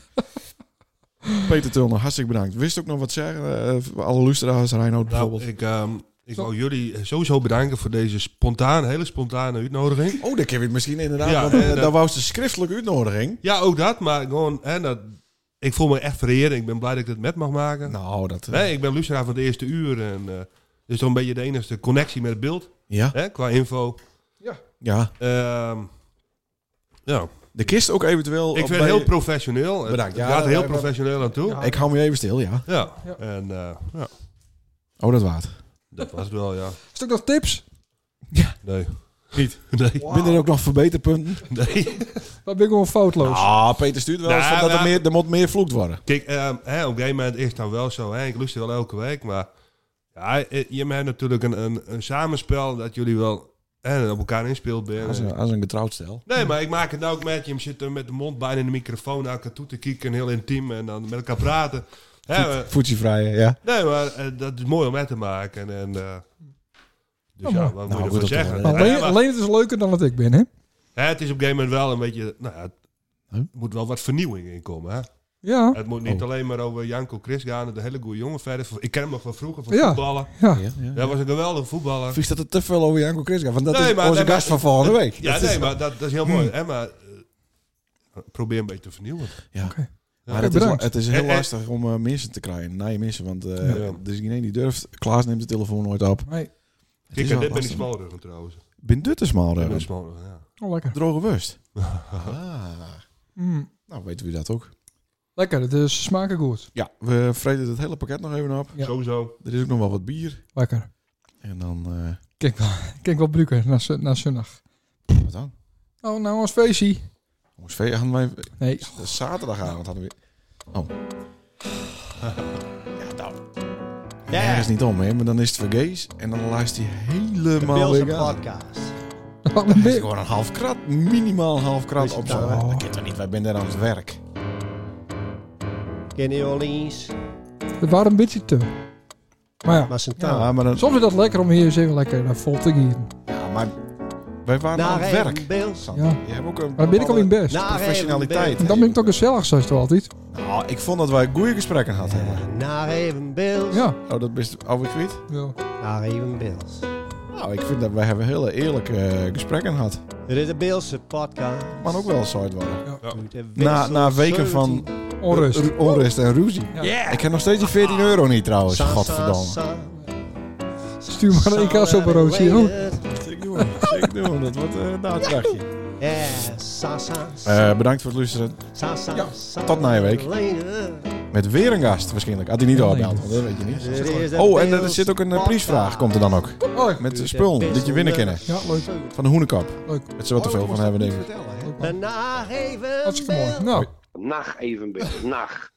S2: Peter Tulner, hartstikke bedankt. Wist ook nog wat zeggen? eh, voor alle luisteraars, Reinoud
S6: Nou,
S2: bijvoorbeeld.
S6: ik, ehm, ik wil jullie sowieso bedanken voor deze spontane, hele spontane uitnodiging.
S2: Oh, dat heb je het misschien inderdaad.
S6: Ja,
S2: want, eh,
S6: en, eh,
S2: daar wou ze de schriftelijke uitnodiging.
S6: Ja, ook dat, maar gewoon, hè, dat, ik voel me echt vereerd. Ik ben blij dat ik dit met mag maken.
S2: Nou, dat... eh,
S6: Hè, ik ben Lucera van de eerste uur en eh, dus toch een beetje de enige connectie met het beeld
S2: Ja,
S6: hè, qua info.
S2: ja.
S6: Ehm, ja,
S2: De kist ook eventueel.
S6: ik
S2: op
S6: vind
S2: bij-
S6: het heel professioneel. Het-
S2: Bedankt.
S6: Het
S2: Ja,
S6: gaat er heel
S2: wij- wij-
S6: professioneel aan toe. Ja,
S2: Ik hou me even stil, ja.
S1: Ja.
S6: en eh, ja,
S2: Oh, dat waard.
S6: dat was het wel, ja.
S1: Is er ook nog tips?
S6: Nee. Niet? Nee.
S2: Binnen er ook nog verbeterpunten?
S6: nee.
S1: Waar ben ik gewoon foutloos?
S2: Ah, Peter stuurt wel eens
S6: Nou,
S2: van dat er,
S6: nou-
S2: meer, er moet meer vloekt worden.
S6: Kijk, ehm, hè, op een gegeven moment is het dan wel zo. Hè, ik luister wel elke week, maar ja, eh, je hebt natuurlijk een, een, een samenspel dat jullie wel hè, op elkaar inspeeld
S2: Als een,
S6: bent.
S2: als een getrouwd stel.
S6: Nee, maar ik maak het nou ook met je. Je zit er met de mond bijna in de microfoon naar elkaar toe te kijken, heel intiem en dan met elkaar praten. Hè, maar-
S2: Voetjevrije, ja.
S6: nee, maar eh, dat is mooi om mee te maken. En, eh, dus
S1: Oh,
S6: ja,
S1: mooi.
S6: wat
S2: Nou,
S6: moet je
S2: goed op
S6: ervan
S2: te
S6: zeggen?
S2: horen.
S1: Maar
S6: Ja,
S1: alleen,
S6: maar-
S1: alleen het is leuker dan dat ik ben, hè?
S6: Hè, het is op een gegeven moment wel een beetje... Nou, ja, het-
S2: Huh?
S6: er moet wel wat vernieuwing in komen. Hè?
S1: Ja,
S6: Het moet niet
S2: Oh.
S6: alleen maar over Janko Chris gaan. De hele goede jongen verder. Ik ken hem nog van vroeger, van
S1: Ja.
S6: voetballen.
S1: ja.
S2: ja, ja.
S6: Hij was een geweldige voetballer.
S2: Vies dat het te veel over Janko Chris gaat. Want dat
S6: Nee,
S2: is
S6: maar-
S2: onze
S6: nee,
S2: gast van
S6: maar-
S2: volgende week.
S6: Ja,
S2: Dat
S6: nee,
S2: is- Hmm.
S6: maar dat, dat is heel mooi. Hè, maar eh, probeer een beetje te vernieuwen.
S2: Ja.
S1: Oké.
S2: Maar het, is,
S1: Bedankt.
S2: het is heel
S6: Eh, eh.
S2: lastig om eh, mensen te krijgen. Na je mensen, want eh
S6: Ja.
S2: er is geen één die durft. Klaas neemt de telefoon nooit op.
S1: Nee.
S2: Het
S6: Ik
S2: is
S6: ben,
S2: wel
S6: dit ben ik
S2: lastig.
S6: smalruggen trouwens. Ik
S2: Ben Duttesmaal,
S6: ben
S2: Ruben.
S6: een smalruggen, ja.
S1: Oh, lekker.
S2: dus. Droge worst. Ah.
S1: Mm,
S2: Nou, weten we dat ook.
S1: lekker, het is smaken goed.
S2: Ja, we vreten het hele pakket nog even op.
S1: Ja.
S6: Sowieso.
S2: Er is ook nog wel wat bier.
S1: Lekker.
S2: En dan... eh,
S1: Kijk wel, kijk wel bruken naar, zu- naar zondag.
S2: wat dan?
S1: Oh, nou als feestje.
S2: Jongens, ve- hadden wij...
S1: Nee,
S2: Zaterdagavond hadden we... Oh. ja, nou.
S3: Ja.
S2: Ja. is niet om, hè. Maar dan is het vergees. En dan luistert hij helemaal
S3: Bills
S2: weer aan.
S3: podcast.
S1: Wat een
S2: Het is
S1: be-
S2: gewoon een half krat. Minimaal een half krat
S3: Is het
S2: op
S3: nou
S2: zo'n-
S1: wel?
S2: Dat kan toch niet? Wij zijn daar aan het werk.
S3: Kenny Orleans.
S1: Het waren een beetje te. Maar ja,
S3: Maar zijn taal.
S2: Ja, maar, dan,
S1: soms is dat lekker om hier eens even lekker eh, vol te gieren.
S2: ja, maar wij waren aan het
S3: even
S2: werk.
S3: Bills.
S2: Sander.
S1: Ja.
S2: Je hebt ook een
S1: Maar dan ben ik al in best.
S2: Nou,
S3: Naar even
S2: professionaliteit.
S1: En dan ben ik toch gezellig, zoals het wel altijd.
S2: Nou, ik vond dat wij goede gesprekken hadden.
S3: Bills. Naar even Bills.
S1: Ja.
S2: Oh, dat is alweer kwijt?
S1: ja.
S3: Naar even Bills.
S2: Nou, ik vind dat wij hebben hele eerlijke eh, gesprekken gehad.
S3: Dit is de Beelse podcast.
S2: Kan ook wel saai worden.
S3: De
S2: Na,
S3: Beelse
S2: na weken van
S3: 17.
S1: Onrust.
S2: ru- onrust en ruzie.
S1: Ja.
S2: Ik heb nog steeds die 14 euro niet trouwens,
S3: Sa, sa,
S2: Oh, godverdomme.
S3: sa.
S1: Stuur maar een IK's
S2: eh,
S1: op een roosje. hoor.
S2: Ik doe hem, ik doe hem. Dat wordt eh, een dagje.
S3: Ja, sa, sa, sa,
S2: Eh bedankt voor het luisteren.
S3: sa, sa,
S2: ja,
S3: sa.
S2: tot na je week.
S3: Later.
S2: Met weer een gast waarschijnlijk. Had hij niet
S1: Nee.
S2: doorbeld, want dat weet je niet.
S3: Dit is de
S2: Oh, en er
S3: Beelse
S2: zit ook een eh, prijsvraag, komt er dan ook.
S1: Leuk.
S2: Met eh,
S3: podcast.
S2: spul, dat je winnen kennen.
S1: Oh. Ja, leuk.
S2: Van de hoenekap.
S1: Leuk.
S2: Oh, Dat ze wat te veel van hebben, denk ik.
S1: Leuk man.
S3: Daarna even
S1: Hartstikke mooi.
S3: bel.
S1: Nou.
S4: Nacht evenbeeld. Nacht.